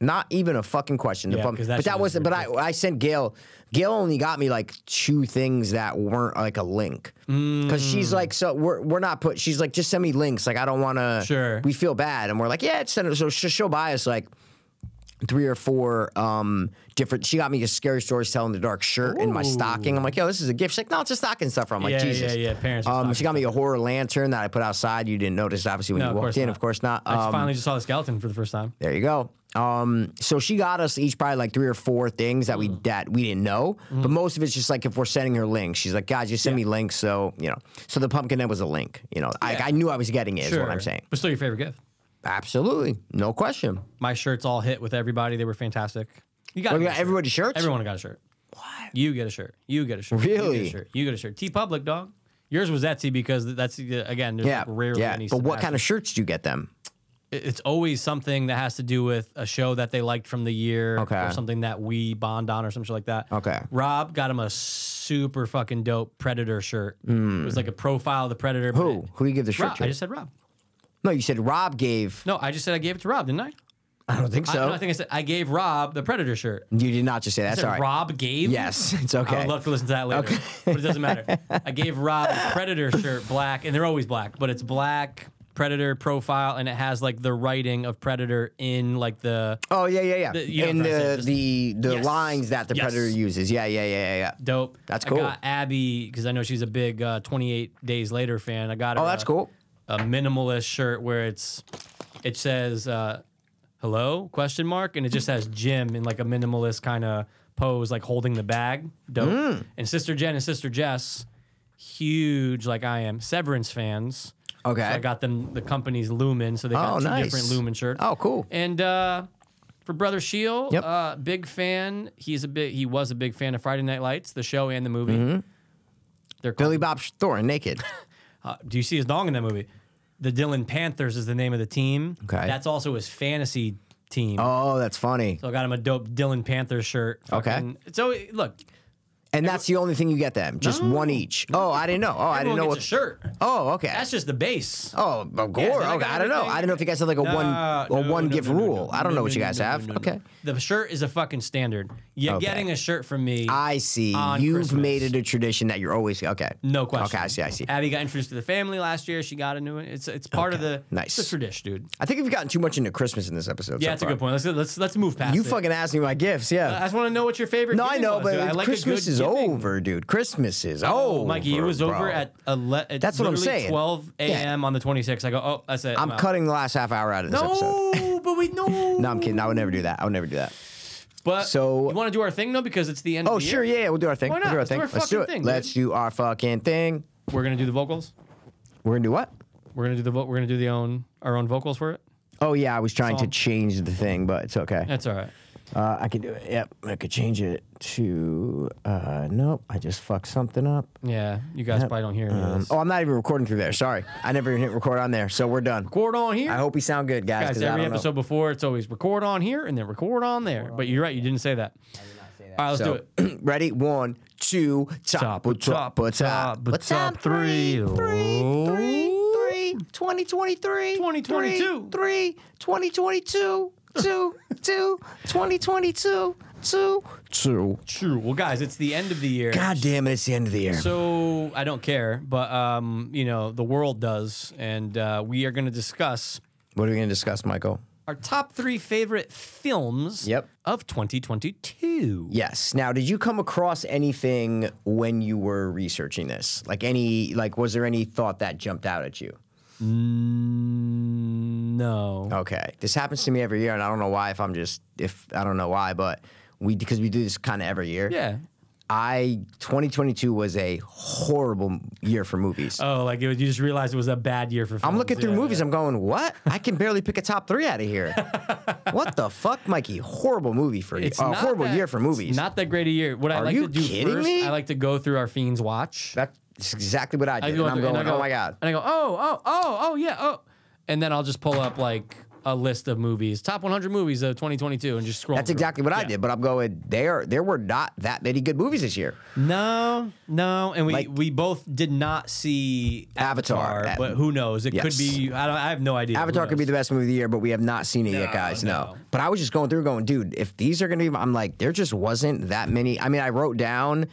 Not even a fucking question. The Yeah, pump- 'cause that but shit that was wasn't. But I, I sent Gail. Gail only got me like two things that weren't like a link because Mm. she's like, so we're we're not put. She's like, just send me links. Like I don't want to. Sure. We feel bad, and we're like, yeah, it's send it. So she- she'll buy us like three or four um different. She got me a scary stories telling the dark shirt and my stocking. I'm like, yo, this is a gift. She's like, no, it's a stocking stuffer. I'm like, Yeah, yeah, Jesus. yeah, parents are Um, she stocking got me a horror lantern that I put outside. You didn't notice obviously when No, you of walked course in. not. Of course not. I just Um, finally just saw the skeleton for the first time. there you go. Um, so she got us each probably like three or four things that we Mm. that we didn't know, Mm-hmm. but most of it's just like if we're sending her links, she's like, "Guys, just send me links." So you know, so the pumpkin head was a link. You know, I, I knew I was getting it. Is what I'm Sure. saying. But still your favorite gift. Absolutely, no question. My shirts all hit with everybody. They were fantastic. You got, Oh, you get got a shirt. everybody's shirts? Everyone got a shirt. What? You get a shirt. You get a shirt. You get Really? a shirt. You get a shirt. T Public dog. Yours was Etsy because that's uh, again there's Yeah, like rarely yeah. any. But what kind of shirts do you get them? it- it's always something that has to do with a show that they liked from the year Okay. or something that we bond on or something like that. Okay. Rob got him a super fucking dope Predator shirt. It was like a profile of the Predator. but Hmm. Who it- who do you give the shirt Rob. to? I just said Rob. no, you said Rob gave. No, I just said I gave it to Rob, didn't I? I don't think I- so. no, I, think I said I gave Rob the Predator shirt. you did not just say that. I That's said all right. Rob gave. Yes, it's I okay. would love to listen to that later, but it doesn't matter. I gave Rob a Predator shirt, black, and they're always black, but it's black Predator profile, and it has like the writing of Predator in like the oh yeah, yeah, yeah. The- you know and what I'm saying, the just- the the Yes. lines that the Yes. predator uses. Yeah, yeah, yeah, yeah, yeah. Dope. That's I cool. got Abby because I know she's a big uh, 28 Days Later fan. I got her. uh, Oh, that's a, cool. A minimalist shirt where it's it says uh, "Hello?" question mark and it just has Jim in like a minimalist kind of pose, like holding the bag. Dope. Hmm. And Sister Jen and Sister Jess, huge like I am Severance fans. Okay. So I got them the company's Lumen, so they got Oh, two nice. different Lumen shirts. Oh, cool. And uh, for Brother Shield, Yep. uh, big fan. He's a big. He was a big fan of Friday Night Lights, the show and the movie. They're called, Mm-hmm. Billy Bob Thornton naked. uh, do you see his dong in that movie? The Dylan Panthers is the name of the team. Okay. that's also his fantasy team. Oh, that's funny. So I got him a dope Dylan Panthers shirt. Okay. Fucking- So look, And that's the only thing you get them, just one each. Oh, I didn't know. Oh, I didn't everyone know gets a what. shirt. Oh, okay. That's just the base. oh, of course. then I okay, got I don't know. everything. I didn't know if you guys had like a one Uh, a no, one no, gift no, no, rule. no, I don't no, know what you no, guys no, no, have. no, no. okay. The shirt is a fucking standard. You're Okay. getting a shirt from me. I see. on You've Christmas. made it a tradition that you're always okay. No question. Okay, I see. I see. Abby got introduced to the family last year. She got a new one. It's it's part of the Nice. It's a tradition, dude. I think we've gotten too much into Christmas in this episode. Yeah, so that's a far. good point. Let's let's let's move past. You it. fucking asked me my gifts. Yeah. I just want to know what your favorite. no, I giving know, was, but dude. I like a Christmas good is giving. over, dude. Christmas is Oh, over. Mikey, it was over bro. at, ele- at That's what I'm literally saying. 12 a.m. on the 26th. I go, oh, that's it. I'm out. cutting the last half hour out of this episode. No, but we no. No, I'm kidding. I would never do that. I would never do that. But So- you want to do our thing though because it's the end. Oh, of the sure. Year. Yeah, yeah, we'll do our thing. Why We'll do not? our thing. Let's Let's do our do fucking it. thing, Let's do our fucking thing. We're gonna do the vocals. We're going to do what? We're gonna do the vo- we're gonna do the own our own vocals for it. Oh, yeah. I was trying Song. to change the thing, but it's okay. That's all right. Uh, I can do it. Yep. I could change it to. Uh, nope. I just fucked something up. Yeah, you guys probably don't hear any of Um, this. oh, I'm not even recording through there. Sorry. I never even hit record on there. So we're done. Record on here. I hope we sound good, guys. guys 'cause I every don't know. episode before it's always record on here and then record on there but you're right you didn't say that all right let's So, do it ready? One, two, top, top, Top, top, top, top, top, top, three. three, three, three, 2023, 2022. three, three, 2022, two, two, 2022, two, two. true well guys it's the end of the year God damn it, it's the end of the year. so i don't care but um you know the world does and uh, we are going to discuss what are we going to discuss, Michael? our top three favorite films Yep. of 2022 Yes. Now, did you come across anything when you were researching this? Like any, like, was there any thought that jumped out at you? no Okay. This happens to me every year, and I don't know why. If I'm just, if I don't know why, but we because we do this kind of every year. yeah I 2022 was a horrible year for movies. Oh, like it was, you just realized it was a bad year for. Films. I'm looking through Yeah, movies. I'm going, what? I can barely pick a top three out of here. what the fuck, Mikey? Horrible movie for you. It's A not horrible that- year for movies. It's not that great a year. What I Are like you to do kidding first, me? I like to go through our fiends watch. That's exactly what I I did. go and I'm through- going, and I go- oh my god. And I go, oh, oh, oh, oh, yeah, oh, and then I'll just pull up like a list of movies, top 100 movies of 2022, and just scroll. That's through. exactly what I "Oh, Yeah. did. But I'm going, there there were not that many good movies this year. No, no, and we Like- we both did not see Avatar. Avatar, but who knows? It could Yes. be. I don't. I have no idea. Who Avatar could be knows? the best movie of the year, but we have not seen it yet, No, guys. No. no. But I was just going through going, dude, if these are gonna be I'm like, there just wasn't that many. I mean, I wrote down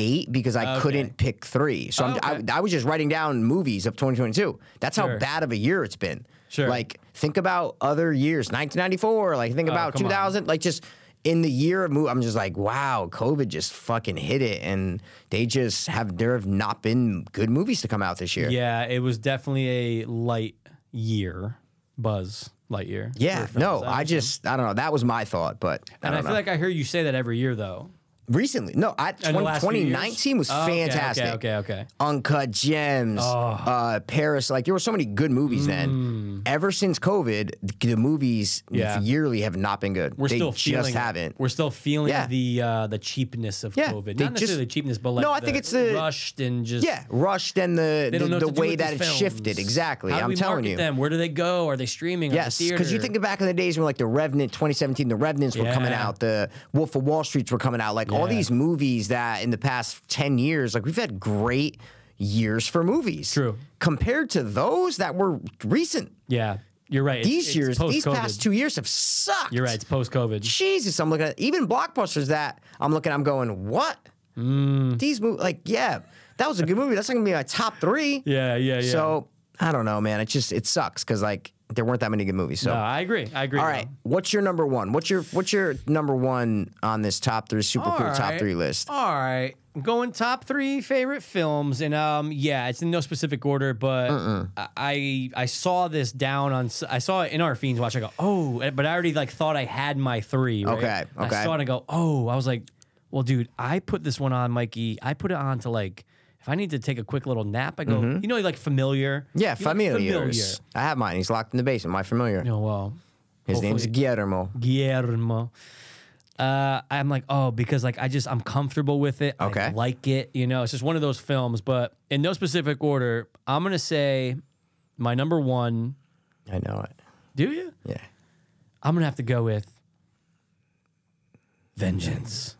eight because I Okay. couldn't pick three. So I'm, Okay. I, I was just writing down movies of 2022. That's Sure. how bad of a year it's been. Sure. Like, think about other years, 1994, like, think about Oh, come on. 2000, like, just in the year of movie, I'm just like, wow, COVID just fucking hit it. And they just have, there have not been good movies to come out this year. Yeah, it was definitely a light year. Buzz Lightyear. Yeah, for films. no, I just I don't know. That was my thought, but I And I, don't feel know. like I hear you say that every year though. recently, no, I In the 20- last few years? 2019 was Oh, okay, fantastic. Okay, Oh. okay, okay. Uncut Gems, uh, Paris, like there were so many good movies then. Ever since COVID, the, the movies Mm. Yeah. yearly have not been good. We're they still feeling just it. haven't. We're still feeling Yeah. the uh, the cheapness of Yeah, COVID. they Not necessarily just- cheapness, but like No, I the think it's the- rushed and just yeah, rushed and the the, They don't know the what to do way with that these it's shifted films. exactly. How do I'm we telling market you. them? Where do they go? Are they streaming? Yes, Are they because you theater? think back in the days when like the Revenant 2017, the Revenants were coming Yeah. out, the Wolf of Wall Streets were coming out, like all Yeah. these movies that in the past 10 years, like we've had great years for movies. True. Compared to those that were recent. Yeah, you're right. It's- These it's years, these post-COVID. past two years have sucked. You're right. It's post COVID. Jesus, I'm looking at even blockbusters that I'm looking, I'm going, what? Mm. These movies, like, yeah, that was a good movie. That's not gonna be my top three. Yeah, yeah, yeah. So I don't know, man. It just it sucks because like there weren't that many good movies. So No, I agree. I agree. all right, what's your number one? What's your what's your number one on this top three super cool top three list? All right. Going top three favorite films, and um, yeah, it's in no specific order, but I I saw this down on s- I saw it in our fiends watch. I go oh, eh, but I already like thought I had my three. Right? Okay, I okay. saw it. and I go oh, I was like, well, dude, I put this one on, Mikey. I put it on to like if I need to take a quick little nap. I go, you know, like familiar. Mm-hmm. Yeah, You like familiar. I have mine. He's locked in the basement. My familiar. Oh well, His name's hopefully- Guillermo. Guillermo. Uh, I'm like, oh, because like I just I'm comfortable with it. I Okay. like it. You know, it's just one of those films. But in no specific order, I'm gonna say my number one. I know it. Do you? Yeah. I'm gonna have to go with Vengeance,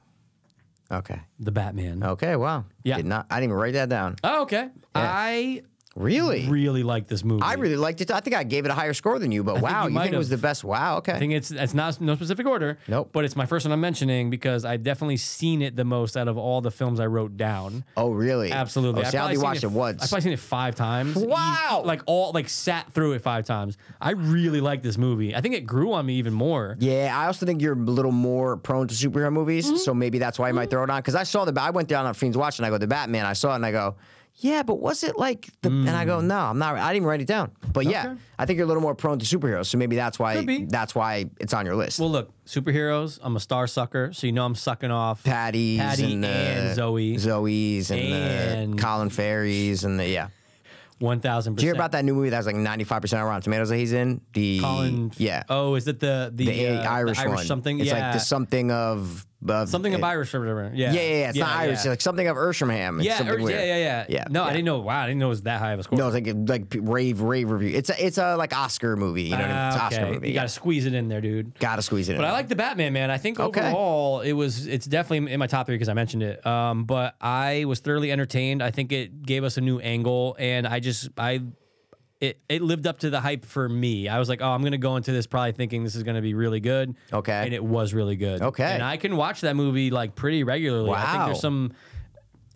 Okay. the Batman. Oh, Okay. Wow. Yeah. Did not. I didn't even write that down. okay. I Really? really like this movie. I really liked it. I think I gave it a higher score than you, but wow, you you, might think it was the have. best? Wow. Okay. I think it's it's not no specific order. Nope. But it's my first one I'm mentioning because I've definitely seen it the most out of all the films I wrote down. oh, really? Absolutely. Oh, I've see, I probably only seen watched it I've once. probably seen it five times. Wow. E- like all like sat through it five times. I really like this movie. I think it grew on me even more. Yeah, I also think you're a little more prone to superhero movies, Mm-hmm. so maybe that's why you might throw it on. Because I saw the, I went down on Fiends Watch and I go, the Batman. I saw it and I go, yeah, but was it like the? And I Mm. go, no, I'm not. I didn't even write it down. But yeah, I think you're a little more prone to superheroes, so maybe that's Could why be. that's why it's on your list. Well, look, superheroes. I'm a star sucker, so you know I'm sucking off Patty's Patty and, and, the Zoe. Zoe's and, And- the Colin Ferry's and the yeah. One thousand percent. Did you hear about that new movie that's like 95 percent on Rotten Tomatoes that he's in? The E? Colin? yeah, Oh, is that the the, the uh, A- Irish, the Irish one. something? It's yeah. like the something of, of something of it- Irish or whatever. Yeah. Yeah, yeah, yeah. It's not Irish. It's like something of Ershamham. It's yeah, something or- weird. yeah, yeah, yeah, Yeah, No, I yeah. didn't know. Wow, I didn't know it was that high of a score. No, it's like like rave rave review. It's a it's a like Oscar movie. You know what I mean? It's an Ah, Oscar okay. movie. You yeah. got to squeeze it in there, dude. Gotta squeeze it in. But I like the Batman, man. I think Okay. overall it was it's definitely in my top three because I mentioned it. Um, but I was thoroughly entertained. I think it gave us a new angle, and I just I it it lived up to the hype for me. I was like, oh, I'm gonna go into this probably thinking this is gonna be really good. Okay. and it was really good. Okay. and I can watch that movie like pretty regularly. I think Wow. there's some.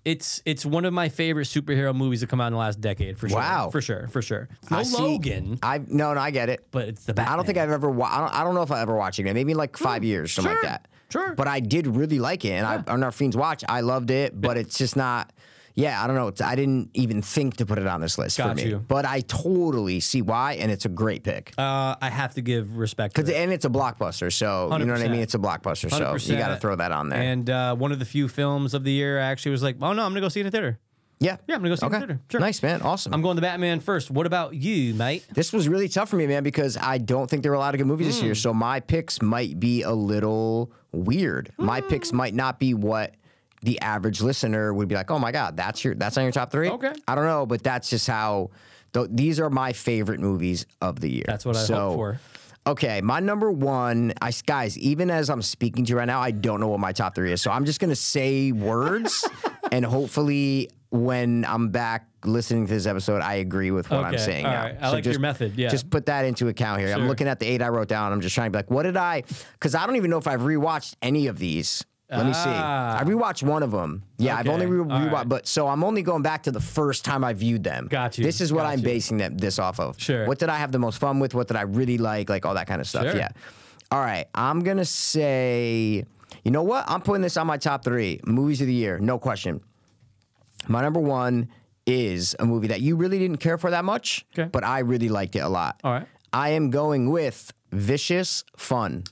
It's it's one of my favorite superhero movies to come out in the last decade for sure. Wow. for sure, for sure. It's no I see- Logan, I no no I get it. but it's the Batman. Hmm. I don't think I've ever. Wa- I, don't, I don't know if I ever watched it. again. Maybe in like five years, something sure, like that. sure. But I did really like it, and I on our Fiends Watch, I loved it. But it's just not. yeah, I don't know. It's, I didn't even think to put it on this list for Got me, you. but I totally see why, and it's a great pick. Uh, I have to give respect. To It's- it. and it's a blockbuster, so you know what I 100%. mean. It's a blockbuster, so you 100%. got to throw that on there. And uh, one of the few films of the year, I actually was like, oh no, I'm gonna go see it in the theater. yeah, Yeah, I'm gonna go see it in okay. the theater. Sure. Nice man, awesome. I'm going the Batman first. What about you, mate? this was really tough for me, man, because I don't think there were a lot of good movies this Hmm. year. So my picks might be a little weird. My Hmm. picks might not be what the average listener would be like. Oh my god, that's your that's on your top three. Okay. I don't know, but that's just how. Th- these are my favorite movies of the year. That's what I hoped so, for. Okay, my number one, I, guys, even as I'm speaking to you right now, I don't know what my top three is. So I'm just going to say words, and hopefully, when I'm back listening to this episode, I agree with what I'm Okay, saying. all now. right. I like your method, yeah. Just put that into account here. I'm Sure. looking at the eight I wrote down. I'm just trying to be like, what did I? Because I don't even know if I've rewatched any of these. Let me see. Ah. I rewatched one of them. Yeah, I've Okay, only re- all rewatched, right. but so I'm only going back to the first time I viewed them. Got you, This is what got I'm you. basing them, this off of. Sure. What did I have the most fun with? What did I really like? Like all that kind of stuff. Sure. Yeah. All right. I'm gonna say, you know what? I'm putting this on my top three movies of the year, no question. My number one is a movie that you really didn't care for that much, Okay. but I really liked it a lot. All right. I am going with Vicious Fun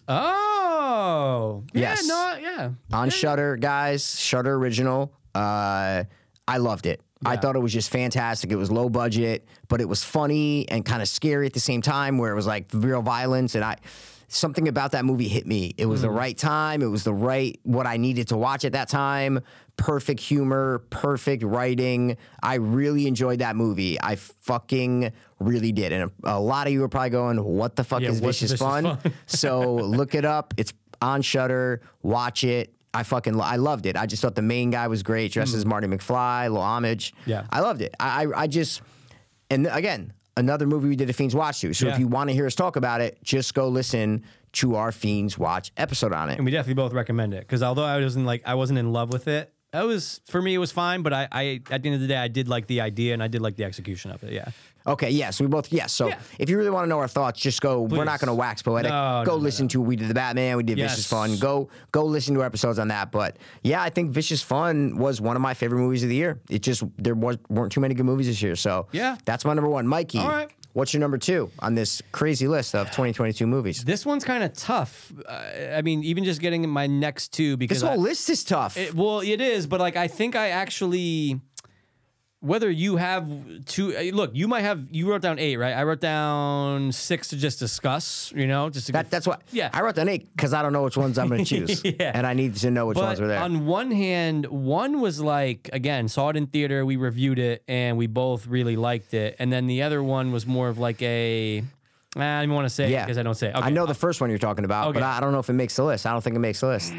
Oh, yeah, Yes. no, yeah. on Yeah, Shutter, guys. Shutter original. Uh, I loved it. I thought it was just fantastic. It was low budget, but it was funny and kind of scary at the same time. Where it was like real violence, and I something about that movie hit me. It was the right time. It was the right what I needed to watch at that time. Perfect humor, perfect writing. I really enjoyed that movie. I fucking really did. And a, a lot of you are probably going, "What the fuck Yeah, is what's vicious Vicious fun?" Fun? so look it up. It's on Shutter. Watch it. I fucking lo- I loved it. I just thought the main guy was great, dressed as Marty McFly, little homage. Hmm. Yeah. I loved it. I I, I just and again another movie we did a Fiends Watch to. So Yeah. if you want to hear us talk about it, just go listen to our Fiends Watch episode on it. And we definitely both recommend it because although I wasn't like I wasn't in love with it, it was for me it was fine. But I, I at the end of the day, I did like the idea and I did like the execution of it. Yeah. Okay, yes, we both yes. So Yeah. if you really want to know our thoughts, just go. We're not Please. going to wax poetic. No, go no, no, listen to we did the Batman, we did Vicious Yes. Fun. Go go listen to our episodes on that. But yeah, I think Vicious Fun was one of my favorite movies of the year. It just there was weren't too many good movies this year. So Yeah. that's my number one. Mikey, All right. what's your number two on this crazy list of 2022 movies? This one's kind of tough. Uh, I mean, even just getting my next two because This whole I- list is tough. It- well, it is, but like I think I actually whether you have two uh, look, you might have you wrote down eight, right? I wrote down six to just discuss, you know, just to that, that's what Yeah. I wrote down eight because I don't know which ones I'm going to choose, Yeah. and I need to know which but ones were there. on one hand, one was like again saw it in theater. We reviewed it and we both really liked it. And then the other one was more of like a I don't even want to say yeah, because I don't say. it. Okay. I know the first one you're talking about, but Okay. I, I don't know if it makes the list. I don't think it makes the list.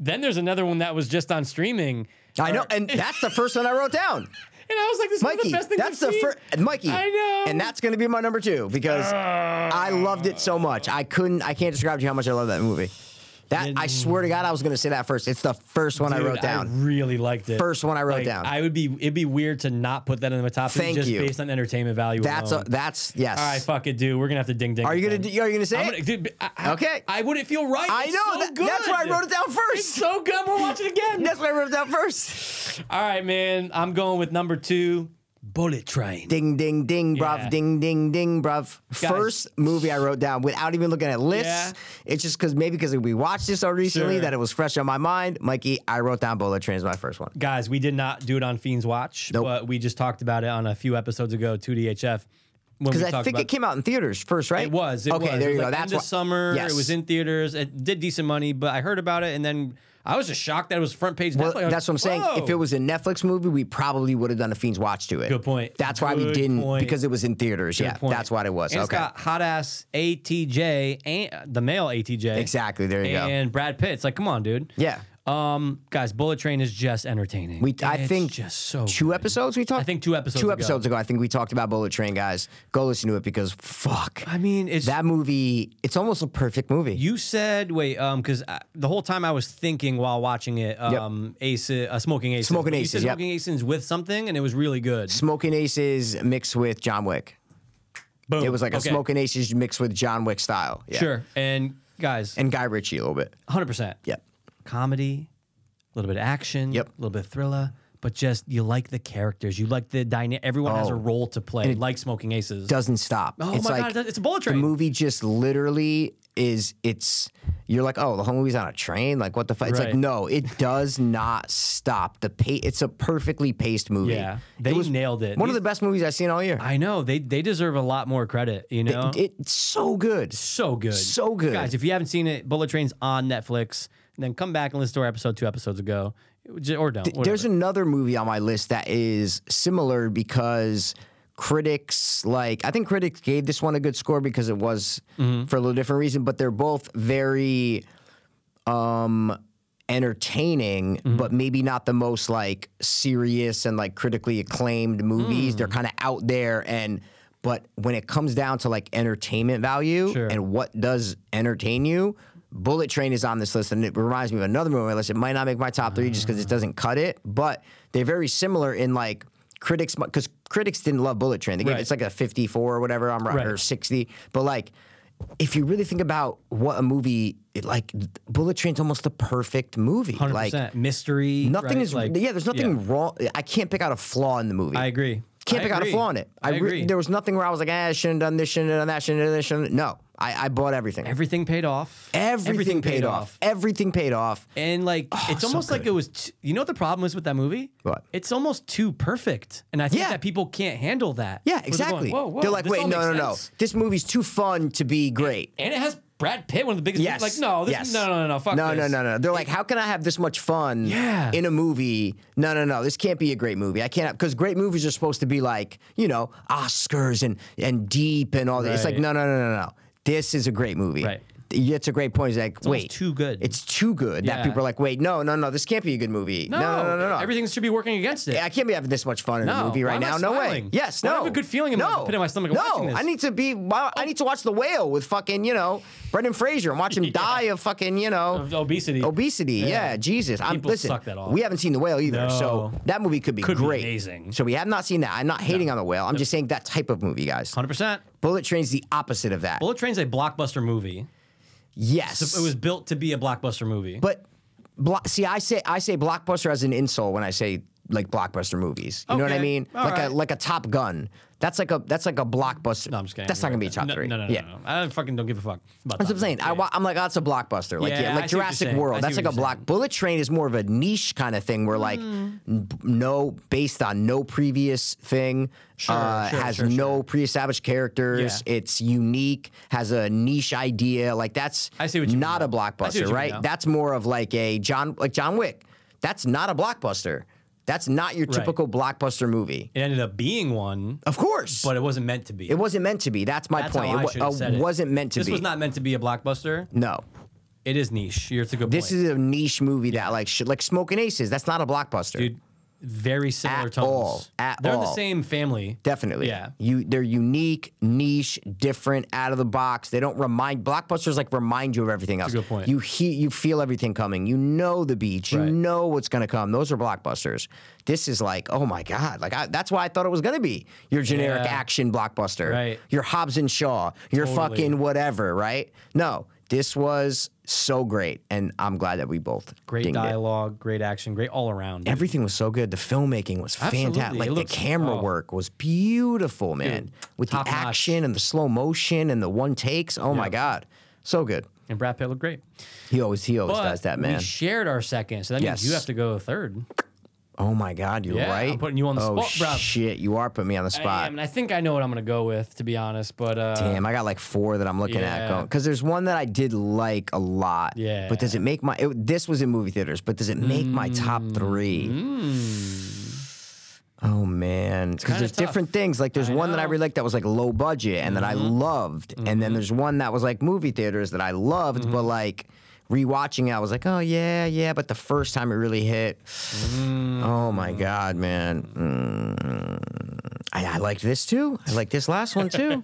Then there's another one that was just on streaming. I know, Or- and that's the first one I wrote down. and I was like, this Mikey, is the best thing. that's I've the seen. first. Mikey, I know. and that's going to be my number two because I loved it so much. I couldn't, I can't describe to you how much I love that movie. That I swear to God, I was going to say that first. It's the first one I Dude, wrote down. really liked it. First one I wrote Like, down. I would be. It'd be weird to not put that in the top. three Thank just you. Based on entertainment value. that's a, alone. that's yes. All right, fuck it, dude. We're gonna have to ding ding. are you going again. to are you going to say? I'm it? gonna, dude, I- I, Okay. I wouldn't feel right. I It's know so that, good. that's why I wrote it down It's first. so good. We'll watch it again. That's why I wrote it down first. All right, man. I'm going with number two, Bullet Train. Ding ding ding, bruv. Yeah. Ding ding ding, bruv. Guys. First movie I wrote down without even looking at lists. Yeah. It's just because maybe because we watched this so recently Sure. that it was fresh on my mind. Mikey, I wrote down Bullet Train as my first one. Guys, we did not do it on Fiends Watch, Nope. but we just talked about it on a few episodes ago, 2DHF. when we Because I talked think about- it came out in theaters first, right? It was. It okay, was. there it was you like go. That's end of why- summer. Yes. It was in theaters. It did decent money, but I heard about it and then I was just shocked that it was front page. Well, Netflix. I was Uh, that's what I'm like, saying. If "Whoa." it was a Netflix movie, we probably would have done a Fiend's Watch to it. Good point. That's why we Good didn't point. because it was in theaters. Good yeah, point. that's what it was. And okay, It's got hot ass ATJ and the male ATJ. exactly. There you go. and Brad Pitt's like, come on, dude. Yeah, Um, guys, Bullet Train is just entertaining. we. I It's think just so. two good. episodes we talked. I think two episodes Two ago. episodes ago, I think we talked about Bullet Train, guys. Go listen to it because fuck. I mean, it's that movie, it's almost a perfect movie. You said wait, um, because the whole time I was thinking while watching it, um, Ace, uh, smoking aces, Smoking But you Aces, said yep. smoking aces with something, and it was really good. Smoking Aces mixed with John Wick. Boom. It was like a Okay. Smoking Aces mixed with John Wick style. Yeah. Sure, and guys, And Guy Ritchie a little bit. hundred percent. Yep. comedy, a little bit of action, Yep. a little bit of thriller, but just you like the characters. You like the dynamic. Everyone has a Oh. role to play. Like Smoking Aces. doesn't stop. oh it's my like god, it's- it's a bullet the train. movie just literally is it's you're like, oh, the whole movie's on a train. Like what the fuck? It's Right. like no, it does not stop. The pa- it's a perfectly paced movie. Yeah, they it was nailed it. One of These- the best movies I've seen all year. I know they they deserve a lot more credit. You know, It's so good. so good, so good. guys. If you haven't seen it, Bullet Train's on Netflix. Then come back and listen to our episode two episodes ago, J- or don't. There's whatever. another movie on my list that is similar because critics like I think critics gave this one a good score because it was Mm-hmm. for a little different reason, but they're both very um entertaining but maybe not the most like serious and like critically acclaimed movies. They're kind of out there and but when it comes down to like entertainment value Sure. and what does entertain you, Bullet Train is on this list, and it reminds me of another movie on my list. It might not make my top three just because it doesn't cut it, but they're very similar in like critics because critics didn't love Bullet Train. They gave Right. it's like a fifty-four or whatever. I'm right, Right. or sixty, but like. If you really think about what a movie it, like Bullet Train's almost the perfect movie. hundred Like percent mystery. nothing right? is like yeah, there's nothing wrong. I can't pick out a flaw in the movie. I agree. Can't I pick out a agree. flaw in it. I re- agree. there was nothing where I was like, ah, I shouldn't have done this, shouldn't have done that, shouldn't have done this, shouldn't have. No, I, I bought everything. Everything paid off. Everything, paid off. Everything paid off. And like, it's so almost like good. it was. T- you know what the problem is with that movie? What? It's almost too perfect, and I think Yeah. that people can't handle that. Yeah, Where they're going, exactly. whoa, whoa, They're like, this wait, all no, no, makes no. sense." This movie's too fun to be great. And it has Brad Pitt, one of the biggest. Yes. Like, no, this, yes. no, no, no, no, fuck No, this. no, no, no. They're like, how can I have this much fun Yeah. in a movie? No, no, no. This can't be a great movie. I can't because great movies are supposed to be like, you know, Oscars and and deep and all that. It's like, Right. no, no, no, no, no. This is a great movie. Right. It's a great point. It's like, almost wait, too good. It's too good Yeah. that people are like, wait, no, no, no. This can't be a good movie. No, no, no, no, no. Everything should be working against it. I can't be having this much fun in No. a movie Why right am I now. No way. smiling? Yes. Why do I No. have a good feeling in my- no. pit of my stomach No. watching this? Oh. I need to be. why- I need to watch the whale with fucking you know Brendan Fraser and watch him die of fucking you know Of obesity. Obesity. Yeah. Yeah. Jesus. I'm People listen. suck that off. We haven't seen the whale either, so No. that movie could be Could be great. amazing. So we have not seen that. I'm not hating on the whale. I'm just saying that type of movie, guys. Hundred percent. Bullet Train's the opposite of that. Bullet Train's a blockbuster movie. yes. It was built to be a blockbuster movie. But blo- see, I say I say blockbuster as an insult when I say like blockbuster movies. You know what I Okay. mean? All like right. a like a Top Gun. That's like a that's like a blockbuster. no, I'm just kidding. That's not You're gonna be a right. top no, three. No, no, no, yeah. no. I fucking don't give a fuck. About That's what that. I'm saying. I, wa- I'm like, oh, that's a blockbuster. Like, Yeah, yeah, like I see what you're Jurassic saying. I see World. That's like a what you're block. saying. Hmm. Bullet Train is more of a niche kind of thing where, like, n- no, based on no previous thing, Sure, uh, sure, has sure, no sure. pre-established characters. Yeah. It's unique, has a niche idea. Like, that's I see what you mean not a now. I see what you blockbuster, mean right? now. That's more of like a John, like John Wick. That's not a blockbuster. That's not your typical blockbuster movie. It ended up being one, Of course, but it wasn't meant to be. it wasn't meant to be. That's my That's point. how I it, should have wa- said uh, it. wasn't meant to this be. was not meant to be a blockbuster. no. It is niche. You're, it's a good This point. is a niche movie that like should like Smoking Aces. That's not a blockbuster. Dude, very similar At tones. all. At They're in the all. same family. Definitely. Yeah. You they're unique, niche, different, out of the box. They don't remind blockbusters like remind you of everything else. a good point. You he, you feel everything coming. You know the beach. Right. You know what's gonna come. Those are blockbusters. This is like, oh my God. Like I, that's why I thought it was gonna be your generic Yeah. action blockbuster. Right. Your Hobbs and Shaw. Your Totally. fucking whatever, right? No. This was so great. And I'm glad that we both Great dinged it. dialogue, great action, great all around. dude. Everything was so good. The filmmaking was Absolutely. fantastic. It Like looks- the camera oh. work was beautiful, man. Dude, With top the notch. action and the slow motion and the one takes. Oh my god, so good. and Brad Pitt looked great. He always he always But does that, man. We shared our second, so that means Yes. you have to go third. oh my god, you're Yeah, I'm right. putting you on the oh, spot, bruv. Shit, you are putting me on the I, spot. am, and I think I know what I'm gonna go with, to be honest. But uh, Damn, I got like four that I'm looking Yeah. at going because there's one that I did like a lot. Yeah. but does it make my? It, this was in movie theaters, but does it make my top Mm-hmm. three? Oh man, because kinda there's tough. different things. Like there's I one that I know. Mm-hmm. really liked that was like low budget and that I loved, and then there's one that was like movie theaters that I loved, Mm-hmm. but like rewatching, it, I was like, oh yeah, yeah. But the first time it really hit, Mm. oh my god, man. Mm. I, I liked this too. I liked this last one too.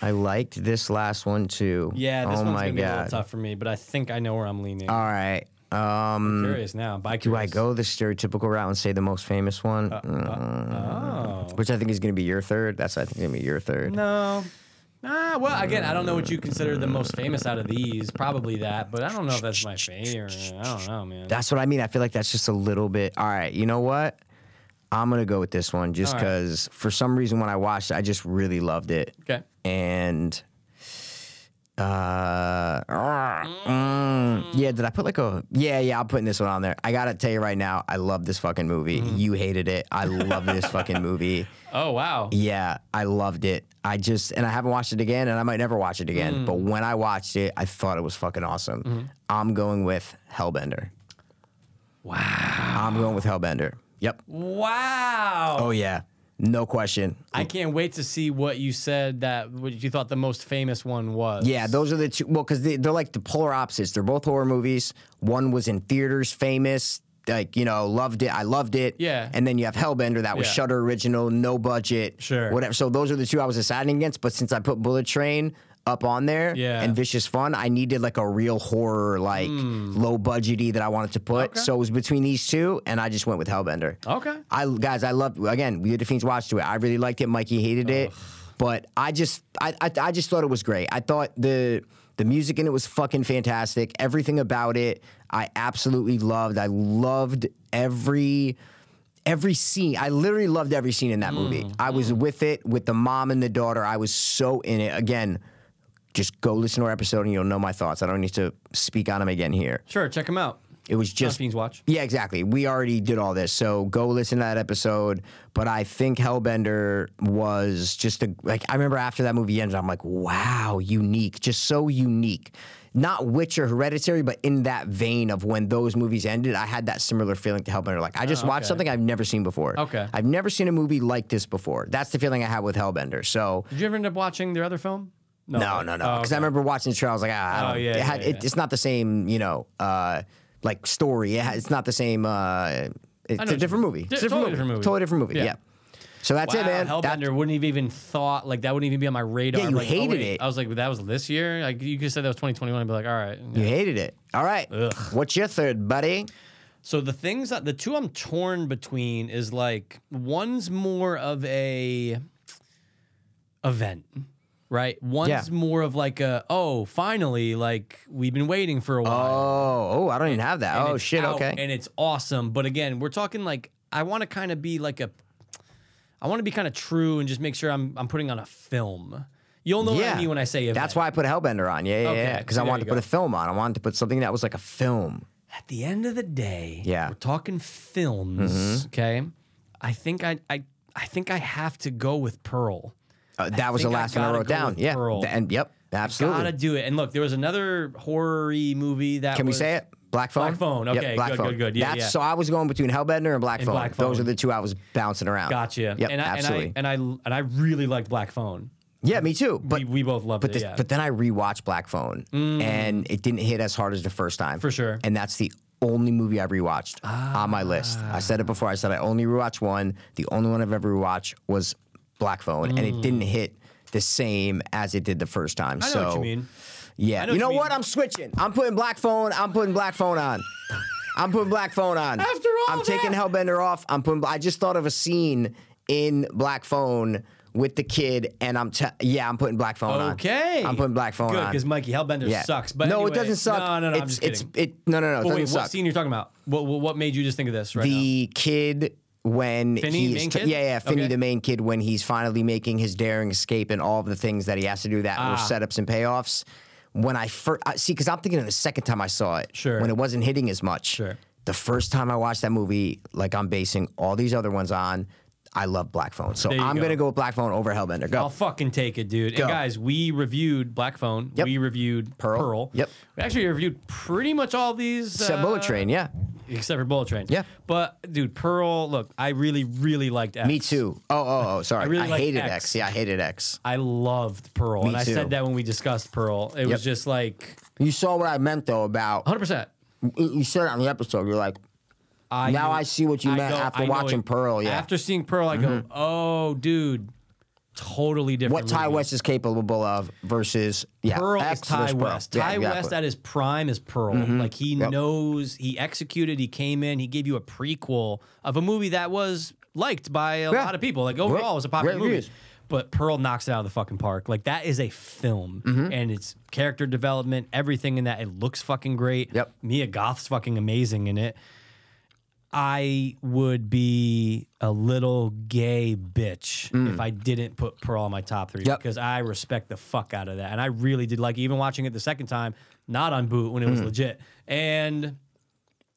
I liked this last one too. yeah, this oh one's my gonna be a little god. tough for me. But I think I know where I'm leaning. All right. Um, curious now. By do I go the stereotypical route and say the most famous one? Mm. Oh Which I think is going to be your third. That's I think going to be your third. no, Ah, well, again, I don't know what you consider the most famous out of these. Probably that, but I don't know if that's my favorite. I don't know, man. That's what I mean. I feel like that's just a little bit. All right, you know what? I'm gonna go with this one just All right. because for some reason when I watched it, I just really loved it. Okay. And uh, ah, mm, yeah, did I put like a yeah, yeah, I'm putting this one on there. I gotta tell you right now, I love this fucking movie. You hated it. I love this fucking movie. Oh wow. Yeah, I loved it. I just and I haven't watched it again, and I might never watch it again. But when I watched it, I thought it was fucking awesome. I'm going with Hellbender. Wow. I'm going with Hellbender. Yep. Wow. Oh yeah, no question. I can't wait to see what you said that what you thought the most famous one was. Yeah, those are the two. Well, because they, they're like the polar opposites. They're both horror movies. One was in theaters, famous, like you know, loved it. I loved it. Yeah. And then you have Hellbender, that was Yeah. Shutter original, no budget, Sure. whatever. So those are the two I was deciding against. But since I put Bullet Train up on there Yeah. and Vicious Fun, I needed like a real horror, like low budgety that I wanted to put. Hmm. Okay. So it was between these two, and I just went with Hellbender. Okay. I guys, I loved again. We did the fiends watch to it. I really liked it. Mikey hated it, but I just I, I I just thought it was great. I thought the the music in it was fucking fantastic. Everything about it, I absolutely loved. I loved every every scene. I literally loved every scene in that movie. I was with it with the mom and the daughter. I was so in it. Again, just go listen to our episode and you'll know my thoughts. I don't need to speak on them again here. Sure. Check them out. It was Just just Fiends Watch. yeah, exactly. We already did all this, so go listen to that episode. But I think Hellbender was just a like. I remember after that movie ended, I'm like, wow, unique, just so unique. Not Witch or Hereditary, but in that vein of when those movies ended, I had that similar feeling to Hellbender. Like I just watched Oh, okay. something I've never seen before. Okay. I've never seen a movie like this before. That's the feeling I had with Hellbender. So. Did you ever end up watching their other film? No, no, no. Because Oh, I okay. remember watching the trailer. I was like, ah, I Oh, don't, yeah, it had, yeah, It, yeah. it's not the same, you know, uh, like story. It ha- it's not the same. Uh, what it's a you different mean. movie. Di- It's a totally different movie. Totally different movie. Yeah. Yeah. So that's Wow, it, man. Hellbender That- wouldn't have even thought like that wouldn't even be on my radar. Yeah, you like, oh, hated wait. it. I was like, that was this year. Like you could say that was 2021. I'd be like, all right. you hated it. All right. What's your third, buddy? So the things that the two I'm torn between is like one's more of a event, right? One's Yeah. more of like a oh, finally, like we've been waiting for a while. Oh, oh, I don't even have that. and Oh it's shit. out, Okay. And it's awesome. But again, we're talking like I want to kind of be like a I want to be kind of true and just make sure I'm I'm putting on a film. You'll know what Yeah. I mean when I say event. that's why I put Hellbender on. Yeah, yeah, Okay, yeah. Because so I there wanted you to put go. a film on. I wanted to put something that was like a film. at the end of the day, Yeah. Mm-hmm. we're talking films, okay? I think I I I think I have to go with Pearl. Uh, that was the think I last one I gotta wrote go down. with Yeah. Pearl. The- and yep. Absolutely. Gotta do it. And look, there was another horror movie that Can we was- say it? Black phone. Black Phone, okay, good, good, good. Yeah, That's yeah. so I was going between Hellbender and Black, phone. Black Those Phone. are the two I was bouncing around. Gotcha. Yep, and I, absolutely. And I, and I and I really liked Black Phone. yeah, me too. But we, we both loved but it. this, yeah. Mm. but then I rewatched Black Phone, and it didn't hit as hard as the first time For sure. And that's the only movie I've rewatched on my list. I said it before. I said I only rewatched one. The only one I've ever rewatched was Black Phone, and it didn't hit the same as it did the first time. Mm. I know so what you mean. Yeah. know you what know you what? mean. I'm switching. I'm putting black phone. I'm putting black phone on. I'm putting black phone on. After all I'm that- taking Hellbender off. I'm putting. I just thought of a scene in Black Phone with the kid, and I'm. T- yeah, I'm putting black phone on. Okay. I'm putting black phone Good, on. because Mikey Hellbender yeah. sucks. But no, anyway, it doesn't suck. No, no, no. It's, I'm just it's kidding. it. No, no, no. It But doesn't wait, suck. what scene you're talking about? What, what what made you just think of this right the kid when Finney, he's main tr- kid? yeah yeah Finney Okay. the main kid when he's finally making his daring escape and all of the things that he has to do that were Ah. setups and payoffs. When I first see, because I'm thinking of the second time I saw it, Sure. when it wasn't hitting as much. Sure. The first time I watched that movie, like I'm basing all these other ones on, I love Black Phone, so you I'm go. gonna go with Black Phone over Hellbender. Go. I'll fucking take it, dude. Go. And guys, we reviewed Black Phone. Yep. We reviewed Pearl. Pearl. Yep. We actually reviewed pretty much all these. Except Bullet uh, Train, yeah. Except for Bullet Train. Yeah. But dude, Pearl. Look, I really, really liked. X. Me too. Oh oh oh, sorry. I, really like hated X. X. Yeah, I hated X. I loved Pearl, and I too. said that when we discussed Pearl. It Yep. was just like You saw what I meant though about 100. percent you you said it on the episode. You're like, I Now know- I see what you meant know- after I know watching it- Pearl, yeah. Mm-hmm. After seeing Pearl, I go, oh, dude, totally different. what Ty movie. West is capable of versus yeah, Pearl X versus is Ty Pearl. West. Yeah, Ty exactly. Mm-hmm. West at his prime is Pearl. Like he knows, he executed, he came in, he gave you a prequel of a movie that was liked by a Yeah. lot of people. Like overall, it was a popular Great movie. reviews. But Pearl knocks it out of the fucking park. Like that is a film, Mm-hmm. and it's character development, everything in that. It looks fucking great. Yep. Mia Goth's fucking amazing in it. I would be a little gay bitch if I didn't put Pearl on my top three Mm. Yep. because I respect the fuck out of that. And I really did like even watching it the second time, not on boot when it Mm. was legit. And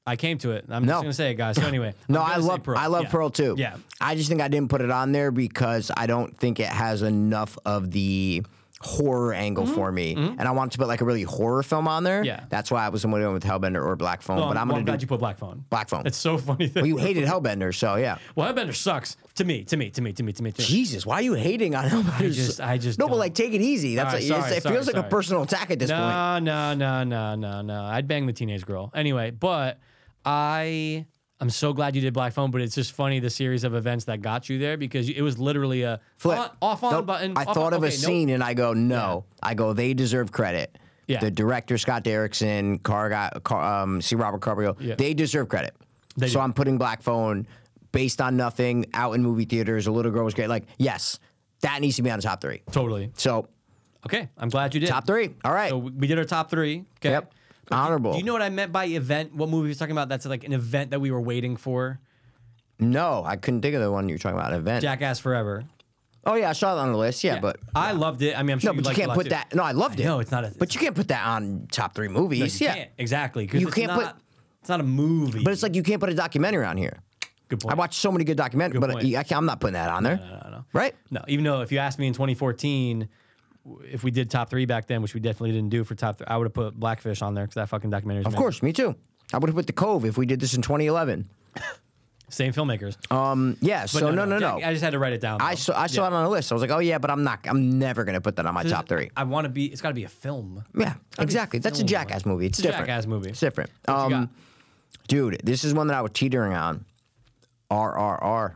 I came to it. I'm No. just gonna say it, guys. So anyway, No, I'm I gonna say love I love Yeah. Pearl too. Yeah. I just think I didn't put it on there because I don't think it has enough of the horror angle for me, and I wanted to put like a really horror film on there. Mm-hmm. Yeah. that's why I was going with Hellbender or Black Phone. Well, but I'm well, gonna glad do you put Black Phone. Black Phone. It's so funny that well, you hated Hellbender, so yeah. well, Hellbender sucks to me, to me, to me, to me, to me. To me. Jesus, why are you hating on Hellbender? I just- I just no, but don't. like take it easy. That's All right, like, it's- sorry, it sorry, feels like a sorry. personal attack at this point. No, no, no, no, no, no. I'd bang the teenage girl anyway. But I, I'm so glad you did Black Phone. But it's just funny the series of events that got you there because it was literally a Flip. on- off on Nope. button. I off thought on- of a okay, nope. scene and I go, no. I go, they deserve credit. Yeah. The director Scott Derrickson, Car guy, Car, um, C. Robert Carpio, Yeah. they deserve credit. They so do. I'm putting Black Phone based on nothing out in movie theaters. A little girl was great. Like, yes, that needs to be on the top three. Totally. So Okay, I'm glad you did. top three. All right. So we we did our top three. Okay. Yep. Honorable. Do you know what I meant by event? What movie was talking about? That's like an event that we were waiting for. no, I couldn't think of the one you were talking about. Event. Jackass Forever. Oh yeah, I saw it on the list. Yeah, but I loved it. I mean, I'm sure no, but you liked it a can't lot, put too. that. No, I loved it. know, it's not a- but you can't put that on top three movies. You yeah, can't. Exactly. 'cause You it's can't put- not- It's not a movie. but it's like you can't put a documentary on here. Good I point. watched so many good documentaries, but point. I can't, I'm not putting that on there. Right? No, even though if you asked me in 2014 w- if we did top three back then, which we definitely didn't do for top three, I would have put Blackfish on there because that fucking documentary. Of course, me too. I would have put The Cove if we did this in 2011. same filmmakers. Um, yeah, But so no, no, no. Jack- I just had to write it down. I though. saw, I saw it on a list. I was like, oh yeah, but I'm not, I'm never going to put that on my top three. I want to be. It's got to be a film. Yeah, exactly. That's a film, like- jackass movie. It's It's a different. Jackass movie. It's different. you Um, dude, this is one that I was teetering on. RRR.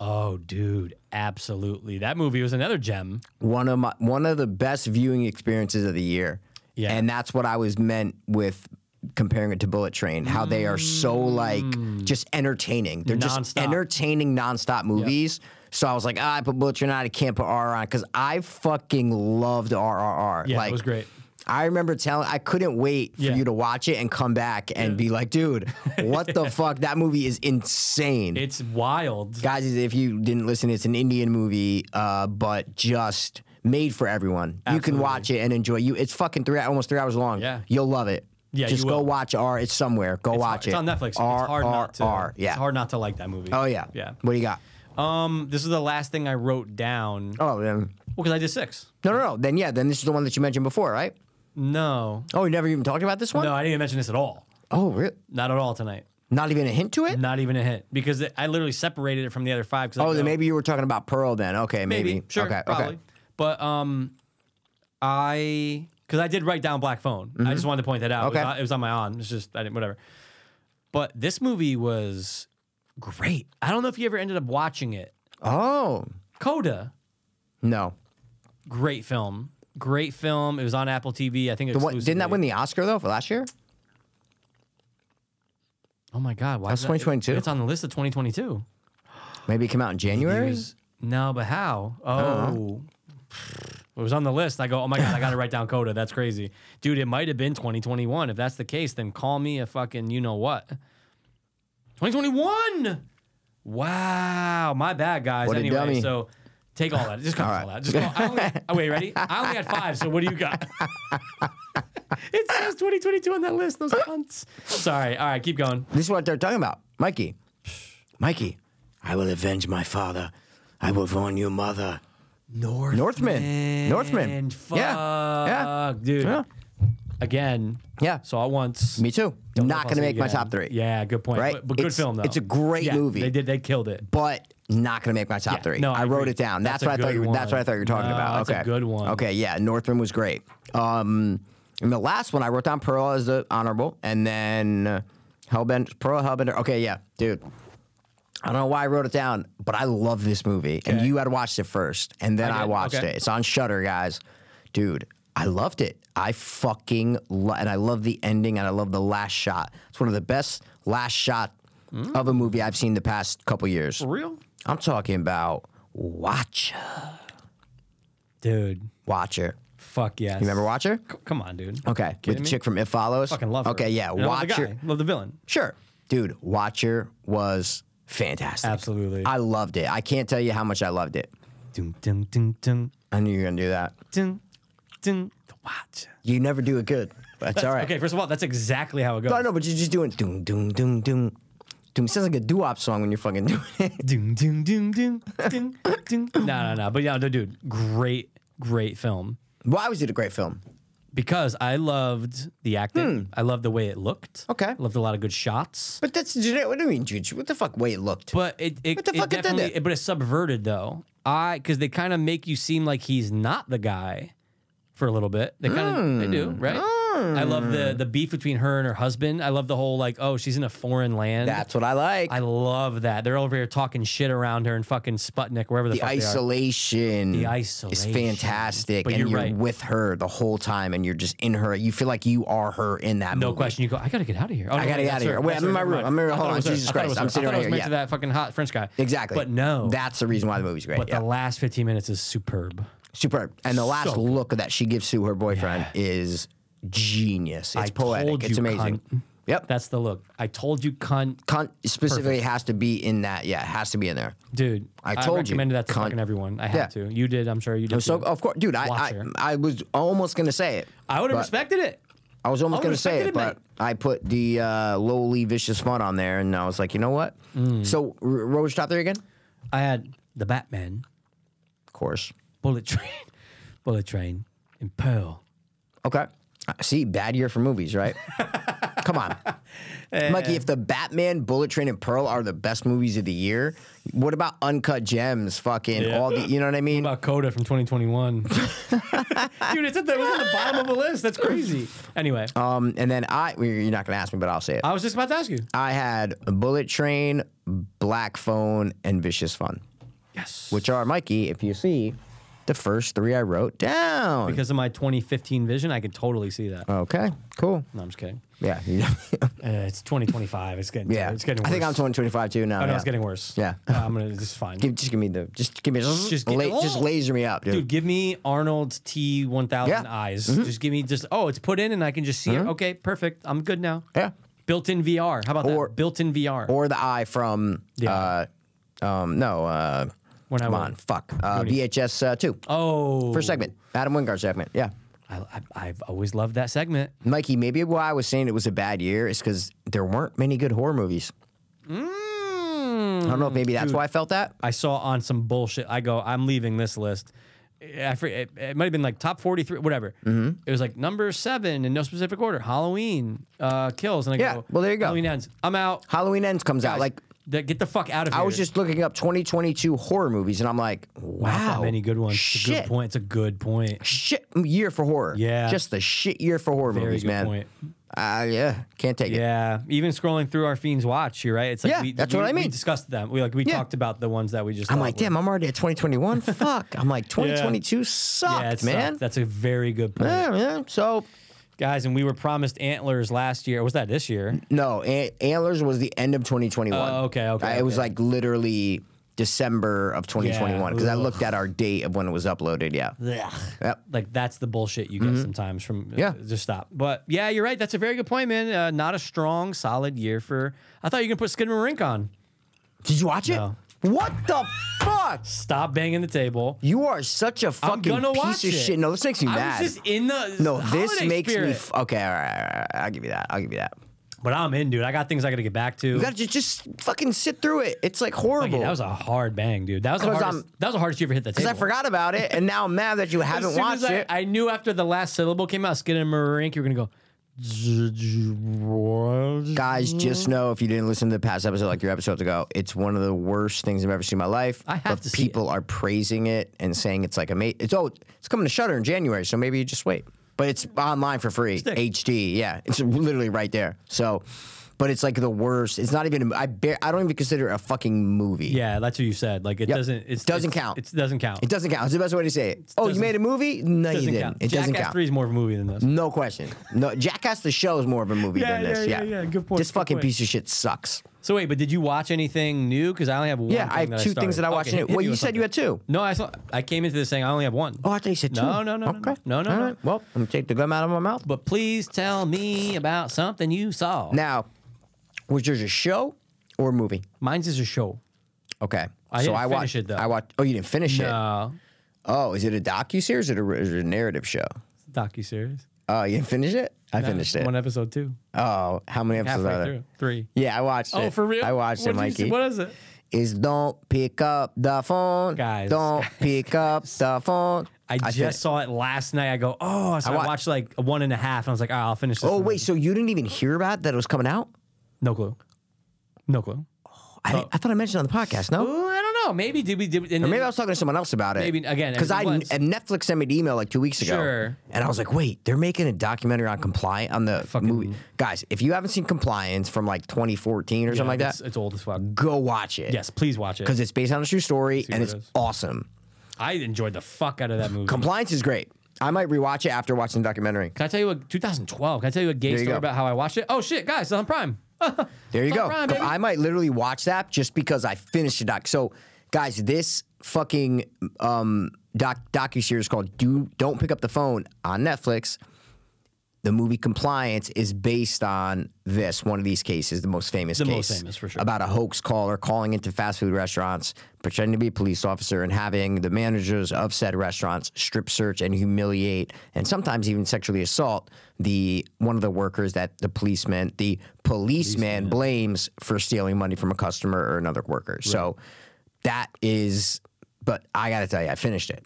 Oh, dude, absolutely. That movie was another gem. one of my one of the best viewing experiences of the year. Yeah. And that's what I was meant with comparing it to Bullet Train, how they are so like just entertaining. They're just Mm. Nonstop. entertaining nonstop movies. So I was like, ah, I put Bullet Train on, I can't put R on because I fucking loved RRR. Yeah, it like, was great. I remember telling I couldn't wait for Yeah. you to watch it and come back and be like, dude, what the fuck? That movie is insane It's wild. guys if you didn't listen it's an indian movie uh, but just made for everyone you can Absolutely. watch it and enjoy you it's fucking three almost three hours long Yeah. you'll love it Yeah, just you go will. watch r it's somewhere go It's watch it hard- It's on Netflix. It's r hard r not to. r yeah It's hard not to like that movie. oh yeah Yeah. what do you got Um, this is the last thing I wrote down. Well, oh then because I did six. no no no then yeah then this is the one that you mentioned before right No. oh you never even talked about this one No, I didn't even mention this at all. oh really Not at all tonight. not even a hint to it Not even a hint because it, I literally separated it from the other five. 'cause I oh then go, maybe you were talking about pearl then okay maybe, sure, okay probably. okay But um, I because I did write down Black Phone. I just wanted to point that out. Mm-hmm. Okay. it was on, it was on my on. It's just I didn't whatever. But this movie was great. I don't know if you ever ended up watching it. oh Coda, no great film, great film. It was on Apple TV. I think the one, didn't that exclusively. win the oscar though for last year Oh my god, why That's is that- it- 2022? It's on the list of 2022. maybe it came out in january Uh-huh. Years- No, but how? Oh. It was on the list. I go, oh my God, I got to write down Coda. That's crazy. Dude, it might have been 2021. If that's the case, then call me a fucking you know what. 2021! Wow. My bad, guys. What a anyway, dummy. so take all that. Just call all, right. that. Just call. I only, oh, wait, ready? I only had five, so what do you got? it says 2022 on that list, those cunts. Sorry. All right, keep going. This is what they're talking about. Mikey. Mikey, I will avenge my father. I will warn your mother. North Northman. Northman. Fuck. Yeah. Yeah. Dude. Yeah. Again. Yeah. Saw it once. Me too. Don't know if Not I'll going see to it make my again. top three. Yeah, good point. Right? But, but good It's- film though. it's a great Yeah, movie. They did. They killed it. But not going to make my top Yeah. three. No, I, I wrote agree. it down. That's, That's what I a thought good you were, that's one. what I thought you were talking No, about. that's Okay. a good one. Okay, yeah. Northman was great. Um, and the last one I wrote down Pearl as the honorable and then uh, Hellbender Pearl Hellbender. Okay, yeah. Dude. I don't know why I wrote it down, but I love this movie. And Okay. you had watched it first, and then I I, did, watched okay. it. It's on Shutter, guys. Dude, I loved it. I fucking lo- and I love the ending, and I love the last shot. It's one of the best last shot of a movie I've seen the past couple years. For real? I'm talking about Watcha. dude. Watcher. Fuck yes. You remember Watcher? C- Come on, dude. Okay, with Kidding the me? chick from It Follows. Fucking love her. Okay, yeah, And I love the Watcher. guy. Love the villain. Sure. Dude, Watcher was fantastic. Absolutely. I loved it. I can't tell you how much I loved it. Dun, dun, dun, dun, I knew you were going to do that. dun, dun. The Watcher. You never do it good. That's, all right. Okay, first of all, that's exactly how it goes. No, no, but you're just doing doom, doom, doom, doom. Doom. It sounds like a doo wop song when you're fucking doing it. Dun, dun, dun, dun, dun, dun. No, no, no. But yeah, no, dude, great, great film. Why was it a great film? Because I loved the acting. I loved the way it looked. Hmm. Okay. Loved a lot of good shots. But that's generic. What do you mean, Juju? What the fuck way it looked? But it, it, What the it fuck it did definitely, it? but it's subverted though. I because they kind of make you seem like he's not the guy for a little bit. They kind of they do Hmm. right. I love the the beef between her and her husband. I love the whole like oh she's in a foreign land. that's what I like. I love that they're over here talking shit around her and fucking Sputnik wherever the, the fuck they are. isolation. The Is isolation. fantastic. But and you're you're right. with her the whole time and you're just in her. You feel like you are her in that No movie. question. You go. I gotta get out of here. Oh, I gotta get that's outta here. her. Wait, That's I'm in her. my Never room. mind. I'm in here. I Hold thought it on. was her. Jesus I thought it Christ. was I'm her. sitting I right thought it was here. meant Yeah. to that fucking hot French guy. Exactly. But no. That's the reason why the movie's great. But yeah. the last 15 minutes is superb. Superb. And the last So- look that she gives to her boyfriend is genius. It's I poetic. told it's you, amazing. cunt. Yep. That's the look. I told you, cunt, Con- specifically has to be in that. Yeah, it has to be in there. dude. I told you, recommended that to cunt. fucking everyone. I had Yeah. to. You did. I'm sure you did. So too. of course, dude, I, I Watcher. I was almost gonna say it. I would have but- respected it. I was almost I would've gonna say it, respected it, but I put the uh, lowly vicious fun on there, and I was like, you know what? Mm. So r- what was your top three again? I had the Batman, Of course. Bullet Train, Bullet Train, and Pearl. Okay. Uh, See, bad year for movies, right? Come on. Mikey, if the Batman, Bullet Train, and Pearl are the best movies of the year, what about Uncut Gems? Fucking Yeah. all the, you know what I mean? About Coda from 2021. dude, it's at the, it was at the bottom of the list. That's crazy. Anyway, Um, and then I, well, you're not gonna ask me, but I'll say it. I was just about to ask you. I had Bullet Train, Black Phone, and Vicious Fun, Yes. which are Mikey, if you see, the first three I wrote down. because of my 2015 vision, I could totally see that. okay, cool. No, I'm just kidding. Yeah, Uh, it's 2025. It's getting yeah. It's getting. Worse. I think I'm 2025 too now. Oh, no, yeah. it's getting worse. Yeah. Uh, I'm gonna. It's fine. Give, just give me the, just give me, just, Just just, get- just Oh. laser me up, dude. Dude, give me Arnold's T1000 Yeah. Mm-hmm. eyes. Just give me just oh, it's put in and I can just see it. Okay, perfect. I'm good now. Yeah. Built-in VR. How about Or- that? Built-in VR. or the eye from Yeah. uh, um, no, uh, When I come went- on, fuck, uh, do you VHS uh, two oh, first segment, Adam Wingard segment, yeah. I, I, I've always loved that segment. Mikey, maybe why I was saying it was a bad year is because there weren't many good horror movies. I don't know if maybe that's why I felt that. Hmm. I saw on some bullshit. I go, I'm leaving this list. I for- it, it might have been like top 43, whatever. Mm-hmm. It was like number seven in no specific order. Halloween uh, kills, and I Yeah, go, well, there you go. Halloween ends. I'm out. Halloween Ends comes out like Th- get the fuck out of here. I was just looking up 2022 horror movies and I'm like, Not wow, that many good ones. It's a Shit, good point. It's a good point. shit year for horror. Yeah. just the shit year for horror movies, good man. point. Uh, yeah, can't take it. Yeah, even scrolling through our fiends watch, you're right. It's like Yeah, we, that's we- what I we mean. discussed them. We like we Yeah. talked about the ones that we just. I'm thought like, were- damn, I'm already at 2021. Fuck. I'm like, 2022 sucked, yeah, it sucked. man. That's a very good point, Yeah, yeah. So guys. And we were promised antlers last year. Was that this year? no, An- antlers was the end of 2021. Oh, okay, okay, I- It was okay. like literally December of 2021 because I Ugh. looked at our date of when it was uploaded. Yeah. Yep. Mm-hmm. Like that's the bullshit you get sometimes from. uh, Yeah. just stop. But yeah, you're right. That's a very good point, man. Uh, not a strong, solid year for. I thought you were gonna put Skid and Rink on. Did you watch it? No. What the fuck? Stop banging the table. You are such a fucking gonna piece watch of it. shit. No, this makes me I mad. was just in the no, this holiday makes spirit. me. F- okay, all right, all right, all right. I'll give you that. I'll give you that. but I'm in, dude. I got things I got to get back to. You gotta ju- just fucking sit through it. It's like Fuck it, horrible. that was a hard bang, dude. That was the 'Cause hardest. I'm- that was the hardest you ever hit the table. Because I forgot about it, and now I'm mad that you As haven't soon watched as I, it. I knew after the last syllable came out, Skid and Marink, you were gonna go. Guys, just Mm-hmm. know if you didn't listen to the past episode, like your episodes ago, it's one of the worst things I've ever seen in my life. I have but to see people are praising it and saying it's like amazing. It's oh, it's coming to Shutter in January, so maybe you just wait. But it's online for free, HD. Yeah, it's literally right there. So, but it's like the worst. It's not even. I bar- I don't even consider it a fucking movie. Yeah, that's what you said. Like it doesn't. It Doesn't count. It doesn't count. it doesn't count. It's the best way to say it. oh, you doesn't- made a movie? No, you doesn't didn't. count. It doesn't Jackass count. Mm-hmm. Three is more of a movie than this. No question. No, Jackass the show is more of a movie than Yeah, yeah, this. yeah, Yeah, yeah. Good point, This good fucking point. piece of shit sucks. So wait, but did you watch anything new? Because I only have one. Yeah, thing I have two things that I watched. started. new. Okay, hit well, me you with said you had something. two. No, I saw. I came into this saying I only have one. Oh, I thought you said two. No, no, no, no, Okay. no, no, no, All no. right. Well, I'm gonna take the gum out of my mouth. But please tell me about something you saw. Now, was yours a show or a movie? Mine's is a show. Okay. I so didn't I finish watched it, though. I watched. Oh, you didn't finish it. Uh, Oh, is it a docu series or is it a narrative show? docu series. Oh, you didn't finish it. I finished it. One episode two. Oh, how many episodes Halfway are there? through. Three. Yeah, I watched it. Oh, for real? I watched What it, did you see? Mikey. What is it? Is don't pick up the phone, Guys, Don't pick up the phone. I, just fin- saw it last night. I go, oh, so I, wa- watched like a one and a half, and I was like, all right, I'll finish this. Oh one. wait, so you didn't even hear about that it was coming out? no clue, no clue. I, didn't- I thought I mentioned it on the podcast. No, Ooh, I don't know. Maybe did we did? We, and or then- maybe I was talking to someone else about it. Maybe- again, because I everyone's- and Netflix sent me an email like two weeks ago, Sure. and I was like, wait, they're making a documentary on compliance on the movie. Guys, if you haven't seen Compliance from like 2014 or something like it's, that, It's old as fuck. go watch it. Yes, please watch it. because it's based on a true story and what it's it is. awesome. I enjoyed the fuck out of that movie. Compliance is great. I might rewatch it after watching the documentary. Can I tell you what? 2012. Can I tell you a gay There you story go. about how I watched it? Oh shit, guys, it's on Prime. There you It's go. on Prime, Com- baby. I might literally watch that just because I finished the doc. So, guys, this fucking um, doc docu series called "Do Don't Pick Up the Phone" on Netflix. The movie Compliance is based on this one of these cases, the most famous The case, most famous, for sure. about a hoax caller calling into fast food restaurants, pretending to be a police officer, and having the managers of said restaurants strip search and humiliate, and sometimes even sexually assault the one of the workers that the policeman, the policeman blames for stealing money from a customer or another worker. So that is, but I gotta tell you, I finished it.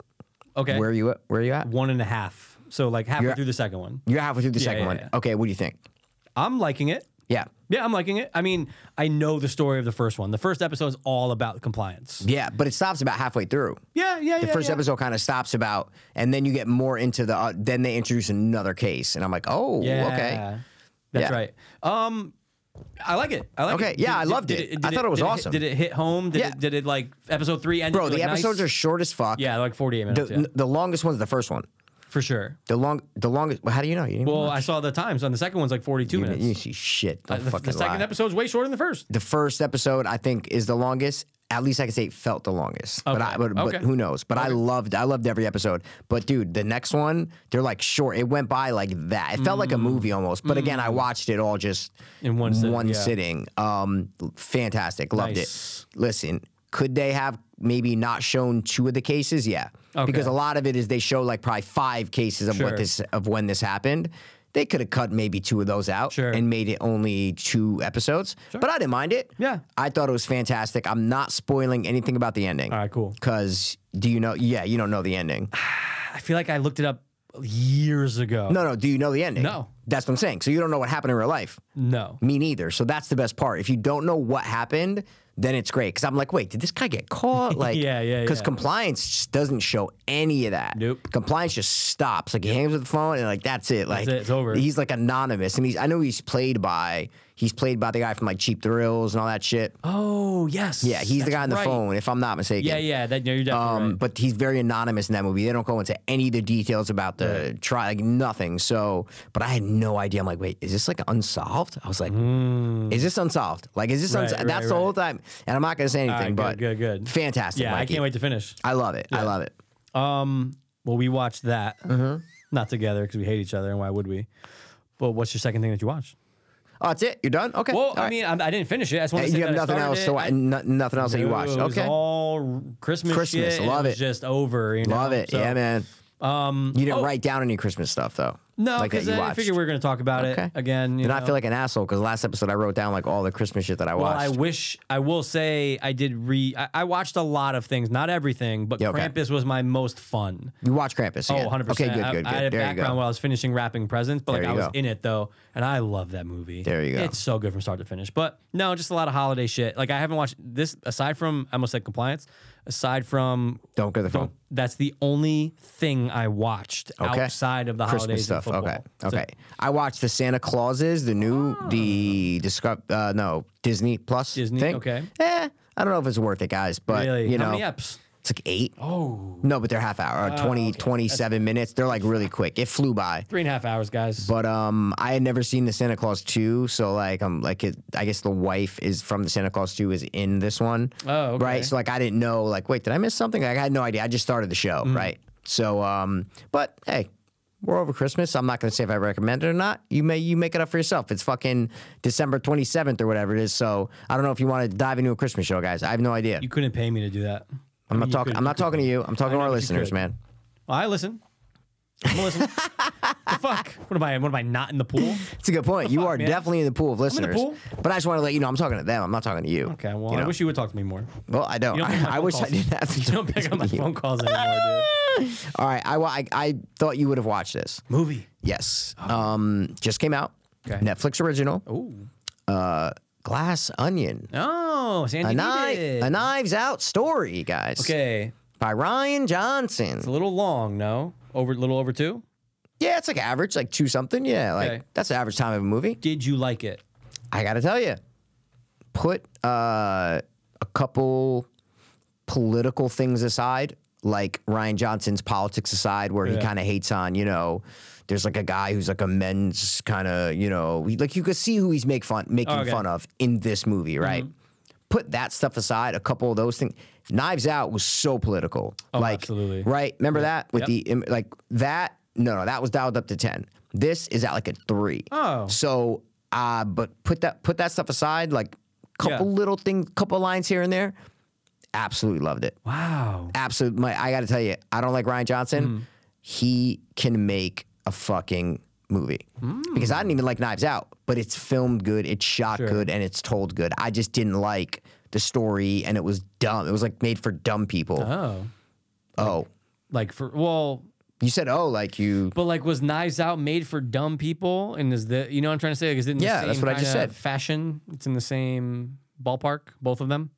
Okay, Where are you at? Where are you at? one and a half. So like halfway You're- through the second one, You're halfway through the second yeah, one. yeah. Okay, what do you think? I'm liking it. Yeah. Yeah, I'm liking it. I mean, I know the story of the first one. The first episode is all about compliance. Yeah, but it stops about halfway through. Yeah, yeah, the yeah. first yeah. episode kind of stops about, and then you get more into the. Uh, then they introduce another case, and I'm like, oh, Yeah. okay, That's Yeah. right. Um, I like it. I like Okay, it. yeah, I loved it. I thought it was did awesome. Hit, did it hit home? Did, Yeah. it, did it like episode three ended? bro. like, The nice? episodes are short as fuck. yeah, like forty eight The, minutes. yeah, n- the longest one's the first one. for sure. The long, the longest. Well, how do you know? You didn't Well, watch. I saw the times on the second one's like forty two you, didn't- you minutes. didn't see shit. Don't The, the fucking second lie. episode's way shorter than the first. the first episode I think is the longest. At least I can say it felt the longest. But Okay. I but, but Okay. who knows? But I loved I loved every episode. But dude, the next one, they're like short. It went by like that. It felt like a movie almost. But again, I watched it all just Mm. In one sitting, yeah. sitting. Um fantastic. Loved Nice. it. Listen, could they have maybe not shown two of the cases? Yeah. Okay. Because a lot of it is they show like probably five cases of Sure. what this of when this happened. They could have cut maybe two of those out Sure. and made it only two episodes, but I didn't mind it. Yeah. I thought it was fantastic. I'm not spoiling anything about the ending. All right, cool. Cause do you know? Yeah, you don't know the ending. I feel like I looked it up years ago. No, no. Do you know the ending? No. That's what I'm saying. So you don't know what happened in real life. no. Me neither. So that's the best part. If you don't know what happened, then it's great. Cause I'm like, wait, did this guy get caught? Like, Yeah, yeah, Cause yeah. compliance just doesn't show any of that. Nope. Compliance just stops. Like he hangs up the phone and like that's it. Like it. It's over. He's like anonymous, and he's I know he's played by he's played by the guy from like Cheap Thrills and all that shit. Oh yes. Yeah, he's the That's guy on the right. phone, if I'm not mistaken. Yeah, yeah. That no, you're definitely Um, right. But he's very anonymous in that movie. They don't go into any of the details about the trial, like nothing. So, but I had no idea. I'm like, wait, is this like unsolved? I was like, is this unsolved? Like, is this Hmm. Right, unsolved? right, That's the right. whole time. And I'm not going to say anything, but right, good, good, good. fantastic. Yeah, I Mikey. can't wait to finish. I love it. I love it. Um. Well, we watched that. Mm-hmm. Not together because we hate each other, and why would we? But what's your second thing that you watched? Oh, that's it. You're done? Okay. Well, All I right. mean, I'm, I didn't finish it. I just wanted to say you have that I nothing started else it. to I- watch. Nothing else that you No, watched. It was Okay. all Christmas. Christmas, shit, and love it. Was it. just over. You know? Love it. So- yeah, man. Um. You didn't oh, write down any Christmas stuff though. No, like that because you I watched. figured we were going to talk about Okay. it again. You Then know? I feel like an asshole because last episode I wrote down like all the Christmas shit that I Well, watched. I wish I will say I did re. I, I watched a lot of things, not everything, but Yeah, okay. Krampus was my most fun. You watch Krampus. Oh, Again. 100 Okay, percent. good, good, good. I, I had a there you background go. while I was finishing wrapping presents, but There like I you was go. in it though, and I love that movie. There you go. It's so good from start to finish. But no, just a lot of holiday shit. Like I haven't watched this aside from I almost said compliance. Aside from Don't go to the phone. that's the only thing I watched Okay. outside of the Christmas holidays stuff. and Okay, football. So- okay. I watched the Santa Clauses, the new, the Disco- uh, no Disney Plus Disney, thing. okay. Eh, I don't know if it's worth it, guys. But really, you know, how many Oh, apps? It's like eight. Oh. No, but they're half hour, uh, 20, 27 minutes. They're like really quick. It flew by. Three and a half hours, guys. But um, I had never seen the Santa Claus 2, so like I'm like it, I guess the wife is from the Santa Claus 2 is in this one. Oh, okay. right. So like I didn't know. Like, wait, did I miss something? Like, I had no idea. I just started the show, Mm. right? So um, but hey, we're over Christmas. I'm not gonna say if I recommend it or not. You may you make it up for yourself. It's fucking December 27th or whatever it is. So I don't know if you want to dive into a Christmas show, guys. I have no idea. you couldn't pay me to do that. I'm not talking. could- I'm not talking to you. I'm talking to know, our but you listeners, could. man. Well, I listen. I'm gonna listen. the fuck? What am I? What am I not in the pool? It's a good point. You fuck, are man? definitely in the pool of in the listeners. pool. But I just want to let you know I'm talking to them. I'm not talking to you. Okay. Well, You I know? wish you would talk to me more. Well, I don't. You don't pick up I, my I phone wish I calls. didn't have to. You don't talk pick to up my you. phone calls anymore, dude. All right. I, wa- I I thought you would have watched this. Movie. Yes. Um. Just came out. Oh. Okay. Netflix original. Oh. Uh. Glass Onion. Oh, A, Sandy. knife, did. a Knives Out story, guys. Okay. By Ryan Johnson. It's a little long, no? Over, little over two. yeah, it's like average, like two something. Yeah, like Okay. that's the average time of a movie. Did you like it? I gotta tell you, put uh, a couple political things aside, like Ryan Johnson's politics aside, where he Yeah. kind of hates on, you know, there's like a guy who's like a men's kind of, you know, he- like you could see who he's make fun making Okay. Mm-hmm. fun of in this movie, right? Put that stuff aside. A couple of those things. Knives Out was so political, like Oh, absolutely. right. Remember that with Yep. the im- like that. No, no, that was dialed up to ten. This is at like a three. Oh. So, uh, but put that put that stuff aside, like couple Yeah. little things, couple lines here and there. Absolutely loved it. Wow. Absolutely, my, I got to tell you, I don't like Ryan Johnson. Hmm. He can make a fucking movie Hmm. because I didn't even like Knives Out, but it's filmed good, it's shot good, and it's told good. I just didn't like the story, and it was dumb. It was like made for dumb people. Oh. Oh, Like for well, you said oh, like you. but like was Knives Out made for dumb people? And is the you know what I'm trying to say? Like, is it in the Yeah, same that's what I just kinda said. Fashion. It's in the same ballpark, both of them.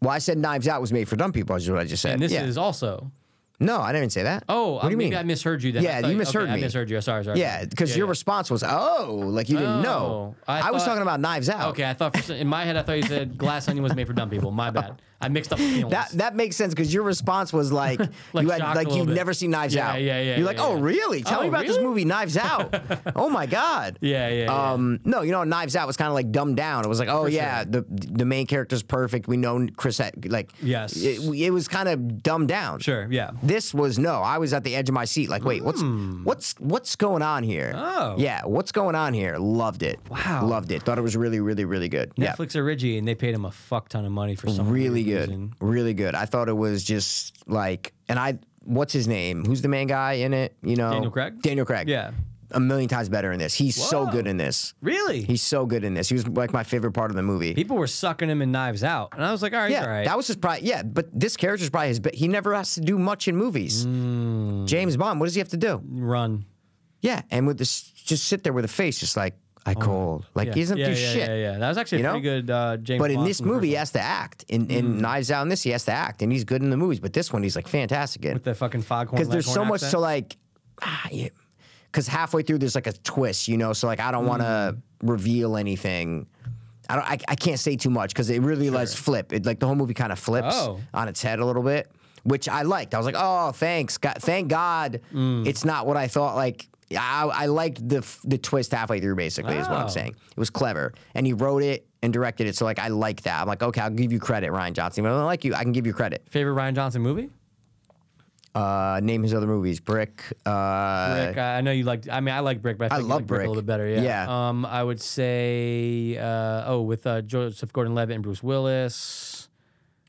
Well, I said Knives Out was made for dumb people. Is what I just said. And this yeah. is also. no, I didn't say that. Oh, what uh, do you maybe mean? I misheard you. Then I Yeah, thought- you misheard okay, I me. misheard you. Sorry, sorry. Yeah, because your yeah. response was, "Oh, like you didn't know." Oh, I I, was thought- talking about Knives Out. Okay, I thought for, in my head I thought you said glass onion was made for dumb people. My bad. I mixed up. Feelings. That that makes sense because your response was like, you had shocked a like little you've bit. never seen Knives Yeah, Out. yeah, yeah, You're like, yeah, oh yeah. really? Tell Oh, me about this really?" movie Knives Out. oh my god. yeah, yeah, yeah. Um, no, you know, Knives Out was kind of like dumbed down. It was like, oh yeah, the the main character's perfect. We know Chris, had- like, Yes. it, it was kind of dumbed down. sure. Yeah. This was no. I was at the edge of my seat. Like, wait, what's what's what's going on here? Hmm. Oh. yeah, what's going on here? Loved it. Wow. loved it. Thought it was really, really, really good. Yeah. Netflix or Reggie, and they paid him a fuck ton of money for some really weird good, reason. really good. I thought it was just like, and I, what's his name? Who's the main guy in it? You know, Daniel Craig? Daniel Craig. Yeah. a million times better in this. He's so Whoa. good in this. Really, He's so good in this. He was like my favorite part of the movie. people were sucking him in Knives Out, and I was like, all right, yeah, all right. that was his probably. Yeah, but this character's probably his. But he never has to do much in movies. Hmm. James Bond, what does he have to do? Run. Yeah, and with this, just sit there with a face, just like I cold, like he doesn't Oh, yeah, do yeah, shit. Yeah, yeah, that was actually You a know? pretty good uh, James. But in Bond this from the first movie, he one. has to act. In, in Mm-hmm. Knives Out, in this, he has to act, and he's good in the movies. But this one, he's like fantastic in. with the fucking foghorn. because there's so Leghorn much accent. to like ah, yeah. cuz halfway through there's like a twist you know so like I don't want to Mm. reveal anything I don't I, I can't say too much cuz it really does flip it like the whole movie kind of flips Oh. on its head a little bit which I liked I was like oh thanks God, thank God Mm. it's not what I thought like I, I liked the f- the twist halfway through basically is what Wow. I'm saying it was clever and he wrote it and directed it so like I like that I'm like okay I'll give you credit Ryan Johnson If I don't like you I can give you credit favorite Ryan Johnson movie. uh, name his other movies Brick uh, Brick. I I know you liked. I mean, I like Brick, but I, think you love like Brick. a Brick. little bit better. Yeah. Yeah. Um, I would say, uh, oh, with uh, Joseph Gordon-Levitt and Bruce Willis,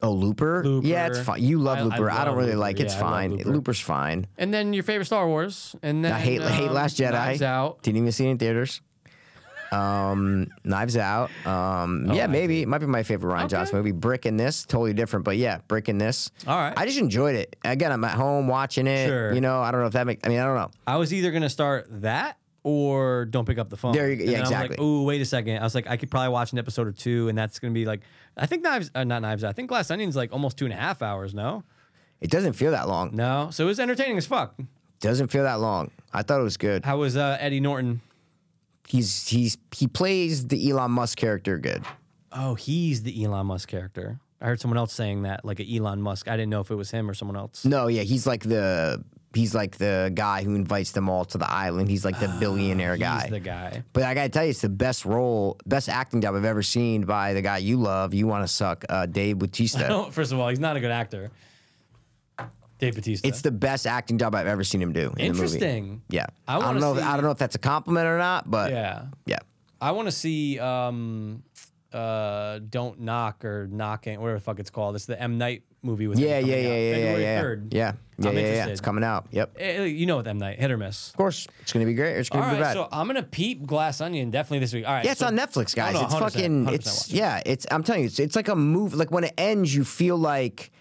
Oh, Looper? Yeah, it's Looper. fine. You love I- I Looper. I, don't love really Looper. like it. It's Yeah, I love fine. Looper. Looper's fine. and then your favorite Star Wars, and then I hate hate um, Last Jedi. Knives Out. Didn't even see it in theaters. Um, Knives Out. Um, yeah, maybe it might be my favorite Ryan Okay. Johnson movie. Brick in this, totally different, but yeah, Brick in this. All right. I just enjoyed it. Again, I'm at home watching it. Sure. You know, I don't know if that makes. I mean, I don't know. I was either gonna start that or don't pick up the phone. There you go. And Yeah, then I exactly. was like, oh, wait a second. I was like, I could probably watch an episode or two, and that's gonna be like, I think knives, uh, not knives. Out, I think Glass Onion's like almost two and a half hours. No, It doesn't feel that long. no. So it was entertaining as fuck. Doesn't feel that long. I thought it was good. How was uh, Eddie Norton? He's he's he plays the Elon Musk character good. Oh, he's the Elon Musk character. I heard someone else saying that, like a Elon Musk. I didn't know if it was him or someone else. No, yeah, he's like the he's like the guy who invites them all to the island. He's like the billionaire guy. Ah, He's the guy. but I gotta tell you, it's the best role, best acting job I've ever seen by the guy you love. You want to suck, uh, Dave Bautista. No, first of all, he's not a good actor. Dave Batista. It's the best acting job I've ever seen him do. In The movie. interesting. Yeah, I I, don't wanna know. If, see- I don't know if that's a compliment or not, but yeah, Yeah. I want to see um, uh, Don't Knock or Knocking, whatever the fuck it's called. It's the M Night movie with him yeah, yeah, coming yeah, out yeah, yeah, February yeah, 3rd. yeah, yeah, I'm yeah, yeah. interested. It's coming out. Yep, of Eh, You know with M Night, hit or miss. course, it's gonna be great. Or it's All gonna be right, bad. so I'm gonna peep Glass Onion definitely this week. All right, Yeah, it's so- on Netflix, guys. no, it's 100%, fucking. 100% It's watch it. yeah. It's. I'm telling you, it's, it's like a movie. Like when it ends, you feel like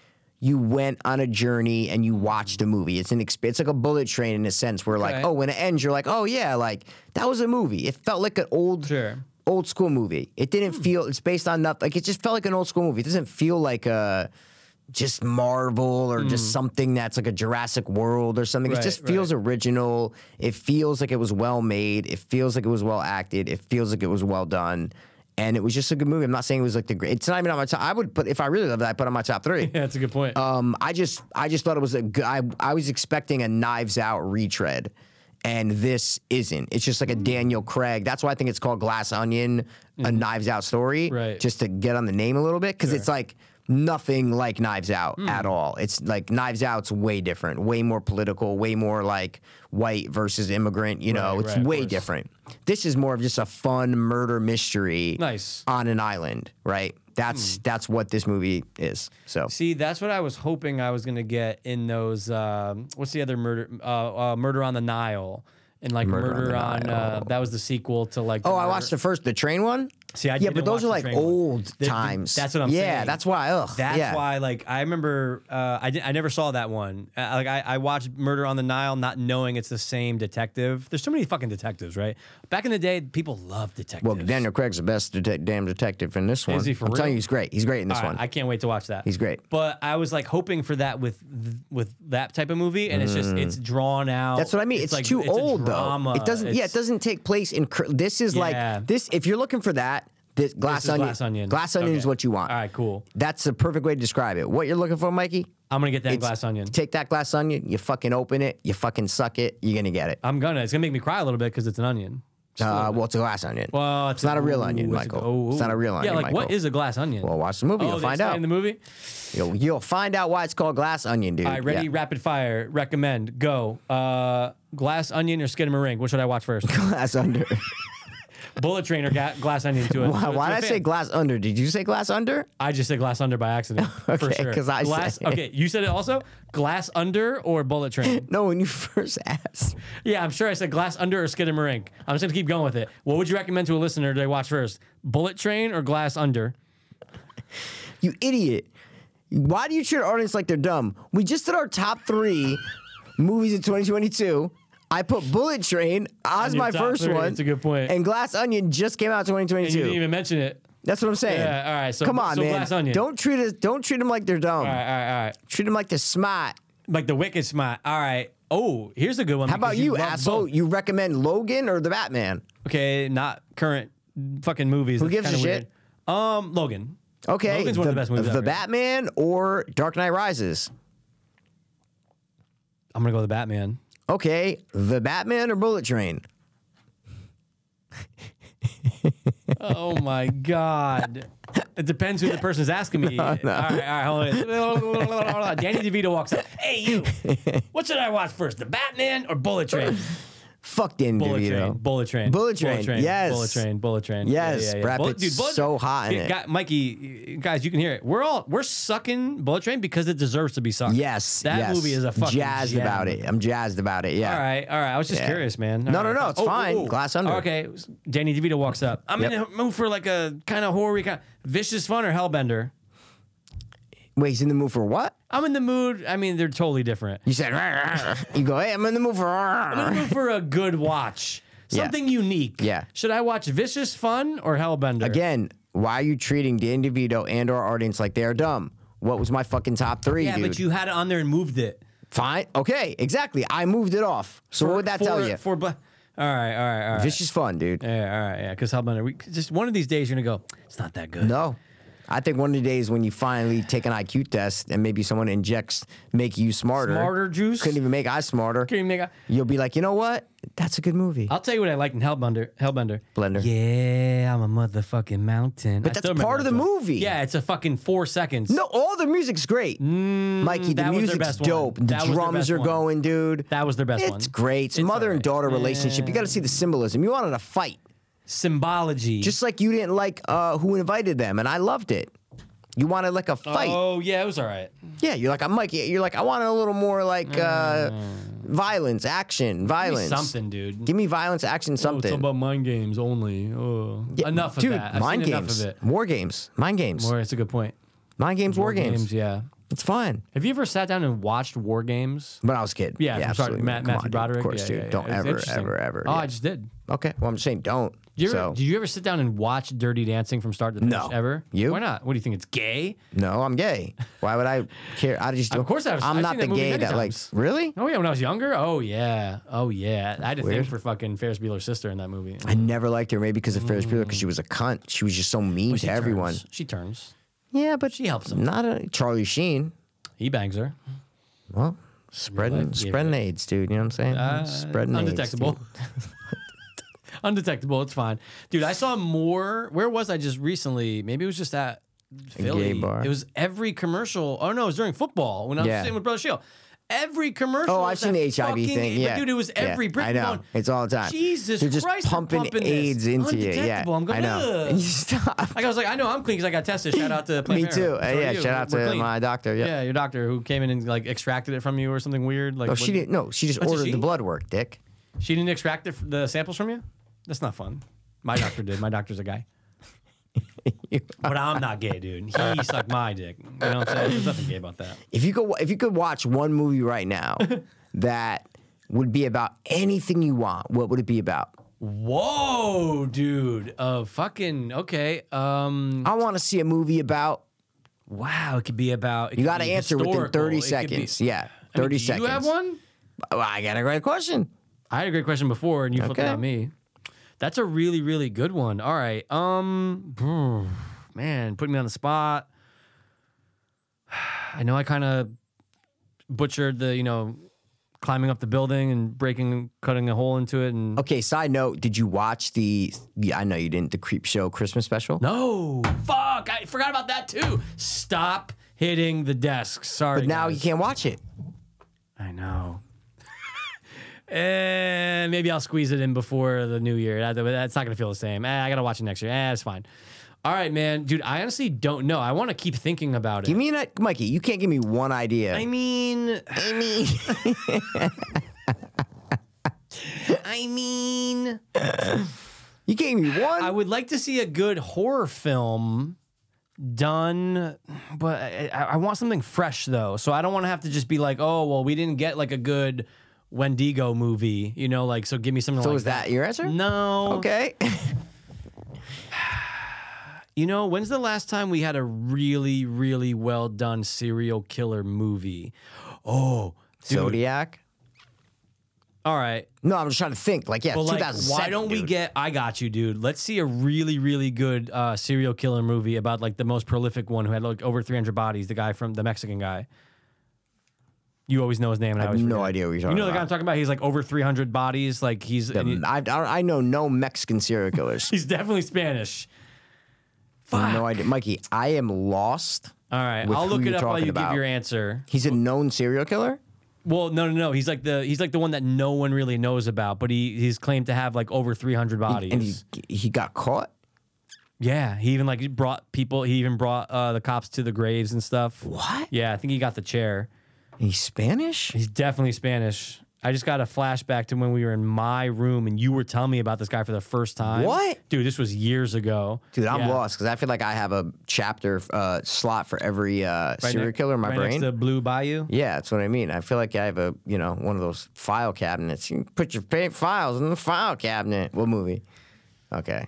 you went on a journey and you watched a movie. It's an. Exp- it's like a bullet train in a sense. Where like, Okay. oh, when it ends, you're like, oh yeah, like that was a movie. It felt like an old. Sure. Hmm. Old school movie. It didn't feel. It's based on nothing. Like it just felt like an old school movie. It doesn't feel like a. Just Marvel or just something that's like a Jurassic World or something. it Hmm. Right, just right. feels original. It feels like it was well made. It feels like it was well acted. It feels like it was well done. And it was just a good movie. I'm not saying it was like the great. It's not even on my top. I would put if I really loved it, I put it on my top three. Yeah, that's a good point. Um, I just I just thought it was a good. I I was expecting a Knives Out retread, and this isn't. It's just like a Daniel Craig. That's why I think it's called Glass Onion, a Knives Out story, Mm-hmm. Right. Just to get on the name a little bit because it's like nothing like Knives Out Hmm. at all. It's like Knives Out's way different, way more political, way more like white versus immigrant. You know, Right, it's right, of way course. different. This is more of just a fun murder mystery nice. Hmm. on an island, right? That's that's what this movie is. So See, that's what I was hoping I was gonna get in those. Um, what's the other murder? Uh, uh, murder on the Nile, and like Murder murder, on on. the uh, Nile. that was the sequel to like. Oh, I watched the first the train one. See, I yeah, didn't but those watch are the like train one. old The- the- times. that's what I'm yeah, saying. that's why. Ugh, That's yeah. why, like, I remember uh, I did, I never saw that one. Uh, like, I, I watched Murder on the Nile, not knowing it's the same detective. There's so many fucking detectives, right? Back in the day, people loved detectives. Well, Daniel Craig's the best detec- damn detective in this one. he for I'm telling real? you, he's great. He's great in this All right, one. I can't wait to watch that. He's great. But I was like hoping for that with th- with that type of movie, and it's just it's drawn out. Mm. That's what I mean. It's, like- too it's a old drama. though. It doesn't. yeah, it It's- doesn't take place in. cr- This is Yeah. like this. If you're looking for that, this glass This is onion. Glass Onion. Glass onion is Okay. what you want. All right, cool. That's the perfect way to describe it. What you're looking for, Mikey? I'm gonna get that It's- glass onion. Take that glass onion. You fucking open it. You fucking suck it. You're gonna get it. I'm gonna. It's gonna make me cry a little bit because it's an onion. Just a little Uh, bit. well, it's a glass onion. well, it's not a real ooh, onion, it's a- Michael. oh, It's not a real Yeah, onion, like what Michael. is a glass onion? well, watch the movie. oh, You'll they find explain out. In the movie. You'll, you'll find out why it's called glass onion, dude. All right, ready, Yeah. rapid fire, recommend, go. Uh, glass onion or skin and ring? What should I watch first? Glass under. Bullet train or ga- glass onion to it. why why did I say glass under? Did you say glass under? I just said glass under by accident. for Okay, sure. 'cause I glass, said it. Okay, you said it also? Glass under or bullet train? No, when you first asked. yeah, I'm sure I said glass under or skidamaring. I'm just going to keep going with it. What would you recommend to a listener they watch first? Bullet train or glass under? You idiot. Why do you treat our audience like they're dumb? We just did our top three movies of 2022. I put Bullet Train as your my top first three, one. that's a good point. And Glass Onion just came out in And you 2022. didn't even mention it. That's what I'm saying. Yeah, all right, so- come on, so man. Glass Onion. Don't treat us. Don't treat them like they're dumb. All right, all right, all right. Treat them like they're smart. Like the wicked smile. All right. Oh, here's a good one. How about you, asshole? You recommend Logan or the Batman? Okay, not current fucking movies. Who gives a shit? Um, Logan. Okay, Logan's one of the best movies The ever. Batman or Dark Knight Rises. I'm gonna go with the Batman. Okay, The Batman or Bullet Train. Oh my god. It depends who the person's asking me. All right, all right, hold on. Danny DeVito walks up. Hey, you. What should I watch first, the Batman or Bullet Train? Fuck Danny Bullet DeVito. Train. Bullet Train. Bullet Train, yes. Bullet Train. Bullet Train. Yes, Brad Pitt's so hot in Yeah, it. guy- Mikey, guys, you can hear it. We're all we're sucking Bullet Train because it deserves to be sucked. Yes, that yes. movie is a fucking jazzed gem. about it. I'm jazzed about it. Yeah. All right, all right. I was just curious, man. No, All no, right. Oh, no, it's fine. Glass under. Okay, Danny DeVito walks up. I'm in a Yep. mood for like a kind of horror, kind of vicious fun or Hellbender. Wait, he's in the mood for what? I'm in the mood. I mean, they're totally different. You said. "Rah, rah." you go. Hey, I'm in the mood for. rah, I'm in rah." the mood for a good watch, Yeah. something unique. Yeah. Should I watch Vicious Fun or Hellbender? Again, why are you treating Danny DeVito and our audience like they are dumb? What was my fucking top three, Yeah, dude? but you had it on there and moved it. Fine. Okay, exactly. I moved it off. So what would that for, tell you? For bla- all right, all right, all right. Vicious fun, dude. yeah, all right, yeah. Because Hellbender, we just one of these days you're gonna go. It's not that good. No. I think one of the days when you finally take an IQ test and maybe someone injects make you smarter, Smarter juice? couldn't even make I smarter. Can you make a- You'll be like, you know what? That's a good movie. I'll tell you what I liked in Hellbender. Hellbender. Blender. Yeah, I'm a motherfucking mountain. But that's part of the movie. Yeah, it's a fucking four seconds. No, all the music's great. Mikey, the Mm, that was their music's best one. dope. The That was their drums best are one. going, dude. That was their best one. it's great. It's, It's mother and alright. daughter relationship. You got to see the symbolism. You wanted a fight, Symbology. just like you didn't like uh, who invited them, and I loved it. You wanted like a fight. Oh yeah, it was all right. Yeah, you're like I'm Mikey. You're like I wanted a little more like uh, Mm. violence, action, violence, Something, dude. Give me violence, action, Oh, something. it's about mind games only. Oh, Yeah, enough of dude, that. I've mind seen games, Enough of it. war games, mind games, Or it's a good point. mind games, war, games. Yeah. It's fun. Have you ever sat down and watched war games? When I was a kid, Yeah, I'm sorry, absolutely. Matt, Come Matthew on, dude. Broderick. Of course, yeah, dude. yeah, yeah. Don't It's ever, interesting. ever, ever. Oh, yeah. I just did. Okay. Well, I'm just saying, don't. Did you, so ever, did you ever sit down and watch Dirty Dancing from start to finish? No. Ever? You? Why not? What do you think? It's gay? no, I'm gay. Why would I care? I just Of course I was- I'm I've not seen the that movie gay many that times. like really. Oh yeah, when I was younger. Oh yeah. Oh yeah. I had a thing Weird. for fucking Ferris Bueller's sister in that movie. I never liked her, maybe because of Ferris Bueller, because she was a cunt. She was just so mean But to everyone. turns. Mm. She turns. Yeah, but She helps him. Not a Charlie Sheen. He bangs her. Well, spreading give spreading AIDS, dude. You know what I'm saying? Uh, spreading AIDS, undetectable. dude. undetectable. It's fine, dude. I saw more. Where was I just recently? Maybe it was just at Philly. bar. It was every commercial. Oh no, it was during football when I was Yeah. sitting with Brother Shield. Every commercial. Oh, I've was seen that the HIV fucking- thing. but Yeah, dude, it was Yeah, every. brick I know going, it's all the time. Jesus they're just Christ, they're pumping, pumping this. AIDS into you. Yeah, Undetectable. I'm going, I know. "Ugh." You stop. Like I was like, I know I'm clean because I got tested. Shout out to Me Planned too. Uh, Parenthood. So are yeah, you. shout out We're to clean. my doctor. Yeah. Yeah, your doctor who came in and like extracted it from you or something weird. Like Oh, she what- didn't. No, she just That's a ordered she? the blood work, Dick. She didn't extract the, the samples from you? That's not fun. My doctor did. My doctor's a guy. but I'm not gay, dude. He sucked my dick. You know what I'm saying? There's nothing gay about that. If you go, if you could watch one movie right now that would be about anything you want, what would it be about? Whoa, dude. Uh, fucking okay. Um, I want to see a movie about. wow. It could be about. You got to answer within thirty seconds. yeah, thirty do seconds. You have one? Oh, I got a great question. I had a great question before, and you flipped it Okay. on me. That's a really, really good one. All right. Um, man, putting me on the spot. I know I kind of butchered the, you know, climbing up the building and breaking, cutting a hole into it, and Okay. Side note: Did you watch the? Yeah, I know you didn't. The Creep Show Christmas special. no, fuck, I forgot about that too. Stop hitting the desk. Sorry. but now you guys. can't watch it. I know. Eh, maybe I'll squeeze it in before the new year. That- that's not gonna feel the same. Eh, I gotta watch it next year. Eh, it's fine. All right, man, dude. I honestly don't know. I want to keep thinking about it. Give me an, Mikey. You can't give me one idea. I mean, I mean, I mean, you gave me one. I would like to see a good horror film done, but I, I I want something fresh though. So I don't want to have to just be like, oh, well, we didn't get like a good Wendigo movie, you know? Like, so give me something. so like is that your answer? No. Okay. You know, when's the last time we had a really, really well done serial killer movie? Oh, dude. Zodiac. All right. No, I'm just trying to think. Like, yeah, But like, 2007. why don't we dude. get? I got you, dude. Let's see a really, really good uh, serial killer movie about like the most prolific one who had like over 300 bodies. The guy from the Mexican guy. You always know his name, and I I, have always no forget. idea what you're You talking know the guy I'm about. talking about? He's like over 300 bodies. Like he's and he- I, I, don't- I know no Mexican serial killers. he's definitely Spanish. Fuck. no idea, Mikey. I am lost. All right, with I'll who look it you're up while talking you about. give your answer. He's a known serial killer. Well, no, no, no. He's like the he's like the one that no one really knows about, but he he's claimed to have like over 300 bodies. And he he got caught. yeah, he even like brought people. He even brought uh, the cops to the graves and stuff. What? Yeah, I think he got the chair. And He's Spanish. He's definitely Spanish. I just got a flashback to when we were in my room and you were telling me about this guy for the first time. What? dude? This was years ago. Dude, I'm Yeah. lost because I feel like I have a chapter uh, slot for every uh, Right serial ne- killer in my right brain. Next to Blue Bayou. yeah, that's what I mean. I feel like I have a you know one of those file cabinets. You can put your pa- files in the file cabinet. What movie? Okay.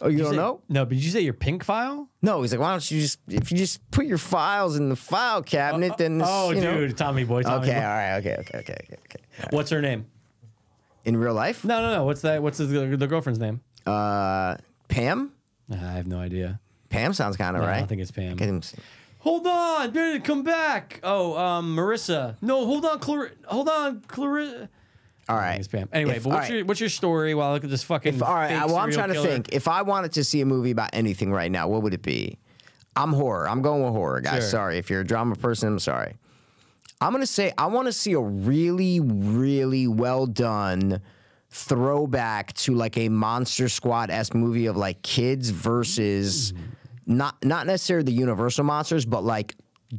Oh, you Did don't you say- know? No, but did you say your pink file? No, he's like, why don't you just if you just put your files in the file cabinet, then this, oh, you dude, Oh, know- Tommy boy. Tommy Okay, all boy. right, okay, okay, okay, okay, okay. What's her name? In real life, No, no, no. What's that? What's the, the girlfriend's name? uh, Pam. I have no idea. Pam sounds kind of No, I right. don't think it's Pam. Get him s- Hold on, Benedict, come back. Oh, um, Marissa. No, hold on, Clar. Hold on, Clarissa. All right. Spam. Anyway, If- but what's all right. your what's your story? While I look at this fucking. All right. fake I- well, I'm serial trying killer. to think. If I wanted to see a movie about anything right now, what would it be? I'm horror. I'm going with horror, guys. Sure. Sorry. If you're a drama person, I'm sorry. I'm going to say I want to see a really, really well done throwback to like a Monster Squad esque movie of like kids versus not not necessarily the universal monsters, but like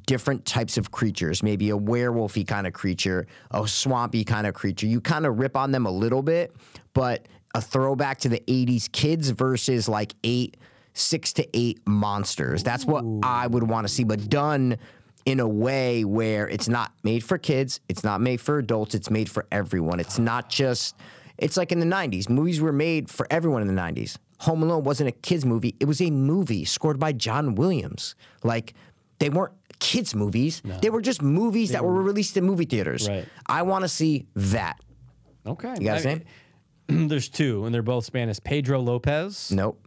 different types of creatures, maybe a werewolfy kind of creature, a swampy kind of creature. You kind of rip on them a little bit, but a throwback to the 80s kids versus like eight, six to eight monsters. That's what I would want to see, but done in a way where it's not made for kids, it's not made for adults, it's made for everyone. It's not just it's like in the 90s. Movies were made for everyone in the 90s. Home Alone wasn't a kids movie, it was a movie scored by John Williams. Like they weren't kids movies. They were just movies that were released in movie theaters. Right. I want to see that. Okay. You got his I- name? There's two, and they're both Spanish. Pedro Lopez Nope.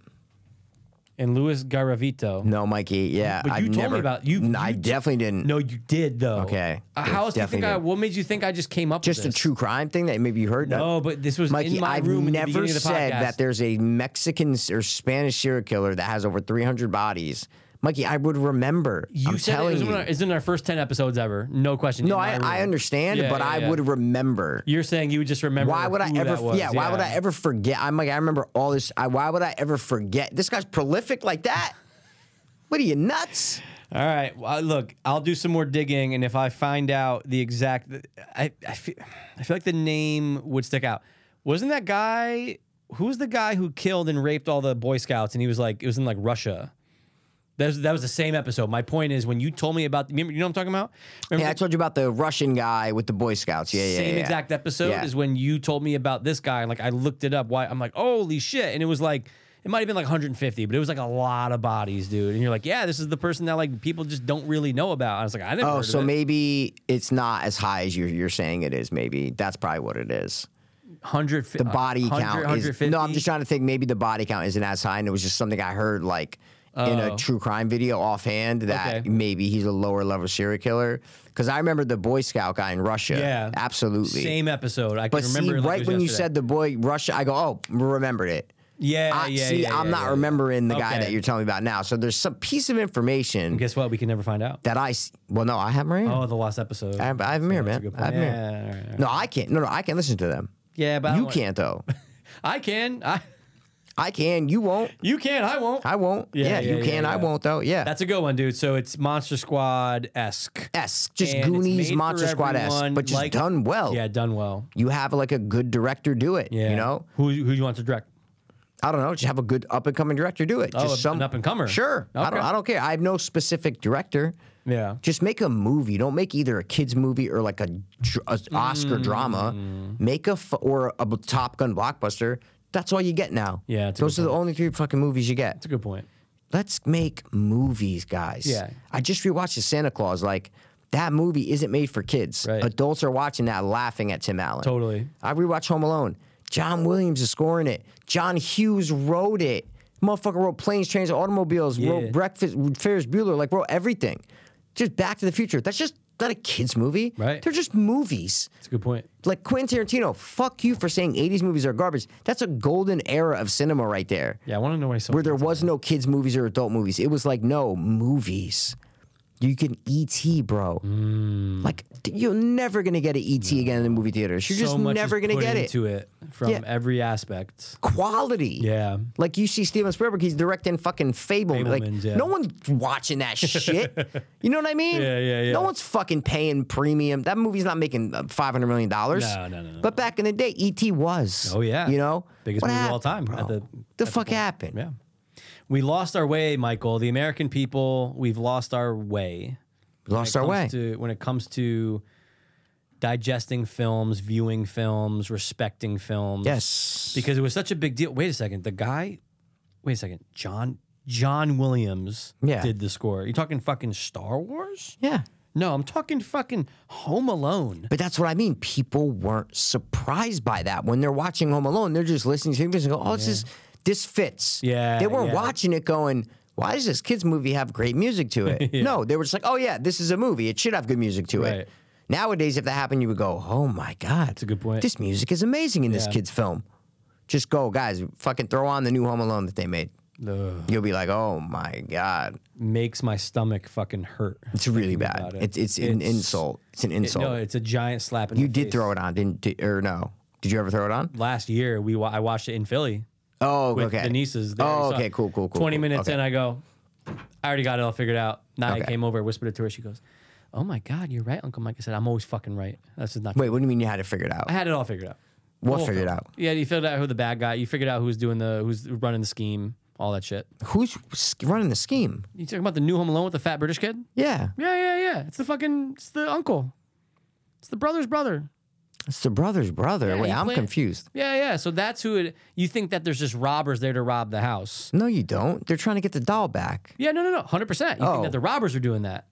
and Luis Garavito. No, Mikey. Yeah. But you I've told me never- about- you- No, I you- definitely didn't. No, you did though. Okay. Uh, how else do you think Definitely I? did. What made you think I just came up? Just a with this? true crime thing that maybe you heard. No, but this was Mikey, in my I've room. at the never beginning of the said podcast. that there's a Mexican s- or Spanish serial killer that has over 300 bodies. Mikey, I would remember. You I'm said it telling was you. One of our, it's in our first ten episodes ever. No question. no, in my I, room. I understand, Yeah, but yeah, I yeah. would remember. You're saying you would just remember. Why would I who ever? that was, yeah. Why would yeah. I ever forget? I'm like, I remember all this. I, why would I ever forget? This guy's prolific like that. What are you nuts? All right. Well, I- look, I'll do some more digging, and if I find out the exact, I I feel, I feel like the name would stick out. Wasn't that guy? Who was the guy who killed and raped all the Boy Scouts? And he was like, it was in like Russia. That was, that was the same episode. My point is, when you told me about, remember, you know what I'm talking about? Remember Yeah, I the told you about the Russian guy with the Boy Scouts. Yeah, yeah, same yeah. exact episode Yeah. is when you told me about this guy, and like I looked it up. Why? I'm like, holy shit! And it was like. It might have been like 150, but it was like a lot of bodies, dude. And you're like, yeah, this is the person that like people just don't really know about. I was like, I didn't. Oh, so maybe it's not as high as you're, you're saying it is. Maybe that's probably what it is. Uh, hundred The body count is no. I'm just trying to think. Maybe the body count isn't as high, and it was just something I heard like in a Oh. true crime video offhand that Okay. maybe he's a lower level serial killer. Because I remember the Boy Scout guy in Russia. Yeah. absolutely. same episode. I but can see, remember it like it right was when you yesterday. said the boy Russia, I go, oh, remembered it. yeah, I, yeah, see, yeah, I'm yeah, not yeah. remembering the guy Okay. that you're telling me about now. So there's some piece of information Guess what? We can never find out. that I s- well, no, I have him right here. Oh, the last episode. I have, I have him here, That's a man. good I have point. him here. Yeah, all right, all right. No, I can't. No, no, I can't listen to them. yeah, but I you won't- can't though. I can. I I can. You won't. you can. I won't. I won't. Yeah, Yeah, yeah, you yeah, can. I yeah. won't though. Yeah. That's a good one, dude. So it's Monster Squad esque. S. Just And it's Goonies, made Monster for Squad S, everyone, but just like- done well. Yeah, done well. You have like a good director do it. Yeah. You know, who who do you want to direct? I don't know. Just have a good up and coming director do it. Oh, just an up-and-comer. Sure. I don't. Okay. I don't care. I have no specific director. Yeah. Just make a movie. Don't make either a kids movie or like a, dr- a Oscar Mm. drama. Make a f- or a, b- Top Gun blockbuster. That's all you get now. Yeah, it's a those good are the only three fucking movies you get. That's a good point. let's make movies, guys. Yeah. I just rewatched the Santa Claus. Like that movie isn't made for kids. Right. Adults are watching that, laughing at Tim Allen. Totally. I rewatched Home Alone. John Williams is scoring it. John Hughes wrote it. Motherfucker wrote planes, trains, and automobiles. Yeah. Wrote Breakfast Ferris Bueller. Like wrote everything. Just Back to the Future. That's just not a kids movie. Right. They're just movies That's a good point. like Quentin Tarantino. Fuck you for saying '80s movies are garbage. That's a golden era of cinema right there Yeah, I want to know why someone. where there was no kids movies or adult movies. It was like no movies. You can ET, bro. Hmm. Like d- you're never gonna get an ET again in the movie theaters. You're so just much never is gonna put get it. into it from Yeah. every aspect. Quality. Yeah. Like you see Steven Spielberg, he's directing fucking Fableman. Like Fablemans, yeah. no one's watching that shit. you know what I mean? Yeah, yeah, yeah. No one's fucking paying premium. That movie's not making uh, five hundred million dollars. No, no, no, no, But back in the day, ET was. Oh, yeah. You know, Biggest What movie of all happened, time at bro? the- the fuck happened? Yeah. We lost our way, Michael. The American people, we've lost our way. When Lost it our comes way. To, when it comes to digesting films, viewing films, respecting films. yes. Because it was such a big deal. Wait a second. The guy, wait a second. John John Williams Yeah. did the score. You talking fucking Star Wars? yeah. No, I'm talking fucking Home Alone. But that's what I mean. People weren't surprised by that when they're watching Home Alone. They're just listening to things and go, "Oh, this is this fits." Yeah, they weren't yeah. watching it going, why does this kids movie have great music to it? No, they were just like, oh yeah, this is a movie. It should have good music to Right. it. Nowadays, if that happened, you would go, oh my god, that's a good point. This music is amazing in this Yeah. kid's film. Just go, guys, fucking throw on the new Home Alone that they made. Ugh. You'll be like, oh my god, makes my stomach fucking hurt. it's really Thinking bad. about it. It's it's an It's- insult. It's an It- insult. no, it's a giant slap in you the did face. throw it on, didn't? Did, or no? Did you ever throw it on? last year. We wa- I watched it in Philly. Oh, with okay. the nieces. There. Oh, So okay, cool, cool, cool. 20 cool. minutes okay. in, I go, I already got it all figured out. Naya Okay. came over, whispered it to her. She goes, Oh my God, you're right, Uncle Mike. I said, I'm always fucking right. That's just not. Wait, what do you mean you had it figured out? I had it all figured out. What Whole figured film. out? Yeah, you figured out who the bad guy. You figured out who's doing the who's running the scheme, all that shit. Who's s- running the scheme? You talking about the new Home Alone with the fat British kid? Yeah, Yeah, yeah, yeah. It's the fucking it's the uncle. It's the brother's brother. it's the brother's brother. Yeah, Wait, he I'm play- confused. Yeah, yeah. So that's who it. You think that there's just robbers there to rob the house? No, you don't. They're trying to get the doll back. Yeah, no, no, no. Hundred percent. You think Oh. that the robbers are doing that?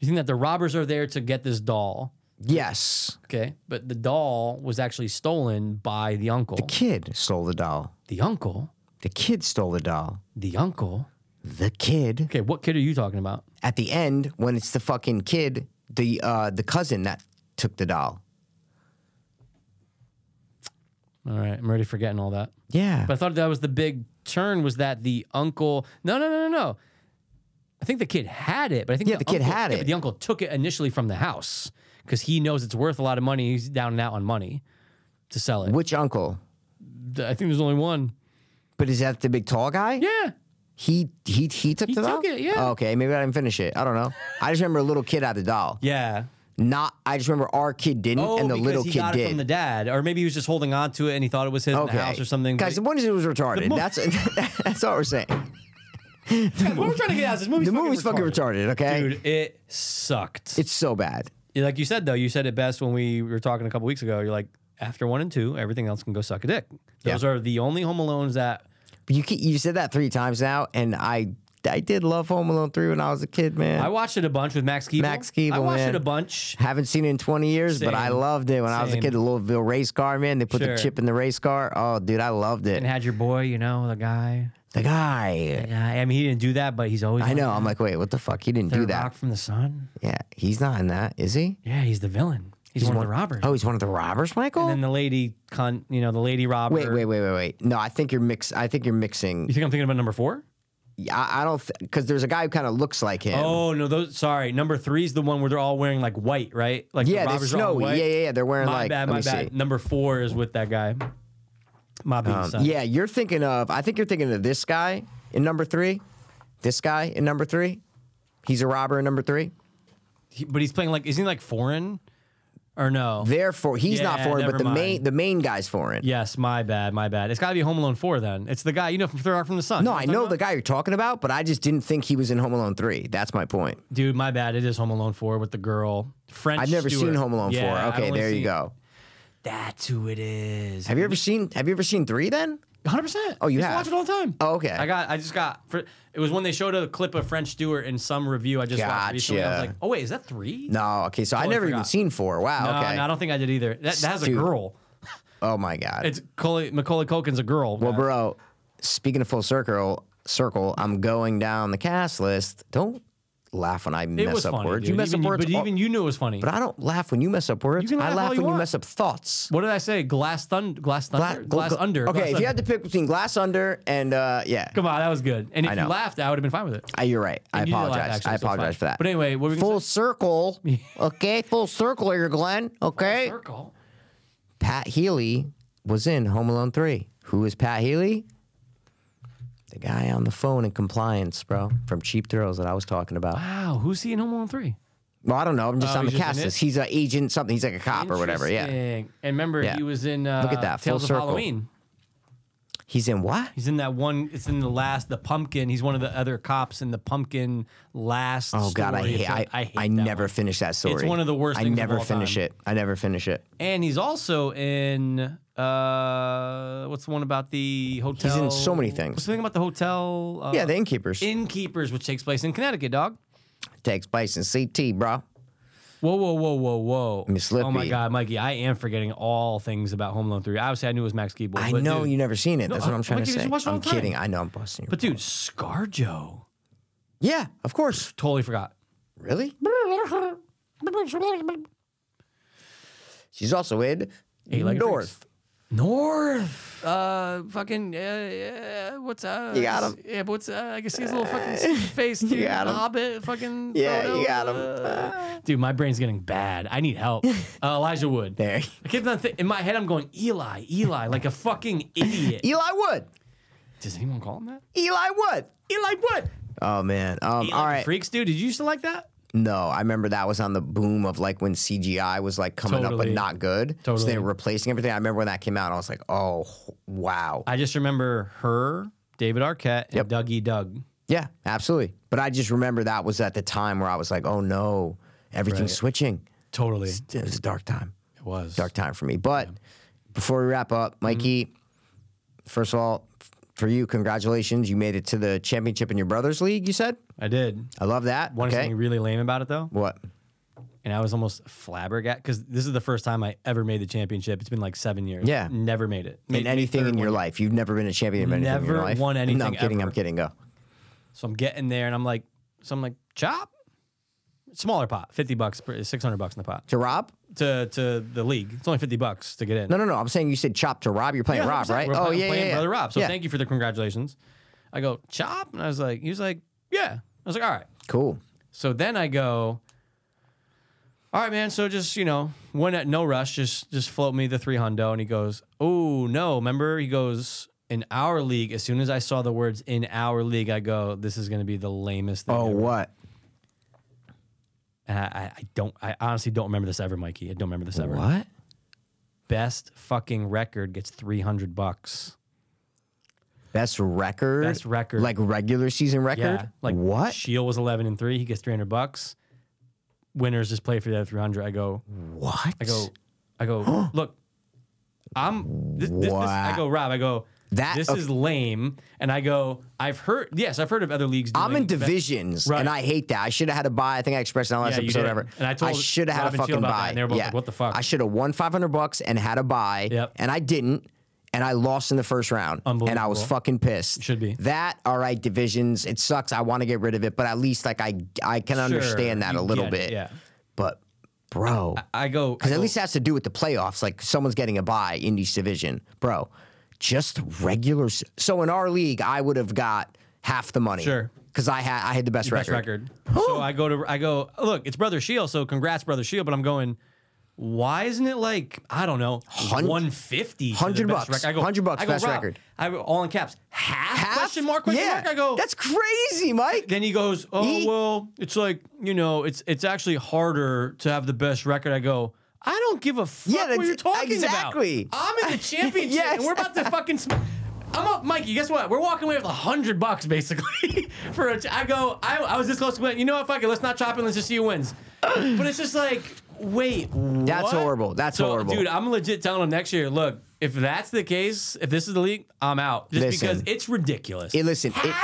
You think that the robbers are there to get this doll? Yes, Okay, but the doll was actually stolen by the uncle. The, kid stole the doll. uncle. The kid stole the doll. The uncle. The kid. Okay, what kid are you talking about? At the end, when it's the fucking kid, the uh, the cousin that took the doll. All right, I'm already forgetting all that. Yeah. But I thought that was the big turn was that the uncle. No, no, no, no, no. I think the kid had it, but I think Yeah, the kid uncle- had yeah, it. but the uncle took it initially from the house because he knows it's worth a lot of money. He's down and out on money to sell it. Which uncle? I think there's only one. But is that the big tall guy? Yeah. He he he took He the doll. Oh, took it, yeah. Okay, maybe I didn't finish it. I don't know. I just remember a little kid had the doll. Yeah. Not. I just remember our kid didn't, Oh, and the because little he kid got did. it from the dad, or maybe he was just holding on to it and he thought it was his in the house or something. Guys, the but, point is it was retarded. mo- that's that's all we're saying. Guys, what we're trying to get out is this movie's The fucking movie's fucking retarded. Okay, Dude, it sucked. it's so bad. like you said though, you said it best when we were talking a couple weeks ago. You're like, after one and two, everything else can go suck a dick. Those are the only Home Alones that. But You ke- you said that three times now, and I I did love Home Alone three when I was a kid, man. I watched it a bunch with Max Keeble. Max I Keeble, watched man. it a bunch. haven't seen it in 20 years, but I Same. loved it when I was a Same. kid. The little, little race car, man. They put Sure. the chip in the race car. Oh, dude, I loved it. And had your boy, you know, the guy. the guy. Yeah, I mean, he didn't do that, but he's always. I know. I'm like, wait, what the fuck? He didn't do that. Rock from the sun. Yeah, he's not in that, is he? Yeah, he's the villain. He's, one, of the robbers. Oh, he's one of the robbers, Michael. And then the lady con, you know, the lady robber. wait, wait, wait, wait, wait. No, I think you're mix. I think you're mixing. You think I'm thinking about number four? I, I don't because there's a guy who kind of looks like him. Oh no, those. Sorry, number three's the one where they're all wearing like white, right? Like yeah, the they're robbers are all in snowy. white. Yeah, yeah, yeah. They're wearing My like. let bad, my me bad. see. Number four is with that guy. My big son. Um, Yeah, you're thinking of. I think you're thinking of this guy in number three. This guy in number three. He's a robber in number three. He- but he's playing like isn't he like foreign? Or no? Therefore, he's not Yeah, foreign, but never the main mind. the main guy's foreign. yes, my bad, my bad. It's got to be Home Alone four then. It's the guy you know from Third Rock from the Sun. No, You I what I'm know talking the guy you're talking about, but I just didn't think he was in Home Alone three. That's my point. about? dude. My bad. It is Home Alone four with the girl French. I've never Stewart. seen Home Alone Yeah, I've four. Okay, only there you seen- go. That's who it is. Have you ever seen Have you ever seen three? Then Hundred percent. Oh, you used to have? watch it all the time. Oh, okay. I got. I just got. fr- It was when they showed a clip of French Stewart in some review. I just watched recently. I was Gotcha. like, oh wait, is that three? no. Okay, so I Totally never even forgot. seen four. Wow. No, okay. no, I don't think I did either. That, that has a Dude. girl. oh my god. It's Coley, Macaulay Culkin's a girl. Well, bro, speaking of full circle, circle, I'm going down the cast list. Don't laugh when I it mess was up funny. words. dude. You mess Even up words, but all- even you knew it was funny. but I don't laugh when you mess up words. You can I laugh laugh all when you you want. mess up thoughts. what did I say? Glass thunder. Glass thunder. glass gla- under. Okay, glass if you under. had to pick between glass under and uh, yeah, Come on, that was good. And if I you know. laughed, I would have been fine with it. Uh, you're right. I And you did laugh, apologize. actually, I so it's apologize fine. for that. But anyway, what were we full gonna say? circle. okay, full circle here, Glenn. Okay, circle. Pat Healy was in Home Alone three. Who is Pat Healy? The guy on the phone in compliance, bro, from Cheap Thrills that I was talking about. Wow, who's he in Home Alone three? Well, I don't know. I'm just Oh, on the he's just in cast it? list. He's an agent, something. He's like a cop or whatever. Yeah. Interesting. And remember, Yeah. he was in uh, Look at that, full Tales of circle. Halloween. He's in what? He's in that one. It's in the last, the pumpkin. He's one of the other cops in the pumpkin last. Oh God, I story. hate. I It's- I, hate that never one. finish that story. one of the worst I things of never all finish time. it. I never finish it. And he's also in uh, what's the one about the hotel? so many things. What's the thing about the hotel? Uh, yeah, the innkeepers innkeepers, which takes place in Connecticut, dog. takes place in CT, bro. Whoa, whoa, whoa, whoa, whoa! Miss Oh my Lippy. God, Mikey, I am forgetting all things about Home Alone Three. Obviously, I knew it was Max Keeble. I but know dude, you never seen it. That's I- what I'm I'm trying like, to you just say. watch it all I'm the time. kidding. I know I'm busting. your But dude, ScarJo. Yeah, of course. Totally forgot. Really? She's also in Eight-legged North. North. Uh, fucking. Uh, yeah, what's up? You got him. Yeah, but what's uh, I can see his little fucking face. You dude. got him. Hobbit. Fucking. Yeah, photo. you got him. Uh, dude, my brain's getting bad. I need help. Uh, Elijah Wood. There. I kept on th- in my head. I'm going Eli, Eli, like a fucking idiot. Eli Wood. Does anyone call him that? Eli Wood. Eli Wood. Oh man. Um, Eli all right. Freaks, dude. Did you used to like that? No, I remember that was on the boom of like when CGI was like coming up but Totally. not good. So Totally. they were replacing everything. I remember when that came out, and I was like, oh wow. I just remember her, David Arquette, and Dougie Doug. Yeah, absolutely. But I just remember that was at the time where I was like, oh no, everything's switching. Totally. It was a dark time. It was. Dark time for me. But before we wrap up, Mikey, Mm-hmm. first of all, f- for you, congratulations. You made it to the championship in your brothers' league, you said? I did. I love that. One okay. something really lame about it though, what? and I was almost flabbergasted because this is the first time I ever made the championship. It's been like seven years. Yeah. never made it. Made, In anything in your life. You've never been a champion of anything in your Never life. won No, I'm anything kidding. I'm ever. kidding. Go. So I'm getting there, and I'm like, so I'm like, chop, smaller pot, fifty bucks, six hundred bucks in the pot To Rob? to to the league. It's only fifty bucks to get in. No, no, no. I'm saying you said chop to Rob. You're playing Yeah, Rob, 100%. right? We're oh, playing, yeah, playing yeah, yeah. brother Rob. So yeah. thank you for the congratulations. I go chop, and I was like, he was like, yeah. I was like, all right. Cool. So then I go, all right, man. So just you know, when at no rush, just just float me the three hundo, and he goes, oh no, remember? He goes. In our league, as soon as I saw the words "in our league," I go, "This is going to be the lamest thing." Oh, ever." what? And I, I, I don't, I honestly don't remember this ever, Mikey. I don't remember this ever. What? Best fucking record gets 300 bucks. Best record? Best record. Like regular season record? Yeah. Like, what? Shield was 11 and three. He gets 300 bucks. Winners just play for the other 300. I go, what? I go, I go, look, I'm, this, this, this, I Wow. go, Rob, I go, That- this okay. is lame. And I go, I've heard, yes, I've heard of other leagues. Doing I'm in be- divisions, Right. and I hate that. I should have had a buy. I think I expressed in the last Yeah, you episode, did. or whatever. And I I told should have had Rob a and Sheila fucking about that, buy. and they were both yeah. like, "What the fuck?" I should have won 500 bucks and had a buy, Yep. and I didn't, and I lost in the first round, and I was Unbelievable. fucking pissed. Should be. that. All right, divisions. It sucks. I want to get rid of it, but at least like I I can understand that a you little get it, bit. yeah. but bro, I go, because I at go, least it has to do with the playoffs. Like someone's getting a bye in each division, bro. Just regular. s- So in our league, I would have got half the money. Sure. Because I had I had the best, best record. record. so I go to I go, look, it's Brother Shield, so congrats, Brother Shield. But I'm going, why isn't it like I don't know, one fifty, 100 bucks. record? I go, 100 bucks, I go, best Rob, record. I go, all in caps, half, Half? question mark question yeah. mark. I go. That's crazy, Mike. then he goes, oh He- well, it's like you know, it's it's actually harder to have the best record. I go. I don't give a fuck Yeah, what that's- you're talking exactly. about. I'm in the championship, Yes. and we're about to fucking. Sm- I'm up, Mikey. Guess what? We're walking away with a hundred bucks basically for a. Ch- I go. I, I was this close to win. You know what? Fuck it. Let's not chop it. Let's just see who wins. But it's just like, wait, That's what? horrible. That's So, horrible. dude. I'm legit telling him next year. Look, if that's the case, if this is the league, I'm out. Just Listen. because it's ridiculous. It- listen, it,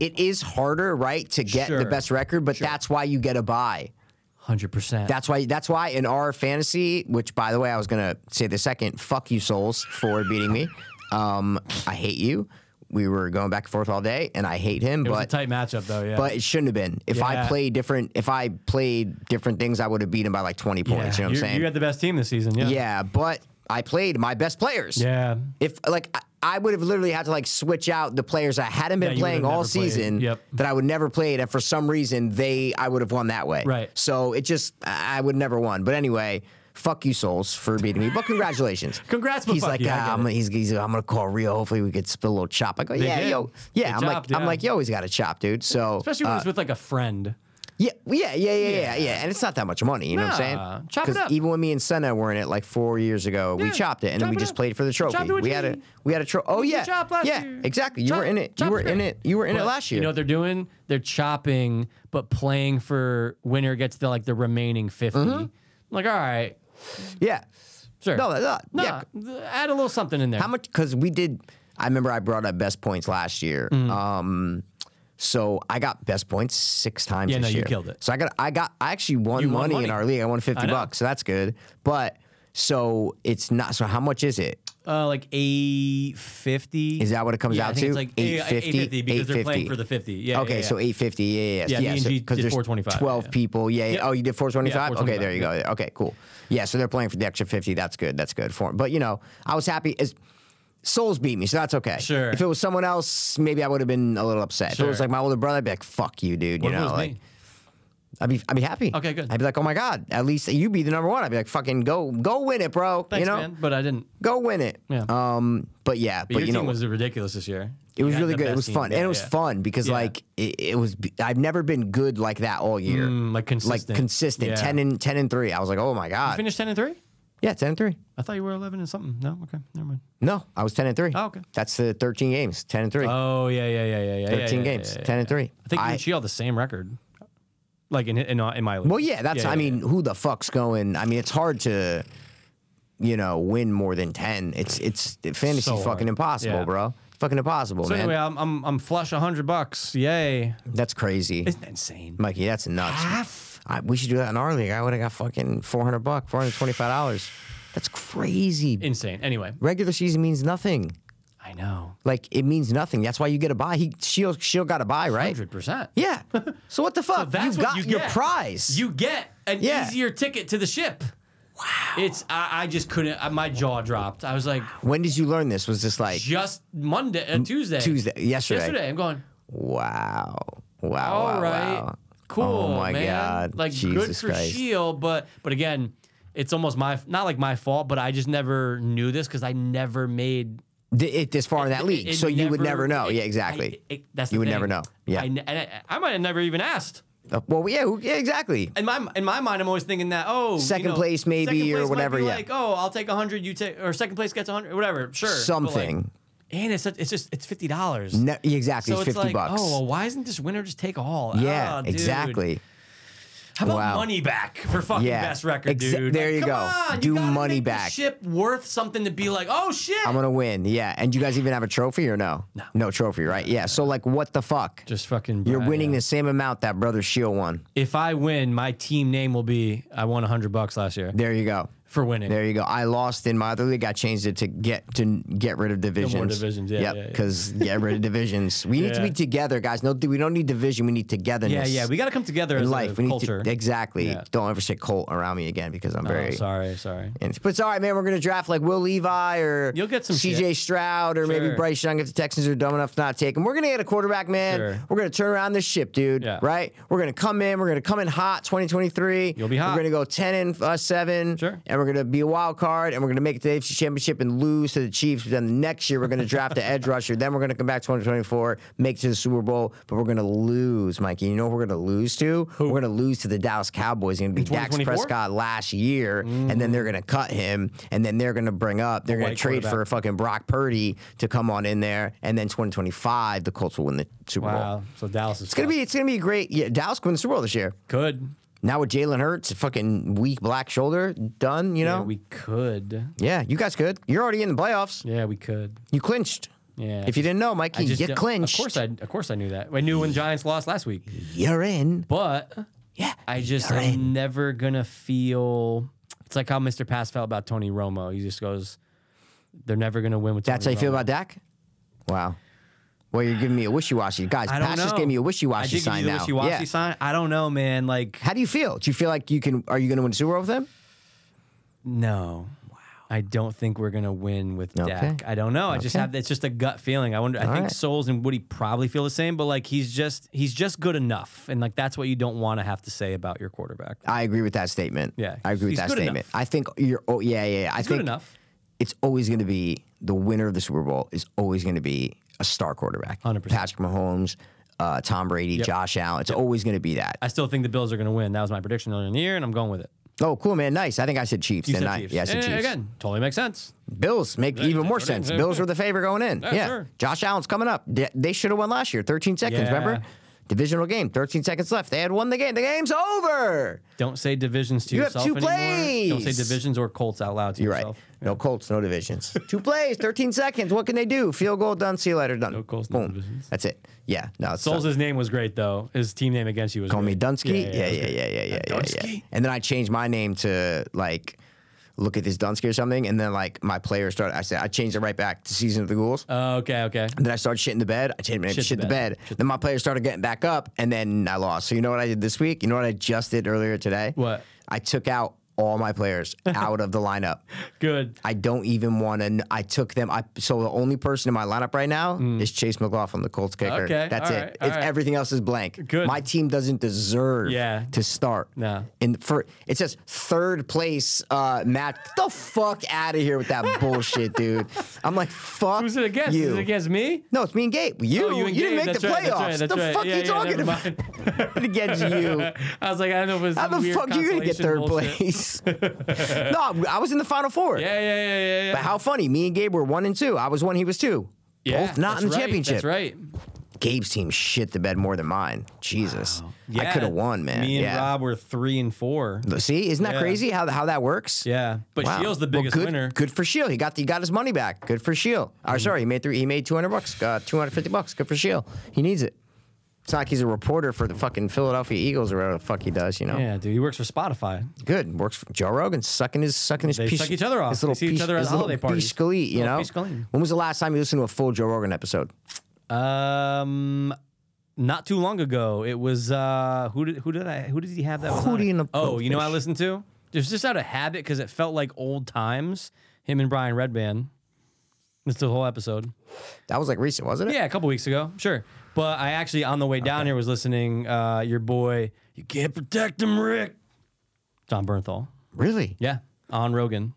it is harder, right, to get the Sure. best record, but that's why you get a buy. Hundred percent. That's why. That's why in our fantasy, which by the way, I was gonna say the second. Fuck you, souls, for beating me. Um, I hate you. We were going back and forth all day, and I hate him. It was a but tight matchup though. Yeah. but it shouldn't have been. If I Yeah. played different, if I played different things, I would have beat him by like twenty Yeah. points. You know what I'm You're- saying? You had the best team this season. Yeah. yeah, but I played my best players. Yeah. If like I, I would have literally had to like switch out the players I hadn't That been you would playing have all never played. season Yep. that I would never played, and for some reason they I would have won that way. Right. So it just I I would never won. But anyway. Fuck you, souls, for beating me. But congratulations. Congrats, but He's fuck like, you, I "Ah, get I'm, it." gonna- he's, he's, I'm gonna call Rio. Hopefully, we could spill a little chop. I go, yeah, did. yo, yeah. They I'm like, chopped, I'm yeah. like, yo, he's got a chop, dude. So Especially when it's with like a friend. Uh, yeah, yeah, yeah, yeah, yeah, yeah. And it's not that much money, you know what Nah, I'm saying? chop it up. even when me and Senna were in it like four years ago, we Yeah, chopped it and then chop we it just up. played for the You chopped trophy. it with We had your- a we had a trophy. Oh you yeah, chopped last yeah, year. exactly. You Chop- were in it. You chop were is in great. it. You were in it But last year. You know what they're doing? They're chopping, but playing for winner gets the like the remaining 50 Like, all right, yeah, sure. Mm-hmm. no, that's not. Nah, Yeah, th- add a little something in there. How much? Because we did. I remember I brought up best points last year. Mm-hmm. Um, so I got best points six times. Yeah, this no, you year. killed it. So I got, I got, I actually won, You won money, money. in our league. I won fifty know. bucks, so that's good. But so it's not. So how much is it? uh, like eight fifty. Is that what it comes yeah, I out think to? It's like eight fifty because they're playing for the fifty. Yeah. okay, yeah, yeah. so 850. Yeah, yeah, Yeah, yeah. me and G because did there's 425, 12 yeah. people. Yeah, yeah. Yep. Oh, you did 425? Yeah, okay, there you go. 425, Okay, cool. Yeah, so they're playing for the extra 50. That's good. That's good for 'em. But, you know, I was happy as Souls beat me, so that's okay. Sure. If it was someone else, maybe I would have been a little upset. If it was Sure. like my older brother, I'd be like, fuck you, dude. What you if it know, was like, me? I'd be I'd be happy. Okay, good. I'd be like, oh my god, at least you be the number one. I'd be like, fucking go go win it, bro. Thanks, you know, man. But I didn't. go win it. Yeah. Um, but yeah, but, But your you know, team was ridiculous this year. it You was had really the good. It best was team. fun, Yeah, and it was yeah. fun because Yeah. like it, it was. I've never been good like that all year. Mm, like consistent. Like consistent, Yeah. ten and ten and three. I was like, oh my god, Finished ten and three. yeah, ten and three. I thought you were eleven and something. No, okay, never mind. No, I was ten and three. Oh, okay. That's the thirteen games, ten and three. Oh yeah, yeah, yeah, yeah, yeah. yeah, Thirteen yeah, yeah, games, yeah, yeah. ten and three. I think you and she all the same record, like in in, in my league. Well, yeah, that's. I mean, who the fuck's going? I mean, it's hard to, you know, win more than ten. It's it's fantasy's So hard. fucking impossible, Yeah. bro. Fucking impossible, So man. anyway, I'm I'm, I'm flush hundred bucks. Yay! that's crazy, Isn't that insane? Mikey. That's nuts. Half. I, we should do that in our league. I would have got fucking four hundred bucks, four hundred twenty-five dollars. That's crazy. Insane. Anyway, Regular season means nothing. I know. Like it means nothing. That's why you get a buy. He she'll she'll got a buy, right? Hundred percent. Yeah. So what the fuck? That's you what got you your get. prize. You get an Yeah. easier ticket to the ship. Wow. It's I, I just couldn't. I, my jaw dropped. I was like, when did you learn this? Was this like just Monday, uh, Tuesday, Tuesday? Yesterday. yesterday. I'm going. Wow. Wow. All right, wow, Oh, wow. Cool. Oh my man. god. Like good Jesus for Christ. Shield, but but again, it's almost my not like my fault, but I just never knew this because I never made D- it this far in that league, it so you would never never- know. it- yeah, exactly. I- it- that's You the would thing. never know. Yeah. I, ne- and I, I might have never even asked. Uh, well, yeah, who- yeah, exactly. In my in my mind, I'm always thinking that oh, you Second know, place maybe or second place might whatever, Be yeah. Like oh, I'll take hundred, you take or second place gets hundred, whatever. Sure, but, like, Something. and it's such- it's just it's fifty dollars. Ne- exactly. So it's Fifty like, bucks. oh, well, why isn't this winner just take all? yeah, Ah, dude. exactly. How about Wow. money back for fucking Yeah. best record, Exa- dude? Like, there you come go. on, you Do gotta money make the back. ship worth something to be like, oh shit. I'm gonna win. Yeah, and you guys even have a trophy or no? No, trophy, right? Yeah. So like, what the fuck? just fucking. You're winning the same amount that Brother Shield won. If I win, my team name will be I won hundred bucks last year There you go. for winning. There you go. I lost in my other league. I changed it to get to get rid of divisions. divisions, yeah, yeah, Yep. yeah. Because get rid of divisions. We need to Yeah. be together, guys. No, we don't need division. We need yeah, togetherness. yeah. We got to come together as in life. life. a We need culture. to exactly. Yeah. Don't ever say Colt around me again because I'm Oh, very. sorry, sorry. And, but it's all right, man. We're gonna draft like Will Levi or You'll get some CJ shit. Stroud or maybe Sure. Bryce Young if the Texans are dumb enough to not take him. We're gonna get a quarterback, man. Sure. We're gonna turn around this ship, dude. Yeah. Right? We're gonna come in. We're gonna come in hot, 2023. You'll be hot. We're gonna go 10 and uh, seven. Sure. And we're gonna be a wild card, and we're gonna make it to the AFC Championship and lose to the Chiefs. But then next year we're gonna draft the edge rusher. Then we're gonna come back 2024, make it to the Super Bowl, but we're gonna lose, Mikey. You know what we're gonna lose to? We're gonna lose to the Dallas Cowboys. It's gonna be Dax 2024? Prescott. Prescott uh, last year, and then they're going to cut him, and then they're going to bring up, they're going to white trade for quarterback. fucking Brock Purdy to come on in there, and then 2025 the Colts will win the Super Bowl. Wow. So Dallas is It's gonna be it's gonna be great. Yeah, Dallas could win the Super Bowl this year. could. Now with Jalen Hurts, a fucking weak black shoulder, done. You know, Yeah, yeah, we could. you guys could. You're already in the playoffs. Yeah, we could. You clinched. Yeah. If you didn't know, I Mikey, just you don't- clinched. Of course, I of course I knew that. I knew when Giants lost last week, You're in. but Yeah. I just You're in. I'm never gonna feel. It's like how Mr. Pass felt about Tony Romo. He just goes, "They're never gonna win with." That's how Tony you feel Romo." about Dak. Wow. Well, you're giving me a wishy-washy, guys. I don't Pat know. just gave me a I wishy-washy did give sign you the now. wishy-washy yeah. sign. I don't know, man. Like, How do you feel? Do you feel like you can? Are you going to win the Super Bowl with them? no. Wow. I don't think we're gonna win with Okay. Dak. I don't know. I just Okay. have it's just a gut feeling. I wonder. I think right. Souls and Woody probably feel the same, but like he's just he's just good enough, and like that's what you don't want to have to say about your quarterback. I agree with that statement. Yeah, I agree with he's that good statement. enough. I think you're. Oh, yeah, yeah. yeah. I He's think good enough. it's always going to be the winner of the Super Bowl is always going to be a star quarterback. 100%. Patrick Mahomes, uh, Tom Brady, Josh Allen. It's always going to be that. I still think the Bills are going to win. That was my prediction earlier in the year, and I'm going with it. oh, cool, man. Nice. I think I said Chiefs. You then said I, Chiefs. Yeah, I said And Chiefs. Again, totally makes sense. Bills make even that's more what it sense. is. Bills were the favorite going in. Yeah. sure. Josh Allen's coming up. They, they should have won last year. 13 seconds, Yeah. remember? Divisional game. 13 seconds left. They had won the game. The game's over. Don't say divisions to You have yourself two anymore. Don't say plays. divisions or Colts out loud to You're right. yourself. No Colts, no divisions. Two plays, 13 seconds. What can they do? Field goal done. See you later. Done. No Colts, no Boom. divisions. That's it. Yeah. No, it's Souls' done. name was great though. His team name against you was Call me great. Dunsky. Yeah, it was yeah, yeah, great. yeah, yeah, yeah, yeah. Dunsky? And then I changed my name to like look at this Dunsky or something, and then like my player started. I said I changed it right back to Season of the Ghouls. Oh, okay, okay. And then I started shitting the bed. I changed my shit, shit the bed. Then my player started getting back up, and then I lost. So you know what I did this week? You know what I just did earlier today? What? I took out all my players out of the lineup. Good. I don't even want to. I took them. I so the only person in my lineup right now is Chase McLaughlin, the Colts kicker. Mm. Okay, that's all it. right, all If right. everything else is blank, Good. My team doesn't deserve Yeah. to start. No. And for it says third place uh, match. Get the fuck out of here with that bullshit, dude. I'm like, fuck. Who's it against? You. Is it against me? No, it's me and Gabe. You, Oh, you, and didn't Gabe. make That's the right, that's playoffs. right, that's the right. fuck Yeah, you yeah, talking never about? mind. against you. I was like, I don't know if it's How some the weird fuck you gonna get consolation third bullshit. place? no, I was in the final four. Yeah, yeah, yeah, yeah. yeah. But how funny, me and Gabe were one and two. I was one, he was two. yeah, Both not that's in the right, championship. That's right. Gabe's team shit the bed more than mine. Jesus. I Yeah. could have won, man. Me and yeah. Rob were three and four. See, isn't that Yeah. crazy how how that works? Yeah, but Wow. Shield's the Well, biggest good, winner. Mm-hmm. Good for Shield. He got he got his money back. Good for Shield. Or sorry, he made three. He made two hundred bucks. Got two hundred fifty bucks. Good for Shield. He needs it. It's not like he's a reporter for the fucking Philadelphia Eagles or whatever the fuck he does. You know. Yeah, dude, he works for Spotify. Good. Works for Joe Rogan sucking his sucking his They piece. suck each other off. His little They see each piece, other at his holiday little parties. piece of elite, You Little know. piece of elite. When was the last time you listened to a full Joe Rogan episode? Um, not too long ago, it was uh, who did who did I who did he have that? was Hootie on it? and the oh, you know what I Blowfish. listened to. It was just out of habit because it felt like old times. Him and Brian Redband. That's the whole episode. That was like recent, wasn't it? Yeah, a couple weeks ago, sure. But I actually on the way down here was listening. Uh, your boy, you can't protect him, Rick. John Bernthal. Really? Yeah, on Rogan.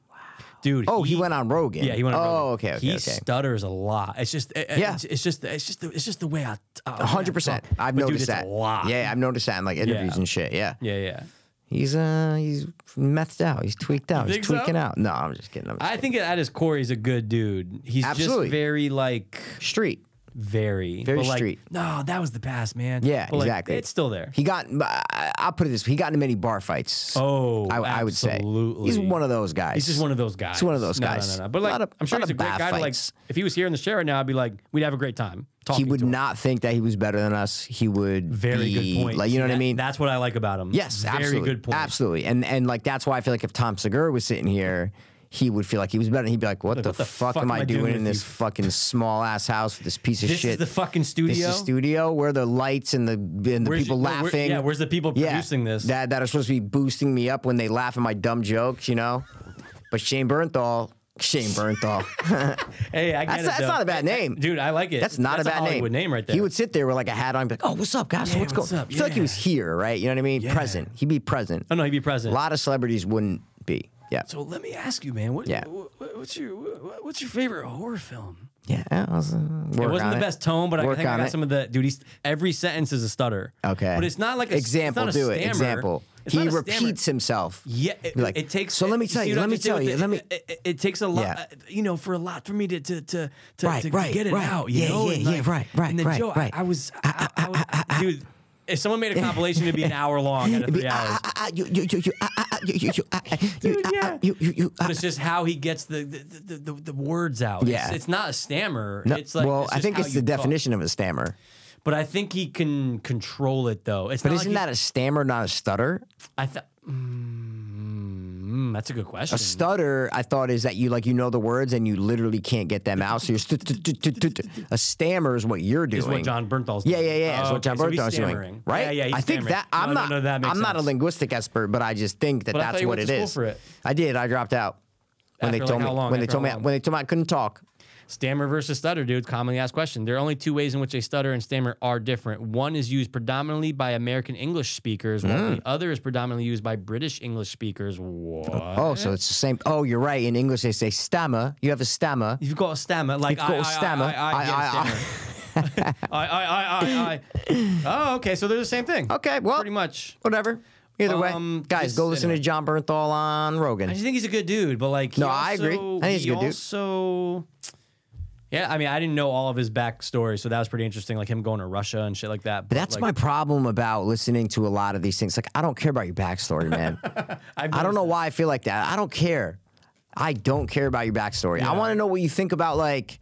Dude. Oh, he, went on Rogan. Yeah, he went. On oh, Rogan. okay, okay, He okay. stutters a lot. It's just, it- Yeah. it's, it's just, it's just, the, it's just the way I. A hundred percent. I've but noticed dude, that. It's a lot. Yeah, I've noticed that in like interviews Yeah. and shit. Yeah. yeah, yeah. He's uh he's methed out. He's tweaked out. think He's so? tweaking out. No, I'm just kidding. I'm just I think at his core, he's a good dude. He's Absolutely. just very like kidding. street. very, Very but like, street. No, that was the past, man. Yeah, But, like, exactly. it's still there. He got. I- I'll put it this: way. he got into many bar fights. Oh, I, I would say absolutely. he's one of those guys. He's just one of those guys. He's one of those No, guys. No, no, no. But A like, lot of- I'm sure lot he's a of great bad guy. To, like, fights. if he was here in the chair right now, I'd be like, we'd have a great time. He Talking would to him. not think that he was better than us. He would Very be- good point. Like you know That- what I mean? That's what I like about him. Yes, Very absolutely. good point. Absolutely. And and like that's why I feel like if Tom Segura was sitting here, he would feel like he was better. He'd be like, "What, the, the fuck, am I doing, in with this you?" fucking small ass house with this piece of This shit?" is the fucking studio. This is the studio where the lights and the and the Where's people your- where- laughing. yeah, where's the people Yeah, producing this? That that are supposed to be boosting me up when they laugh at my dumb jokes, you know. But Shane Bernthal, Shane Bernthal. hey, I get that's it. that's though. not a bad name. Dude, I like it. That's not a bad Hollywood name. right there. He would sit there with like a hat on, and be like, "Oh, what's up, guys? Yeah, what's, what's going?" up? I feel like he Yeah. was here, right? You know what I mean? Yeah. Present. He'd be present. Oh no, he'd be A present. lot of celebrities wouldn't be. Yeah. So let me ask you, man. What, Yeah. what, what's your what, what's your favorite horror film? yeah. I was, uh, It work wasn't on the best tone, but I Work think I on got it. some of the dude. He's, every sentence is a stutter. Okay. but it's not like a example. It's not a do it. stammer. Example. It's He not a stammer. repeats himself. Yeah, it, Be like, it takes. So let me tell see you. what I Let me just did tell with you. it? Let me. It, it- it takes a lot. Yeah. uh, You know, for a lot for me to to to to, Right, to right, get it right. out. You Yeah, know? yeah, And yeah, like- right, right, And then right, Joe, I- right. I, was, I, I, I, was dude. If someone made a compilation, it'd be an hour long out of It'd be, three ah, hours. ah, ah, ah, you- you- you- you, ah, ah, ah, you- you- you, ah, ah, you, Dude, ah, yeah. ah, you- you- you, ah, But it's just how he gets the the, the, the, the words out. It's, Yeah. it's not a stammer. No, it's like well, it's I just think how it's the you talk. definition of a stammer. But I think he can control it though. It's But not isn't like that a stammer, not a stutter? he- I thought. Mm, that's a good question. A stutter, I thought, is that you like you know the words and you literally can't get them out. So you're stu- tu- tu- tu- tu- tu- a stammer is what you're doing. is what John Bernthal's Yeah, doing. yeah, yeah. That's Oh, what John okay, so he's Bernthal's doing, stammering. right? Yeah, yeah, he's I think stammering. that I'm No, no, not. no, that makes I'm not a sense. linguistic expert, but I just think that But I thought that's you what went it to school is. for it. I did. I dropped out when After, they like, told how me long? when they After told me how long? when they told me I couldn't talk. Stammer versus stutter, dude. Commonly asked question. There are only two ways in which a stutter and stammer are different. One is used predominantly by American English speakers, while Hmm. the other is predominantly used by British English speakers. What? Oh, so it's the same. Oh, you're right. In English, they say stammer. You have a stammer. You've got a stammer, like You've got I- a I- stammer. I, I- I, I- yeah, stammer. I, I, I, I, I. Oh, okay. So they're the same thing. Okay, well- pretty much. Whatever. Either Um, way, guys, this- go listen anyway. to John Bernthal on Rogan. I just think he's a good dude, but like, he No, also, I agree. I think he's a he good dude. Also, yeah, I mean, I didn't know all of his backstory, so that was pretty interesting, like him going to Russia and shit like that. But that's my problem about listening to a lot of these things. Like, I don't care about your backstory, man. I've I don't noticed know why I feel like that. I don't care. I don't care about your backstory. I want to know what you think about like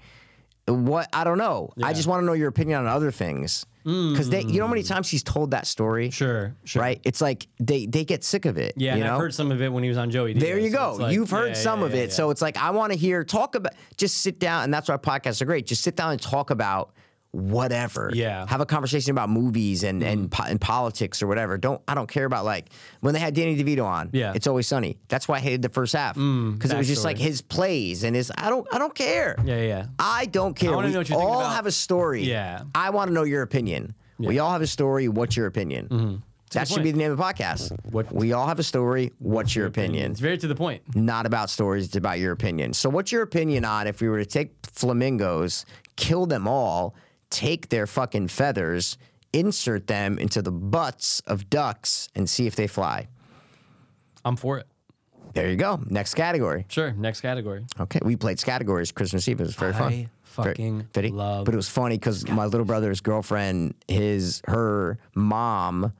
what I don't know. Yeah. Mm. I just want to know your opinion on other things. because they, you know, how many times he's told that story, Sure, sure. right? It's like they they get sick of it. Yeah, you and know? I've heard some of it when he was on Joey. There Diaz, you so go. it's like- You've heard yeah, some yeah, of yeah, it. yeah. So it's like, I want to hear, talk about, just sit down. And that's why podcasts are great. Just sit down and talk about whatever. Yeah. Mm-hmm. Have a conversation about movies and, and, po- and politics or whatever. Don't, I don't care about like when they had Danny DeVito on. Yeah. Mm, It's always sunny. That's why I hated the first half. Because it was just backstory. like his plays and his, I don't, I don't care. yeah, yeah, yeah. I don't care. wanna we know what you're thinking all about. have a story. Yeah. I want to know your opinion. We all have a story. What's your opinion? Mm-hmm. That should point. be the name of the podcast. What- we all have a story. What's your opinion? It's very to the point. Not about stories. It's about your opinion. So, what's your opinion on if we were to take flamingos, kill them all, take their fucking feathers, insert them into the butts of ducks, and see if they fly? I'm for it. There you go. Next category. Sure. Next category. Okay, we played categories Christmas Eve. It was very I fun. fucking very, fitty. love But it was funny because my little brother's girlfriend, his her mom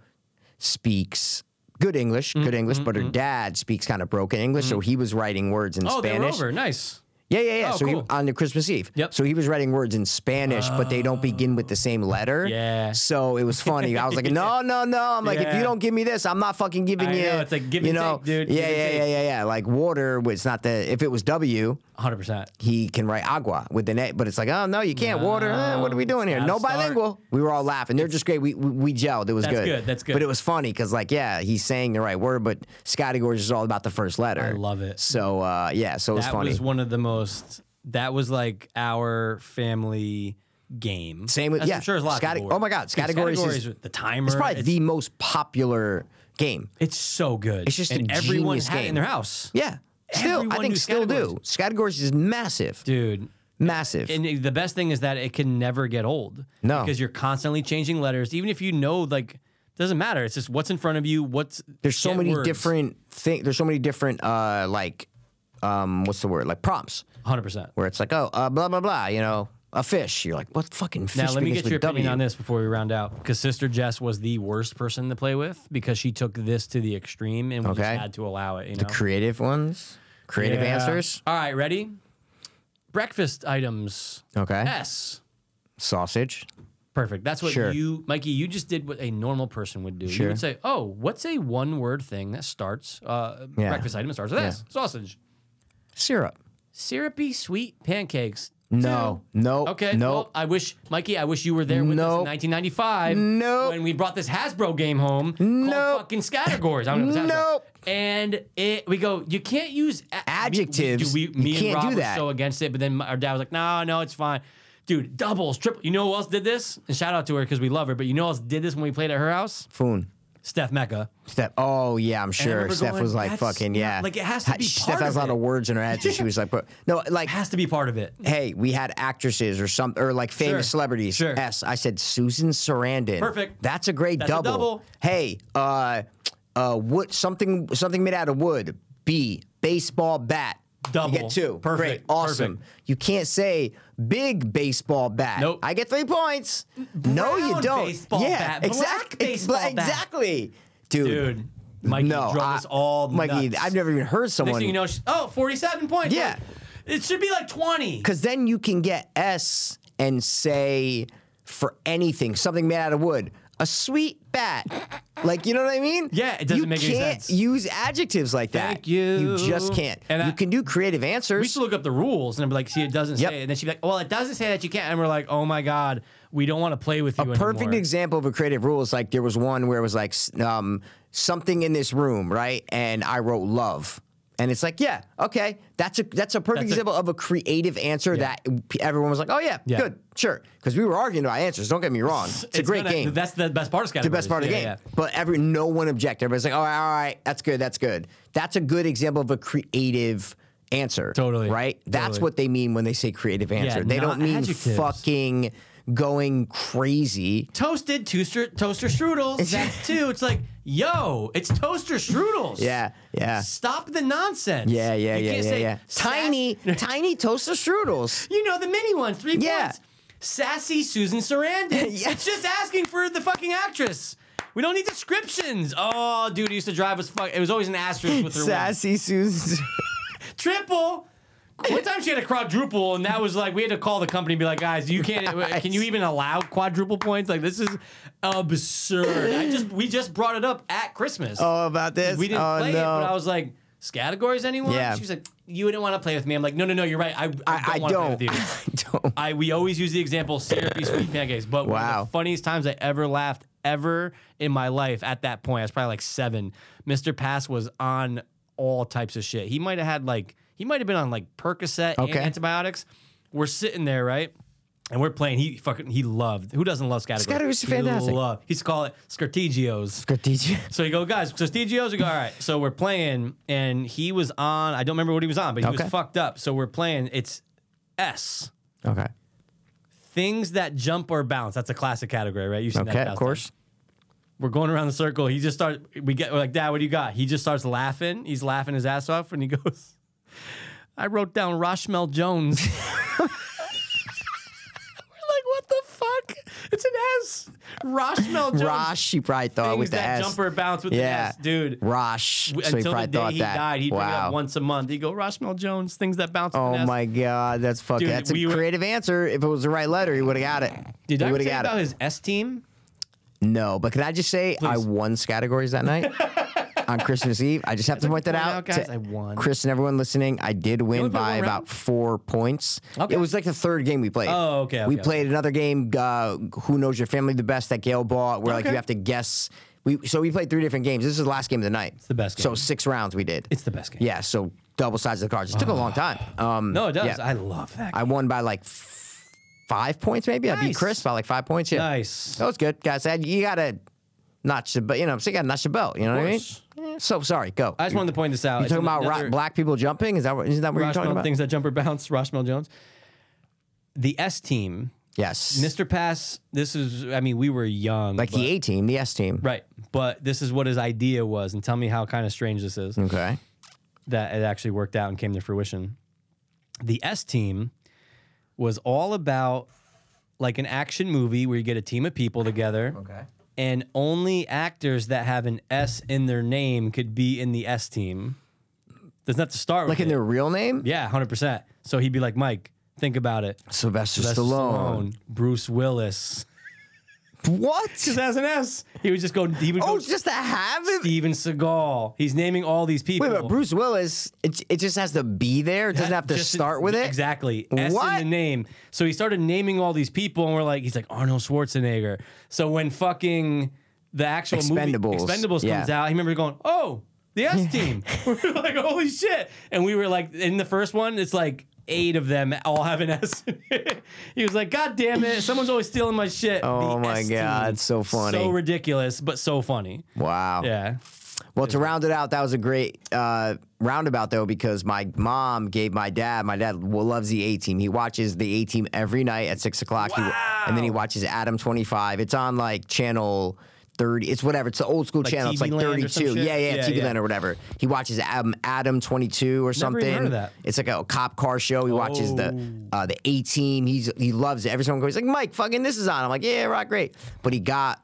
speaks good English, Mm, good English, but her dad speaks kind of broken English. So he was writing words in Oh, they were Spanish. over. Nice. Yeah, yeah, yeah. Oh, so cool. he, on the Christmas Eve. Yep. So he was writing words in Spanish, but they don't begin with the same letter. Yeah. So it was funny. I was like, no, no, no. I'm like, if Yeah. you don't give me this, I'm not fucking giving I you. know, it's like give you and know, take, dude, Yeah, give and yeah, take. yeah, yeah, yeah. Like water was not the. If it was W, 100%. he can write agua with the net, but it's like, oh no, you can't water. Eh, what are we No, doing here? gotta No start. bilingual. We were all laughing. They're just great. We we, we gelled. It was That's good. good, that's good. But it was funny because like, yeah, he's saying the right word, but Scottigorge is all about the first letter. I love it. So uh, yeah, so it was That funny. was one of the most, that was like our family game. Same with- As yeah, I'm sure there's lots Scotty- of people oh my were. God, Dude, Scottigories Scottigories is- with the timer. it's probably it's, the most popular game. it's so good. It's just a and everyone genius had it game. in their house. Yeah, still, Everyone I think knew still do. Scottigorge is massive, Dude. massive. And it- the best thing is that it can never get old. No. Because you're constantly changing letters. Even if you know, like, doesn't matter. It's just what's in front of you. What's there's so get many words. different things. There's so many different uh, like, um, what's the word? Like prompts. 100%. where it's like, oh, uh, blah blah blah, you know, a fish. You're like, what fucking fish? Now let me begins get your with opinion W? on this before we round out, because Sister Jess was the worst person to play with because she took this to the extreme, and we Okay. just had to allow it. You know, Creative ones, creative Yeah. answers. All right, ready? Breakfast items. Okay, S. sausage. Perfect. That's what Sure. you, Mikey. You just did what a normal person would do. You Sure. would say, "Oh, what's a one-word thing that starts uh, Yeah. breakfast item that starts with S? Sausage, Syrup. syrupy sweet pancakes." No, no. Two. Okay. no. Well, I wish, Mikey, I wish you were there with us in Oh, Nope. 1995 Nope. when we brought this Hasbro game home called Nope. fucking Scattergores. I don't know if it's Hasbro. Nope. And it, we go, you can't use a- me- Adjectives. We, we, You me and can't Rob do were that. so against it, but then my- our dad was like, no, no, it's fine. Dude, doubles, triple. You know who else did this? And shout out to her because we love her. But you know who else did this when we played at her house? Foon. Steph Mecca. Steph. Oh yeah, I'm sure. remember Steph going, was like "That's fucking not- yeah. like, it has to Ha- be Steph part has of a lot of it. words in her head, so she was like, but- no, like. Has to be part of it. Hey, we had actresses or some or like famous Sure. celebrities. Sure. S. I said Susan Sarandon. Perfect. That's a great That's a double. double. Hey, uh, uh, wood something something made out of wood. B. Baseball bat. Double. You get two. Perfect. Great. Awesome. Perfect. You can't say big baseball bat. Nope. I get three points. no, you Brown don't. baseball yeah. bat. Black exact- ex- baseball bat. Exactly. Dude. Dude, Mikey no, drove I- us all Mikey, nuts. I've never even heard Next someone. thing you know, she's, oh, 47 points. Yeah. It should be like 20. Because then you can get S and say for anything, something made out of wood, a sweet bat. Like, you know what I mean? Yeah, it doesn't you make any can't sense. use adjectives like that. Thank You you. just can't. And I- you can do creative We answers. used to look up the rules and I'd be like, see, it doesn't Yep. say it. And then she'd be like, well, it doesn't say that you can't. And we're like, oh my God, we don't want to play with you anymore. perfect example of a creative rule is like there was one where it was like s- um, something in this room, right? And I wrote love. And it's like, yeah, okay, that's a that's a perfect That's a- example of a creative answer that p- everyone was like, oh yeah, Yeah. good, sure, because we were arguing about answers. Don't get me wrong, it's, a great gonna- game. That's the best part of Scattergories. the best part of the Yeah, game. yeah. But every no one objected. Everybody's like, "Oh, all right, all right, that's good, that's good. That's a good example of a creative answer. Totally. Right? That's Totally. what they mean when they say creative answer. they not don't mean adjectives. fucking going crazy. Toasted toaster, toaster strudels. That's two. It's like, yo, it's toaster strudels. Yeah, yeah. Stop the nonsense. Yeah, yeah, You yeah, can't yeah, say yeah. sass- Tiny, tiny toaster strudels. You know the mini ones, three Yeah. points. Sassy Susan Sarandon. Yeah. It's just asking for the fucking actress. We don't need descriptions. Oh, dude, it used to drive us fuck. It was always an asterisk with her. one. Sassy Susan. Triple. One time she had a quadruple, and that was like we had to call the company and be like, guys, you can't. Can you even allow quadruple points? Like this is absurd. I just we just brought it up at Christmas. Oh, about this? we didn't oh, play no. it, but I was like. Categories, anyone? Yeah. She was like, "You didn't want to play with me." I'm like, "No, no, no. You're right. I, I I, don't I want to don't. play with you." I don't. I we always use the example syrupy sweet pancakes, but one Wow. of the funniest times I ever laughed ever in my life at that point, I was probably like seven. Mr. Pass was on all types of shit. He might have had like he might have been on like Percocet and Okay. antibiotics. We're sitting there, right? And we're playing. He fucking he loved. Who doesn't love Scattergories? Scattergories are fantastic. He loved. He used to call it Scartigios. Good DJ. So you go, guys. So Stegios, we go. All right. So we're playing, and he was on. I don't remember what he was on, but he Okay. was fucked up. So we're playing. It's S Okay. things that jump or bounce. That's a classic category, right? You've seen that. Okay, thousand of course. times. We're going around the circle. He just starts. We get we're like, Dad, what do you got? He just starts laughing. He's laughing his ass off, and he goes, "I wrote down Roshmel Jones." We're like, what the fuck? It's an S. Roshmel Jones. Rosh, she probably thought Things oh, with the that S. jump or bounce with yeah. the S, dude. Rosh. W- so he Until probably the day thought he that. died, he'd bring it wow. up once a month. He'd go, Roshmel Jones, things that bounce. with an Oh S." my God, that's fucking. Dude, That's a we were- creative answer. If it was the right letter, he would have got it. Did he I would ever have tell you got about it. his S team? No, but can I just say I Please. won categories that night on Christmas Eve? I just have to point that point out. out, guys, to I won. Chris and everyone listening, I did win only played by one about round? four points. Okay. It was like the third game we played. Oh, okay, we okay, played another game, uh, Who Knows Your Family the Best, that Gail bought, where like Okay. you have to guess. We So we played three different games. This is the last game of the night. It's the best So game. six rounds we did. It's the best game. yeah, so double sides of the cards. It took a long time. Um, No, it does. yeah. I love that. I won by like f- five points, maybe. I beat Nice. Chris by like five points. Yeah. Nice. That was good, guys. And You gotta notch the, but you know, so you gotta notch the belt. You know what I mean? course. Eh, So sorry, go. I just wanted to point this out. you It's talking about another ro- black people jumping? Is that what, isn't that what you're Roshmel talking about? things that jump or bounce? Roshmel Jones. The S team, Yes, Mr. Pass. This is. I mean, we were young. like but, the A team, the S team. right, but this is what his idea was, and tell me how kind of strange this is Okay. that it actually worked out and came to fruition. The S team was all about like an action movie where you get a team of people Oh. together. And only actors that have an S in their name could be in the S team. Doesn't have to start Like in with it. their real name, Yeah, hundred percent. So he'd be like, Mike, think about it. Sylvester, Sylvester Stallone. Stallone, Bruce Willis. What? Just as an S. He would just go. He would Oh, go. just to have it. Steven Seagal. He's naming all these people. Wait, but Bruce Willis, it, it just has to be there. It doesn't have to Just- start with it. Exactly. S What? in the name. So he started naming all these people, and we're like, he's like Arnold Schwarzenegger. So when fucking the actual Expendables. movie Expendables comes Yeah. out, he remember going, oh, the S team. we're like, holy shit. And we were like, in the first one, it's like eight of them all have an S. in it. he was like, God damn it. Someone's always stealing my shit. Oh The my S God, team. it's so funny. So ridiculous, but so funny. Wow. Yeah. Well, to round it out, that was a great uh, roundabout though because my mom gave my dad. My dad w- loves the A Team. He watches the A Team every night at six o'clock, He- and then he Wow. watches Adam Twenty Five. It's on like channel. 30, it's whatever. It's the old school channel. it's TV like Land or some 32. shit? Yeah, yeah, Yeah, TV yeah. Land or whatever. He watches Adam, Adam 22 or Never even something. heard of that. Oh. It's like a cop car show. He watches the uh, the 18. He's he loves it. Every time I go, he's like, Mike, fucking this is on. I'm like, yeah, right, great. But he got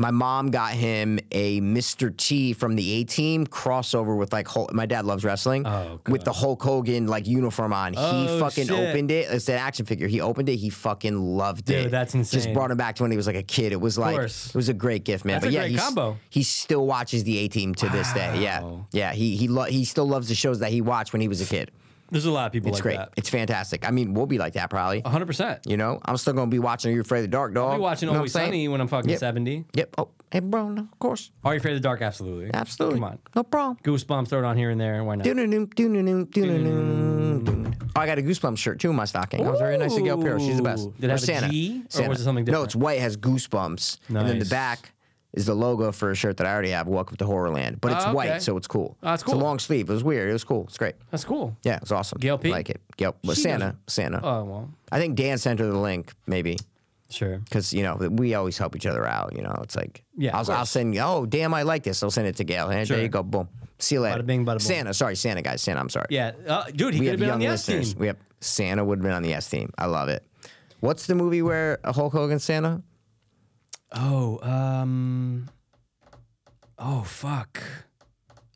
my mom got him a Mr. T from the A Team crossover with like Hulk. My dad loves wrestling. Oh, with the Hulk Hogan like uniform on. Oh, he fucking shit. opened it. It's an action figure. He opened it. He fucking loved Dude, it. that's Just insane. brought him back to when he was like a kid. It was like course. it was a great gift, man. That's but a yeah, great he's- combo. he still watches the A Team to this day. Yeah, Wow. yeah. He he lo- he still loves the shows that he watched when he was a kid. There's a lot of people It's like great. that. It's fantastic. I mean, we'll be like that probably. 100%. You know, I'm still gonna be watching Are You Afraid of the Dark, dog. I'll be watching You know Always what I'm saying? Sunny when I'm fucking Yep. 70. Yep. Oh, hey, bro. No, of course. Are you afraid of the dark? Absolutely. Absolutely. Come on. No problem. Goosebumps, throw it on here and there. Why not? Doo-doo-doo, doo-doo-doo, doo-doo-doo, doo-doo. Oh, I got a goosebumps shirt too in my stocking. That was very nice to Gail Pierce. She's the best. Ooh. Did it Or have a G, or was it something No, different? it's white. Has goosebumps, and then the Nice. back is the logo for a shirt that I already have. Welcome to Horrorland, but it's Oh, okay. white, so it's cool. Oh, that's It's cool. a long sleeve. It was weird. It was cool. It's great. That's cool. Yeah, it was awesome. Gail P? like it. Gail, well, She Santa, doesn't- Santa. Oh well, I think Dan sent her the link, maybe sure. because you know we always help each other out. You know, it's like Yeah, I'll, of I'll course. send you. Oh, damn, I like this. I'll send it to Gail. And Sure. there you go. Boom. See you later. Bada bing, bada boom. Santa, sorry, Santa guys, Santa. I'm sorry. Yeah, uh, dude, he we have could have been on young the S team. listeners. We have Santa would have been on the S team. I love it. What's the movie where a Hulk Hogan Santa? Oh, um, oh fuck.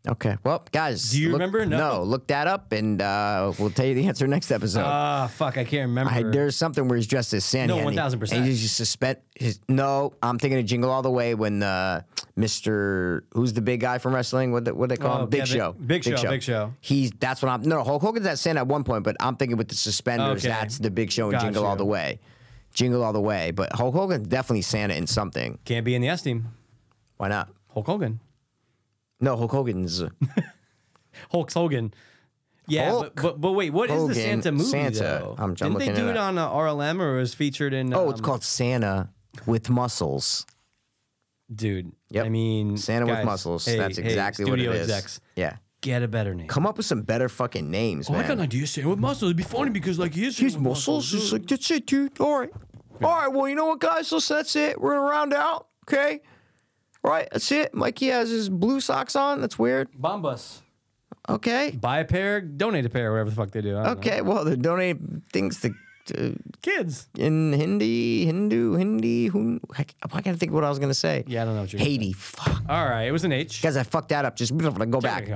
Okay. Well, guys, Do you remember? No. No. look that up, and uh, we'll tell you the answer next episode. Ah, fuck, I can't remember. I, there's something where he's dressed as Santa. No, and he- 1000%. And he's just suspend his. No, I'm thinking of Jingle All the Way when uh, Mr. Who's the big guy from wrestling? What they- what they call Oh, him? Big, yeah, Big- Show. Big Show, Big Show. He's that's what I'm. No, Hulk Hogan's that Santa at one point, but I'm thinking with the suspenders. Okay. That's the Big Show and Got Jingle you. All the Way. Jingle All the Way, but Hulk Hogan's definitely Santa in something. can't be in the S team. Why not? Hulk Hogan. No, Hulk Hogan's oh, Hulk Hogan. Yeah, Hulk but, but but wait, what is Hogan, the Santa movie Santa. though? I'm- I'm Didn't they looking do it it up. on uh, RLM or it was featured in? Oh, it's um, called Santa with muscles. dude. Yep. I mean, Santa with guys, muscles. hey, That's hey, exactly what it studio is. Execs, Yeah. get a better name. Come up with some better fucking names, Oh, I man. got an idea. Santa with muscles. It'd be funny because like he is. Santa His with muscles. He's dude. like, that's it, dude. All right. All right. Well, you know what, guys? Listen, that's it. We're gonna round out. Okay. All right. That's it. Mikey has his blue socks on. That's weird. Bombus. Okay. Buy a pair, donate a pair, whatever the fuck they do. I don't know. Okay. Well, they're donating things to. to Kids. in Hindi, Hindu, Hindi, Hun. I, I gotta think of what I was gonna say. Yeah, I don't know what you're. Haiti, fuck. All right, it was an H. Guys, I fucked that up. Just go back.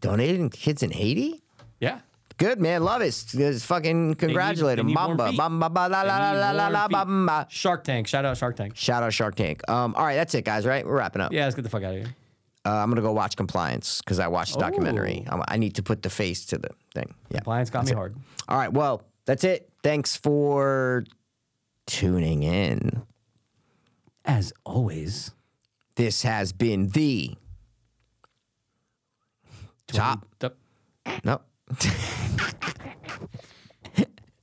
Donating to kids in Haiti? Yeah. Good man, love it. Just fucking congratulate they him. need more Bamba, feet. bamba, ba, la, They la, need la, la, more la, feet. bamba. Shark Tank. Shout out Shark Tank. Shout out Shark Tank. Um, all right, that's it, guys. Right, we're wrapping up. Yeah, let's get the fuck out of here. Uh, I'm gonna go watch Compliance because I watched the documentary. Oh. I, I need to put the face to the thing. Yeah. Compliance got me hard. All right. Well, that's it. Thanks for tuning in. As always. This has been the top. Dup. No,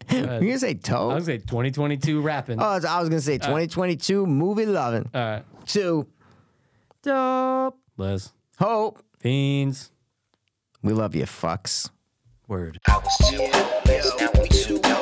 Uh, you gonna say I toe? was gonna Uh, say 2022 rapping. Oh, I was gonna say 2022 movie loving All right. two. Dope. Les. Hope. Fiends. We love you, fucks. Word. I was too hopeless, now we too